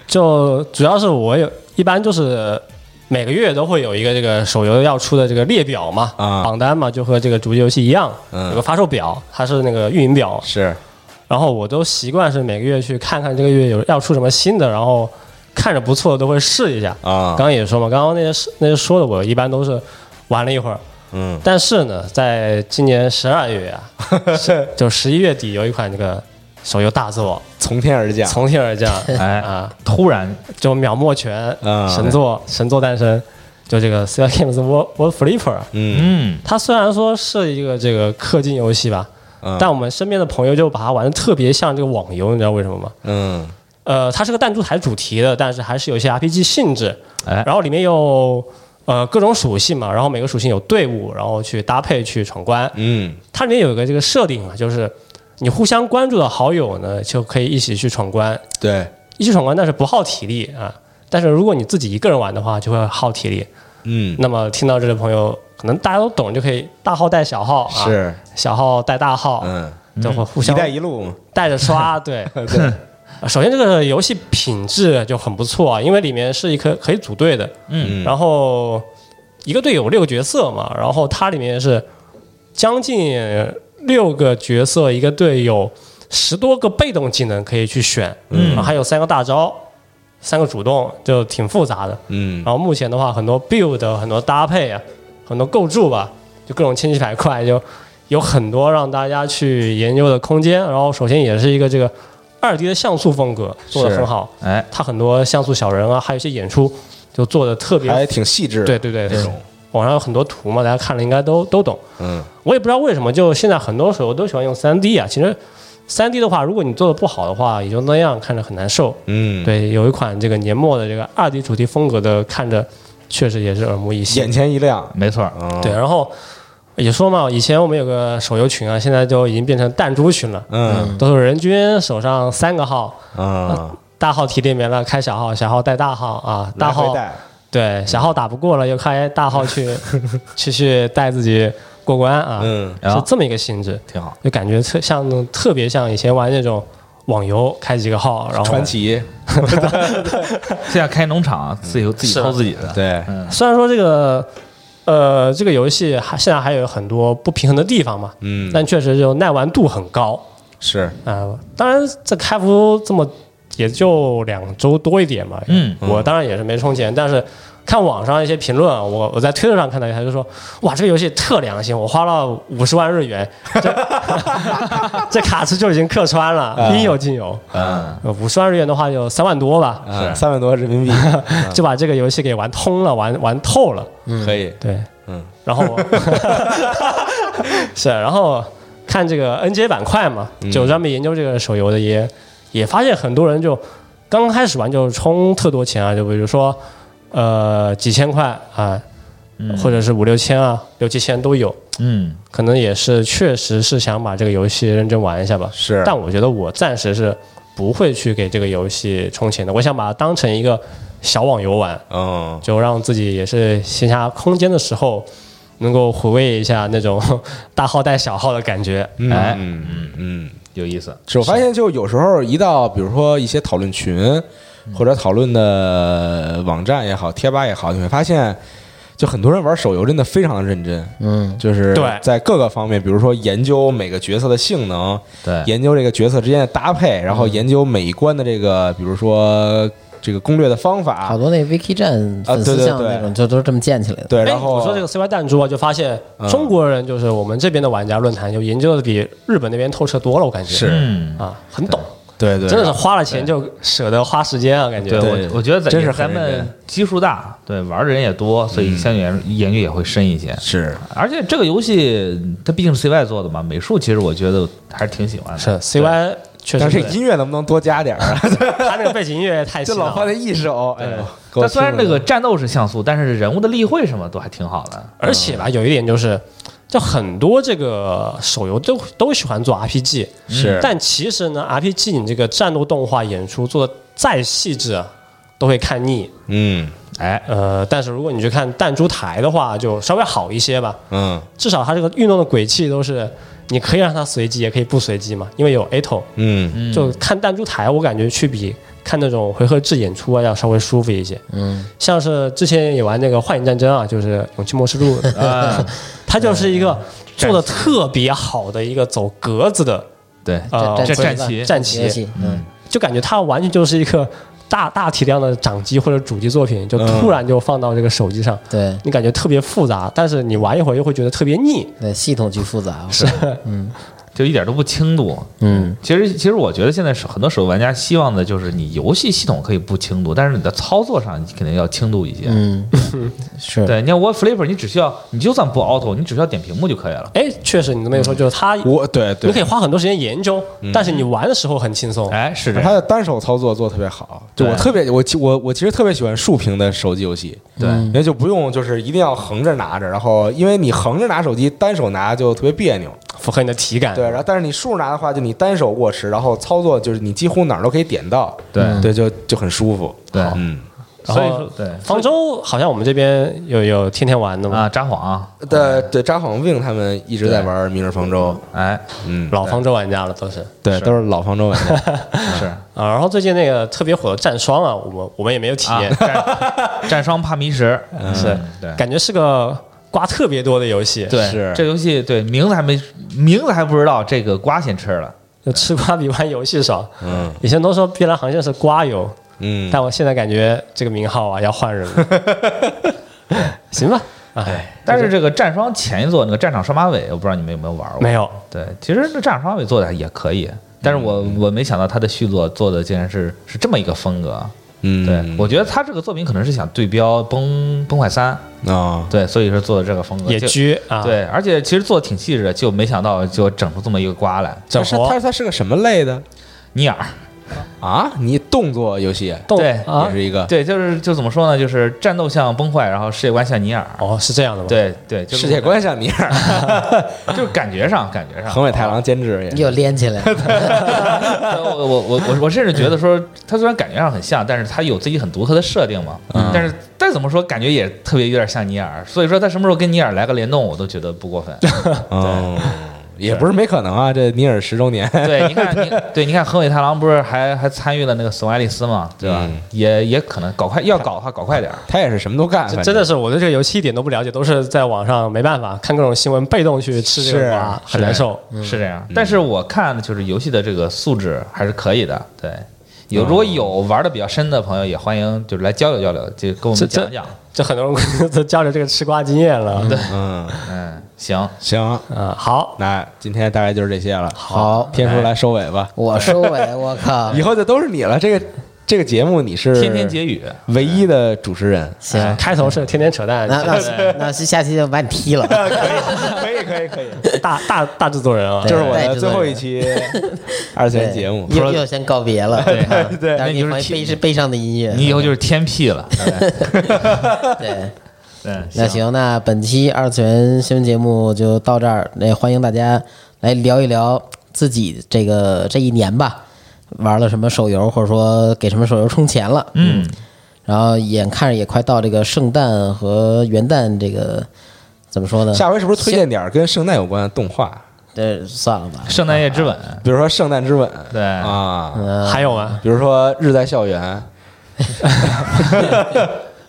[SPEAKER 3] 就主要是我有一般就是每个月都会有一个这个手游要出的这个列表嘛，
[SPEAKER 2] 啊
[SPEAKER 3] 榜单嘛，就和这个主机游戏一样，
[SPEAKER 2] 嗯
[SPEAKER 3] 有个发售表，它是那个运营表，
[SPEAKER 2] 是
[SPEAKER 3] 然后我都习惯是每个月去看看这个月有要出什么新的，然后看着不错的都会试一下
[SPEAKER 2] 啊
[SPEAKER 3] 刚刚也说嘛，刚刚那些试那些说的，我一般都是玩了一会儿。
[SPEAKER 2] 嗯，
[SPEAKER 3] 但是呢，在今年十二月 啊，是就十一月底有一款这个手游大作
[SPEAKER 2] 从天而降，
[SPEAKER 3] 从天而降，
[SPEAKER 4] 哎
[SPEAKER 3] 啊，
[SPEAKER 4] 突然
[SPEAKER 3] 就秒没全
[SPEAKER 2] 啊
[SPEAKER 3] 神作神作诞生，就这个 Sea Games World World Flipper，
[SPEAKER 2] 嗯
[SPEAKER 4] 嗯
[SPEAKER 3] 它虽然说是一个这个氪金游戏吧，
[SPEAKER 2] 嗯
[SPEAKER 3] 但我们身边的朋友就把它玩的特别像这个网游，你知道为什么吗？
[SPEAKER 2] 嗯
[SPEAKER 3] 呃，它是个弹珠台主题的，但是还是有一些 RPG 性质。
[SPEAKER 4] 哎
[SPEAKER 3] 然后里面有呃各种属性嘛，然后每个属性有队伍，然后去搭配去闯关。
[SPEAKER 2] 嗯
[SPEAKER 3] 它里面有一个这个设定啊，就是你互相关注的好友呢，就可以一起去闯关，
[SPEAKER 2] 对，
[SPEAKER 3] 一起闯关，但是不耗体力啊。但是如果你自己一个人玩的话，就会耗体力。
[SPEAKER 2] 嗯
[SPEAKER 3] 那么听到这里的朋友，可能大家都懂，就可以大号带小号啊，
[SPEAKER 2] 是
[SPEAKER 3] 小号带大号，
[SPEAKER 2] 嗯，
[SPEAKER 3] 就会互
[SPEAKER 2] 一
[SPEAKER 3] 相
[SPEAKER 2] 带一路嘛，
[SPEAKER 3] 带着刷，对。
[SPEAKER 2] 对，
[SPEAKER 3] 首先，这个游戏品质就很不错啊，因为里面是一个可以组队的，
[SPEAKER 4] 嗯，
[SPEAKER 3] 然后一个队有六个角色嘛，然后它里面是将近六个角色，一个队有十多个被动技能可以去选，嗯，然后还有三个大招，三个主动，就挺复杂的。
[SPEAKER 2] 嗯
[SPEAKER 3] 然后目前的话，很多 build、很多搭配啊，很多构筑吧，就各种千奇百怪，就有很多让大家去研究的空间。然后首先也是一个这个二 D 的像素风格做的很好，
[SPEAKER 4] 哎，
[SPEAKER 3] 它很多像素小人啊，还有一些演出就做的特别
[SPEAKER 2] 还挺细致，
[SPEAKER 3] 对，对对，
[SPEAKER 2] 这种
[SPEAKER 3] 网上有很多图嘛，大家看了应该都都懂。
[SPEAKER 2] 嗯
[SPEAKER 3] 我也不知道为什么，就现在很多手游都喜欢用3 D 啊。其实3 D 的话，如果你做的不好的话，也就那样，看着很难受。
[SPEAKER 2] 嗯，，
[SPEAKER 3] 对，有一款这个年末的这个二 D 主题风格的，看着确实也是耳目一新
[SPEAKER 2] 眼。前一亮，
[SPEAKER 4] 没错儿，
[SPEAKER 2] 嗯
[SPEAKER 3] 对，然后也说嘛，以前我们有个手游群啊，现在就已经变成弹珠群了，
[SPEAKER 2] 嗯
[SPEAKER 3] 都是人均手上三个号，
[SPEAKER 2] 啊，
[SPEAKER 3] 大号提里面了，开小号，小号带大号啊，大
[SPEAKER 2] 来回
[SPEAKER 3] 号
[SPEAKER 2] 带，
[SPEAKER 3] 对小号打不过了，又开大号去去去带自己过关啊，
[SPEAKER 2] 嗯
[SPEAKER 3] 是这么一个性质，
[SPEAKER 4] 挺好。
[SPEAKER 3] 就感觉特像特别像以前玩那种网游，开几个号，然后
[SPEAKER 2] 传奇，
[SPEAKER 4] 现在开农场，啊自己自己偷自己的，
[SPEAKER 2] 嗯啊对，
[SPEAKER 3] 虽然说这个呃这个游戏还现在还有很多不平衡的地方嘛，
[SPEAKER 2] 嗯
[SPEAKER 3] 但确实就耐玩度很高
[SPEAKER 2] 是，
[SPEAKER 3] 啊、当然这开服这么也就两周多一点嘛，
[SPEAKER 4] 嗯
[SPEAKER 3] 我当然也是没充钱，但是。看网上一些评论，啊我我在推特上看到，他就说：“哇，这个游戏特良心，我花了五十万日元，这 这卡池就已经客穿了，应有尽有。
[SPEAKER 4] 嗯，
[SPEAKER 3] 五十万日元的话，有三万多吧，
[SPEAKER 2] 啊，三万多人民币，
[SPEAKER 3] 就把这个游戏给玩通了，玩玩透了。
[SPEAKER 2] 可以，
[SPEAKER 3] 对，
[SPEAKER 2] 嗯，
[SPEAKER 3] 然后我 是，然后看这个 NJ 板块嘛，
[SPEAKER 2] 嗯
[SPEAKER 3] 就专门研究这个手游的也，也、发现很多人就刚开始玩就充特多钱啊，就比如说呃几千块啊，
[SPEAKER 2] 嗯
[SPEAKER 3] 或者是五六千啊，六七千都有，
[SPEAKER 4] 嗯，
[SPEAKER 3] 可能也是确实是想把这个游戏认真玩一下吧。
[SPEAKER 2] 是
[SPEAKER 3] 但我觉得我暂时是不会去给这个游戏充钱的，我想把它当成一个小网游玩。
[SPEAKER 2] 嗯，
[SPEAKER 3] 就让自己也是闲暇空间的时候，能够回味一下那种 大号带小号的感觉。
[SPEAKER 4] 哎
[SPEAKER 2] 嗯嗯嗯。
[SPEAKER 4] 有意思。
[SPEAKER 2] 是我发现，就有时候一到比如说一些讨论群或者讨论的网站也好、贴吧也好，你会发现，就很多人玩手游真的非常的认真，
[SPEAKER 1] 嗯，
[SPEAKER 2] 就是
[SPEAKER 3] 对
[SPEAKER 2] 在各个方面，比如说研究每个角色的性能，
[SPEAKER 4] 对，
[SPEAKER 2] 研究这个角色之间的搭配，然后研究每一关的这个，比如说这个攻略的方
[SPEAKER 1] 好
[SPEAKER 2] 法，
[SPEAKER 1] 多那 Wiki 站粉丝像那种，就都是这么建起来的。
[SPEAKER 2] 对，
[SPEAKER 3] 哎
[SPEAKER 2] 然后
[SPEAKER 3] 我说这个 CY 弹珠啊，就发现
[SPEAKER 2] 嗯
[SPEAKER 3] 中国人就是我们这边的玩家论坛，就研究的比日本那边透彻多了，我感觉
[SPEAKER 2] 是
[SPEAKER 4] 嗯，
[SPEAKER 3] 啊，很懂，
[SPEAKER 2] 对对，
[SPEAKER 3] 真的是花了钱就舍得花时间啊，感觉
[SPEAKER 4] 对
[SPEAKER 2] 对
[SPEAKER 4] 我我觉得
[SPEAKER 2] 真
[SPEAKER 4] 咱
[SPEAKER 2] 是
[SPEAKER 4] 咱
[SPEAKER 2] 很认真
[SPEAKER 4] 们基数大，对玩的人也多，所以相对研研究也会深一些。
[SPEAKER 2] 是
[SPEAKER 4] 而且这个游戏它毕竟是 CY 做的嘛，美术其实我觉得还是挺喜欢的。
[SPEAKER 3] 是 CY 确实
[SPEAKER 2] 但是
[SPEAKER 3] 对
[SPEAKER 2] 音乐能不能多加点儿啊？
[SPEAKER 3] 他那个背景音乐也太 洗
[SPEAKER 2] 这老
[SPEAKER 3] 脑
[SPEAKER 2] 放
[SPEAKER 3] 了，
[SPEAKER 2] 那一首，哎呦，给我
[SPEAKER 4] 但虽然
[SPEAKER 2] 听
[SPEAKER 4] 这
[SPEAKER 2] 着
[SPEAKER 4] 个战斗是像素，但是人物的立绘什么都还挺好的。
[SPEAKER 3] 而且吧，有一点就是。就很多这个手游都都喜欢做 RPG，
[SPEAKER 2] 是，
[SPEAKER 3] 但其实呢，RPG 你这个战斗动画演出做的再细致啊，都会看腻。
[SPEAKER 2] 嗯
[SPEAKER 4] 哎，
[SPEAKER 3] 呃，但是如果你去看弹珠台的话，就稍微好一些吧。
[SPEAKER 2] 嗯
[SPEAKER 3] 至少它这个运动的轨迹都是，你可以让它随机，也可以不随机嘛。因为有 ATO，
[SPEAKER 2] 嗯
[SPEAKER 3] 就看弹珠台，我感觉去比看那种回合制演出啊要稍微舒服一些。嗯，像是之前也玩那个《幻影战争》啊，就是《勇气末世录》
[SPEAKER 4] 啊，
[SPEAKER 3] 它就是一个做的特别好的一个走格子的
[SPEAKER 4] 对，
[SPEAKER 3] 呃
[SPEAKER 4] 这
[SPEAKER 1] 这
[SPEAKER 4] 战旗
[SPEAKER 3] 战
[SPEAKER 1] 棋游
[SPEAKER 3] 旗，
[SPEAKER 1] 戏，嗯，
[SPEAKER 3] 就感觉它完全就是一个大大体量的掌机或者主机作品，就突然就放到这个手机上，
[SPEAKER 1] 对
[SPEAKER 3] 你感觉特别复杂，但是你玩一会儿又会觉得特别腻。
[SPEAKER 1] 对，系统巨复杂，啊
[SPEAKER 3] 是，
[SPEAKER 4] 就一点都不轻度。
[SPEAKER 1] 嗯，
[SPEAKER 4] 其实，其实我觉得现在是很多手游玩家希望的就是你游戏系统可以不轻度，但是你的操作上你肯定要轻度一些。
[SPEAKER 1] 嗯，是，
[SPEAKER 4] 对，你像 w a Flipper，你只需要你就算不 auto，你只需要点屏幕就可以了。
[SPEAKER 3] 哎，确实你这么一说，就是它，
[SPEAKER 2] 我对对嗯
[SPEAKER 3] 你可以花很多时间研究，但是你玩的时候很轻松。
[SPEAKER 4] 哎，是这
[SPEAKER 2] 他
[SPEAKER 4] 样。
[SPEAKER 2] 的单手操作做得特别好，就我
[SPEAKER 4] 对
[SPEAKER 2] 特别我其我我其实特别喜欢竖屏的手机游戏，
[SPEAKER 4] 对，
[SPEAKER 2] 那就不用就是一定要横着拿着，然后因为你横着拿手机，单手拿就特别别扭，
[SPEAKER 3] 符合你的体感。
[SPEAKER 2] 对，然后但是你竖着拿的话，就你单手握持，然后操作就是你几乎哪儿都可以点到，
[SPEAKER 4] 对
[SPEAKER 2] 对，就就很舒服，
[SPEAKER 4] 对
[SPEAKER 3] 哦
[SPEAKER 2] 好嗯，
[SPEAKER 3] 然
[SPEAKER 4] 所以
[SPEAKER 3] 后
[SPEAKER 4] 说对
[SPEAKER 3] 方舟好像我们这边有有天天玩的嘛，
[SPEAKER 4] 啊，札幌，
[SPEAKER 2] 对呃对，扎幌 wing 他们一直在玩《明日方舟》，
[SPEAKER 4] 哎，
[SPEAKER 2] 嗯，
[SPEAKER 3] 老方舟玩家了都是。
[SPEAKER 2] 对，都是老方舟玩 家，
[SPEAKER 4] 是
[SPEAKER 3] 啊，然后最近那个特别火的战双啊，我们我们也没有体
[SPEAKER 4] 啊
[SPEAKER 3] 验，，
[SPEAKER 4] 战战双怕迷时，
[SPEAKER 3] 是
[SPEAKER 4] 对。
[SPEAKER 3] 感觉是个瓜特别多的游戏，
[SPEAKER 4] 对，
[SPEAKER 2] 是
[SPEAKER 4] 这游戏对名字还没名字还不知道，这个瓜先吃了。
[SPEAKER 3] 就吃瓜比玩游戏爽。
[SPEAKER 2] 嗯
[SPEAKER 3] 以前都说《碧蓝航线》是瓜游，
[SPEAKER 2] 嗯，
[SPEAKER 3] 但我现在感觉这个名号啊要换人 了。行吧，哎，
[SPEAKER 4] 但是这个战双前一座那个战场双马尾，我不知道你们有没有玩过？
[SPEAKER 3] 没有，
[SPEAKER 4] 对，其实这战场双尾做的也可以，但是我我没想到他的续作做的竟然是是这么一个风格。
[SPEAKER 2] 嗯，
[SPEAKER 4] 对，我觉得他这个作品可能是想对标《崩崩坏三》，
[SPEAKER 2] 啊，
[SPEAKER 4] 对，所以说做的这个风格
[SPEAKER 3] 野
[SPEAKER 4] 就
[SPEAKER 3] 居啊，，
[SPEAKER 4] 对，而且其实做的挺细致的，就没想到就整出这么一个瓜来。
[SPEAKER 3] 整
[SPEAKER 2] 是
[SPEAKER 3] 活
[SPEAKER 2] 他他是个什么类的
[SPEAKER 4] 尼尔，
[SPEAKER 2] 啊？你动作游戏
[SPEAKER 3] 动
[SPEAKER 4] 对
[SPEAKER 2] 也
[SPEAKER 3] 啊，
[SPEAKER 2] 是一个
[SPEAKER 4] 对，就是就怎么说呢，就是战斗像崩坏，然后世界观像尼尔。
[SPEAKER 3] 哦，是这样的吗？
[SPEAKER 4] 对对，就是
[SPEAKER 2] 世界观像尼尔，
[SPEAKER 4] 就是感觉上感觉上，
[SPEAKER 2] 横尾太郎监制也
[SPEAKER 1] 又连起来了，
[SPEAKER 4] 我我我我我甚至觉得说，它虽然感觉上很像，但是它有自己很独特的设定嘛。
[SPEAKER 2] 嗯
[SPEAKER 4] 但是再怎么说，感觉也特别有点像尼尔，所以说它什么时候跟尼尔来个联动，我都觉得不过 分。
[SPEAKER 2] 嗯，也不是没可能啊，这尼尔十周年，
[SPEAKER 4] 对，你看，你对，你看横尾太郎不是还还参与了那个《死亡爱丽丝》嘛，对吧？
[SPEAKER 2] 嗯
[SPEAKER 4] 也也可能搞快，要搞的话搞快点儿。
[SPEAKER 2] 他也是什么都干，
[SPEAKER 3] 这
[SPEAKER 2] 反正
[SPEAKER 3] 真的是我对这个游戏一点都不了解，都是在网上没办法看各种新闻，被动去吃这
[SPEAKER 2] 是
[SPEAKER 3] 个瓜，很难受。
[SPEAKER 4] 是这样。但是我看就是游戏的这个素质还是可以的，对。有如果有玩的比较深的朋友，也欢迎就是来交流交流，就跟我
[SPEAKER 3] 这
[SPEAKER 4] 们
[SPEAKER 3] 这
[SPEAKER 4] 讲讲。
[SPEAKER 3] 就很多人都交流这个吃瓜经验了。对，
[SPEAKER 2] 嗯，
[SPEAKER 4] 嗯，行，
[SPEAKER 2] 行，
[SPEAKER 3] 嗯，好，
[SPEAKER 2] 那今天大概就是这些了。
[SPEAKER 1] 好
[SPEAKER 2] 天叔来收尾吧，
[SPEAKER 1] 我收尾，我靠
[SPEAKER 2] 以，后就都是你了。这个这个节目你是
[SPEAKER 4] 天天结语。
[SPEAKER 2] 唯一的主持人，
[SPEAKER 1] 行，
[SPEAKER 3] 呃开头是天天扯淡，
[SPEAKER 1] 那那那下期就把你踢了，
[SPEAKER 2] 可以可以可以，
[SPEAKER 3] 大大大制作人啊
[SPEAKER 1] 对，
[SPEAKER 2] 就是我
[SPEAKER 1] 代
[SPEAKER 2] 的
[SPEAKER 1] 制作
[SPEAKER 2] 最后
[SPEAKER 1] 人
[SPEAKER 2] 一期 二次元节目。
[SPEAKER 1] 又又先告别了，对
[SPEAKER 2] 对
[SPEAKER 1] 然后
[SPEAKER 4] 那
[SPEAKER 1] 你
[SPEAKER 4] 就是
[SPEAKER 1] 放一
[SPEAKER 4] 踢
[SPEAKER 1] 悲是悲伤的音乐，
[SPEAKER 4] 你以后就是天屁了。
[SPEAKER 1] 对。
[SPEAKER 4] 嗯，
[SPEAKER 1] 那行，那本期二次元新闻节目就到这儿。那欢迎大家来聊一聊自己这个这一年吧，玩了什么手游，或者说给什么手游充钱了。嗯，然后眼看着也快到这个圣诞和元旦这个怎么说呢？
[SPEAKER 2] 下回是不是推荐点儿跟圣诞有关的动画，
[SPEAKER 1] 这算了吧。
[SPEAKER 4] 圣诞夜之吻，
[SPEAKER 2] 比如说《圣诞之吻》
[SPEAKER 4] 对
[SPEAKER 2] 啊，
[SPEAKER 1] 呃
[SPEAKER 3] 还有吗？
[SPEAKER 2] 比如说《日在校园》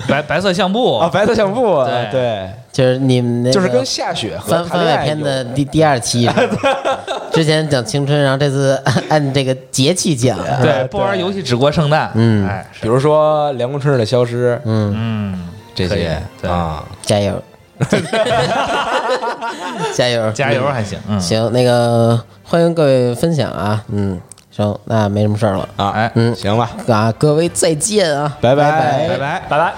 [SPEAKER 4] 白白色相簿
[SPEAKER 2] 啊，《白色相簿》
[SPEAKER 4] 哦对
[SPEAKER 2] 对，
[SPEAKER 1] 就是你们那个
[SPEAKER 2] 就是跟下雪和
[SPEAKER 1] 番
[SPEAKER 2] 谈
[SPEAKER 1] 番
[SPEAKER 2] 恋
[SPEAKER 1] 外
[SPEAKER 2] 爱有
[SPEAKER 1] 篇的第第二期， 之前讲青春，然后这次按按这个节气 讲。
[SPEAKER 4] 对，不玩游戏只过圣诞。
[SPEAKER 1] 嗯
[SPEAKER 4] 哎，是
[SPEAKER 2] 比如说《凉宫春日的消失》
[SPEAKER 1] 嗯，
[SPEAKER 4] 嗯，
[SPEAKER 2] 这
[SPEAKER 4] 可以
[SPEAKER 2] 些
[SPEAKER 4] 对
[SPEAKER 2] 啊，
[SPEAKER 1] 加油，加油，
[SPEAKER 4] 加油还行。嗯，
[SPEAKER 1] 行，那个欢迎各位分享啊，嗯，行，那没什么事儿了
[SPEAKER 2] 啊，
[SPEAKER 4] 哎
[SPEAKER 2] 行吧，
[SPEAKER 1] 啊，各位再见啊，
[SPEAKER 2] 拜
[SPEAKER 1] 拜
[SPEAKER 2] 拜
[SPEAKER 4] 拜拜。
[SPEAKER 3] 拜拜。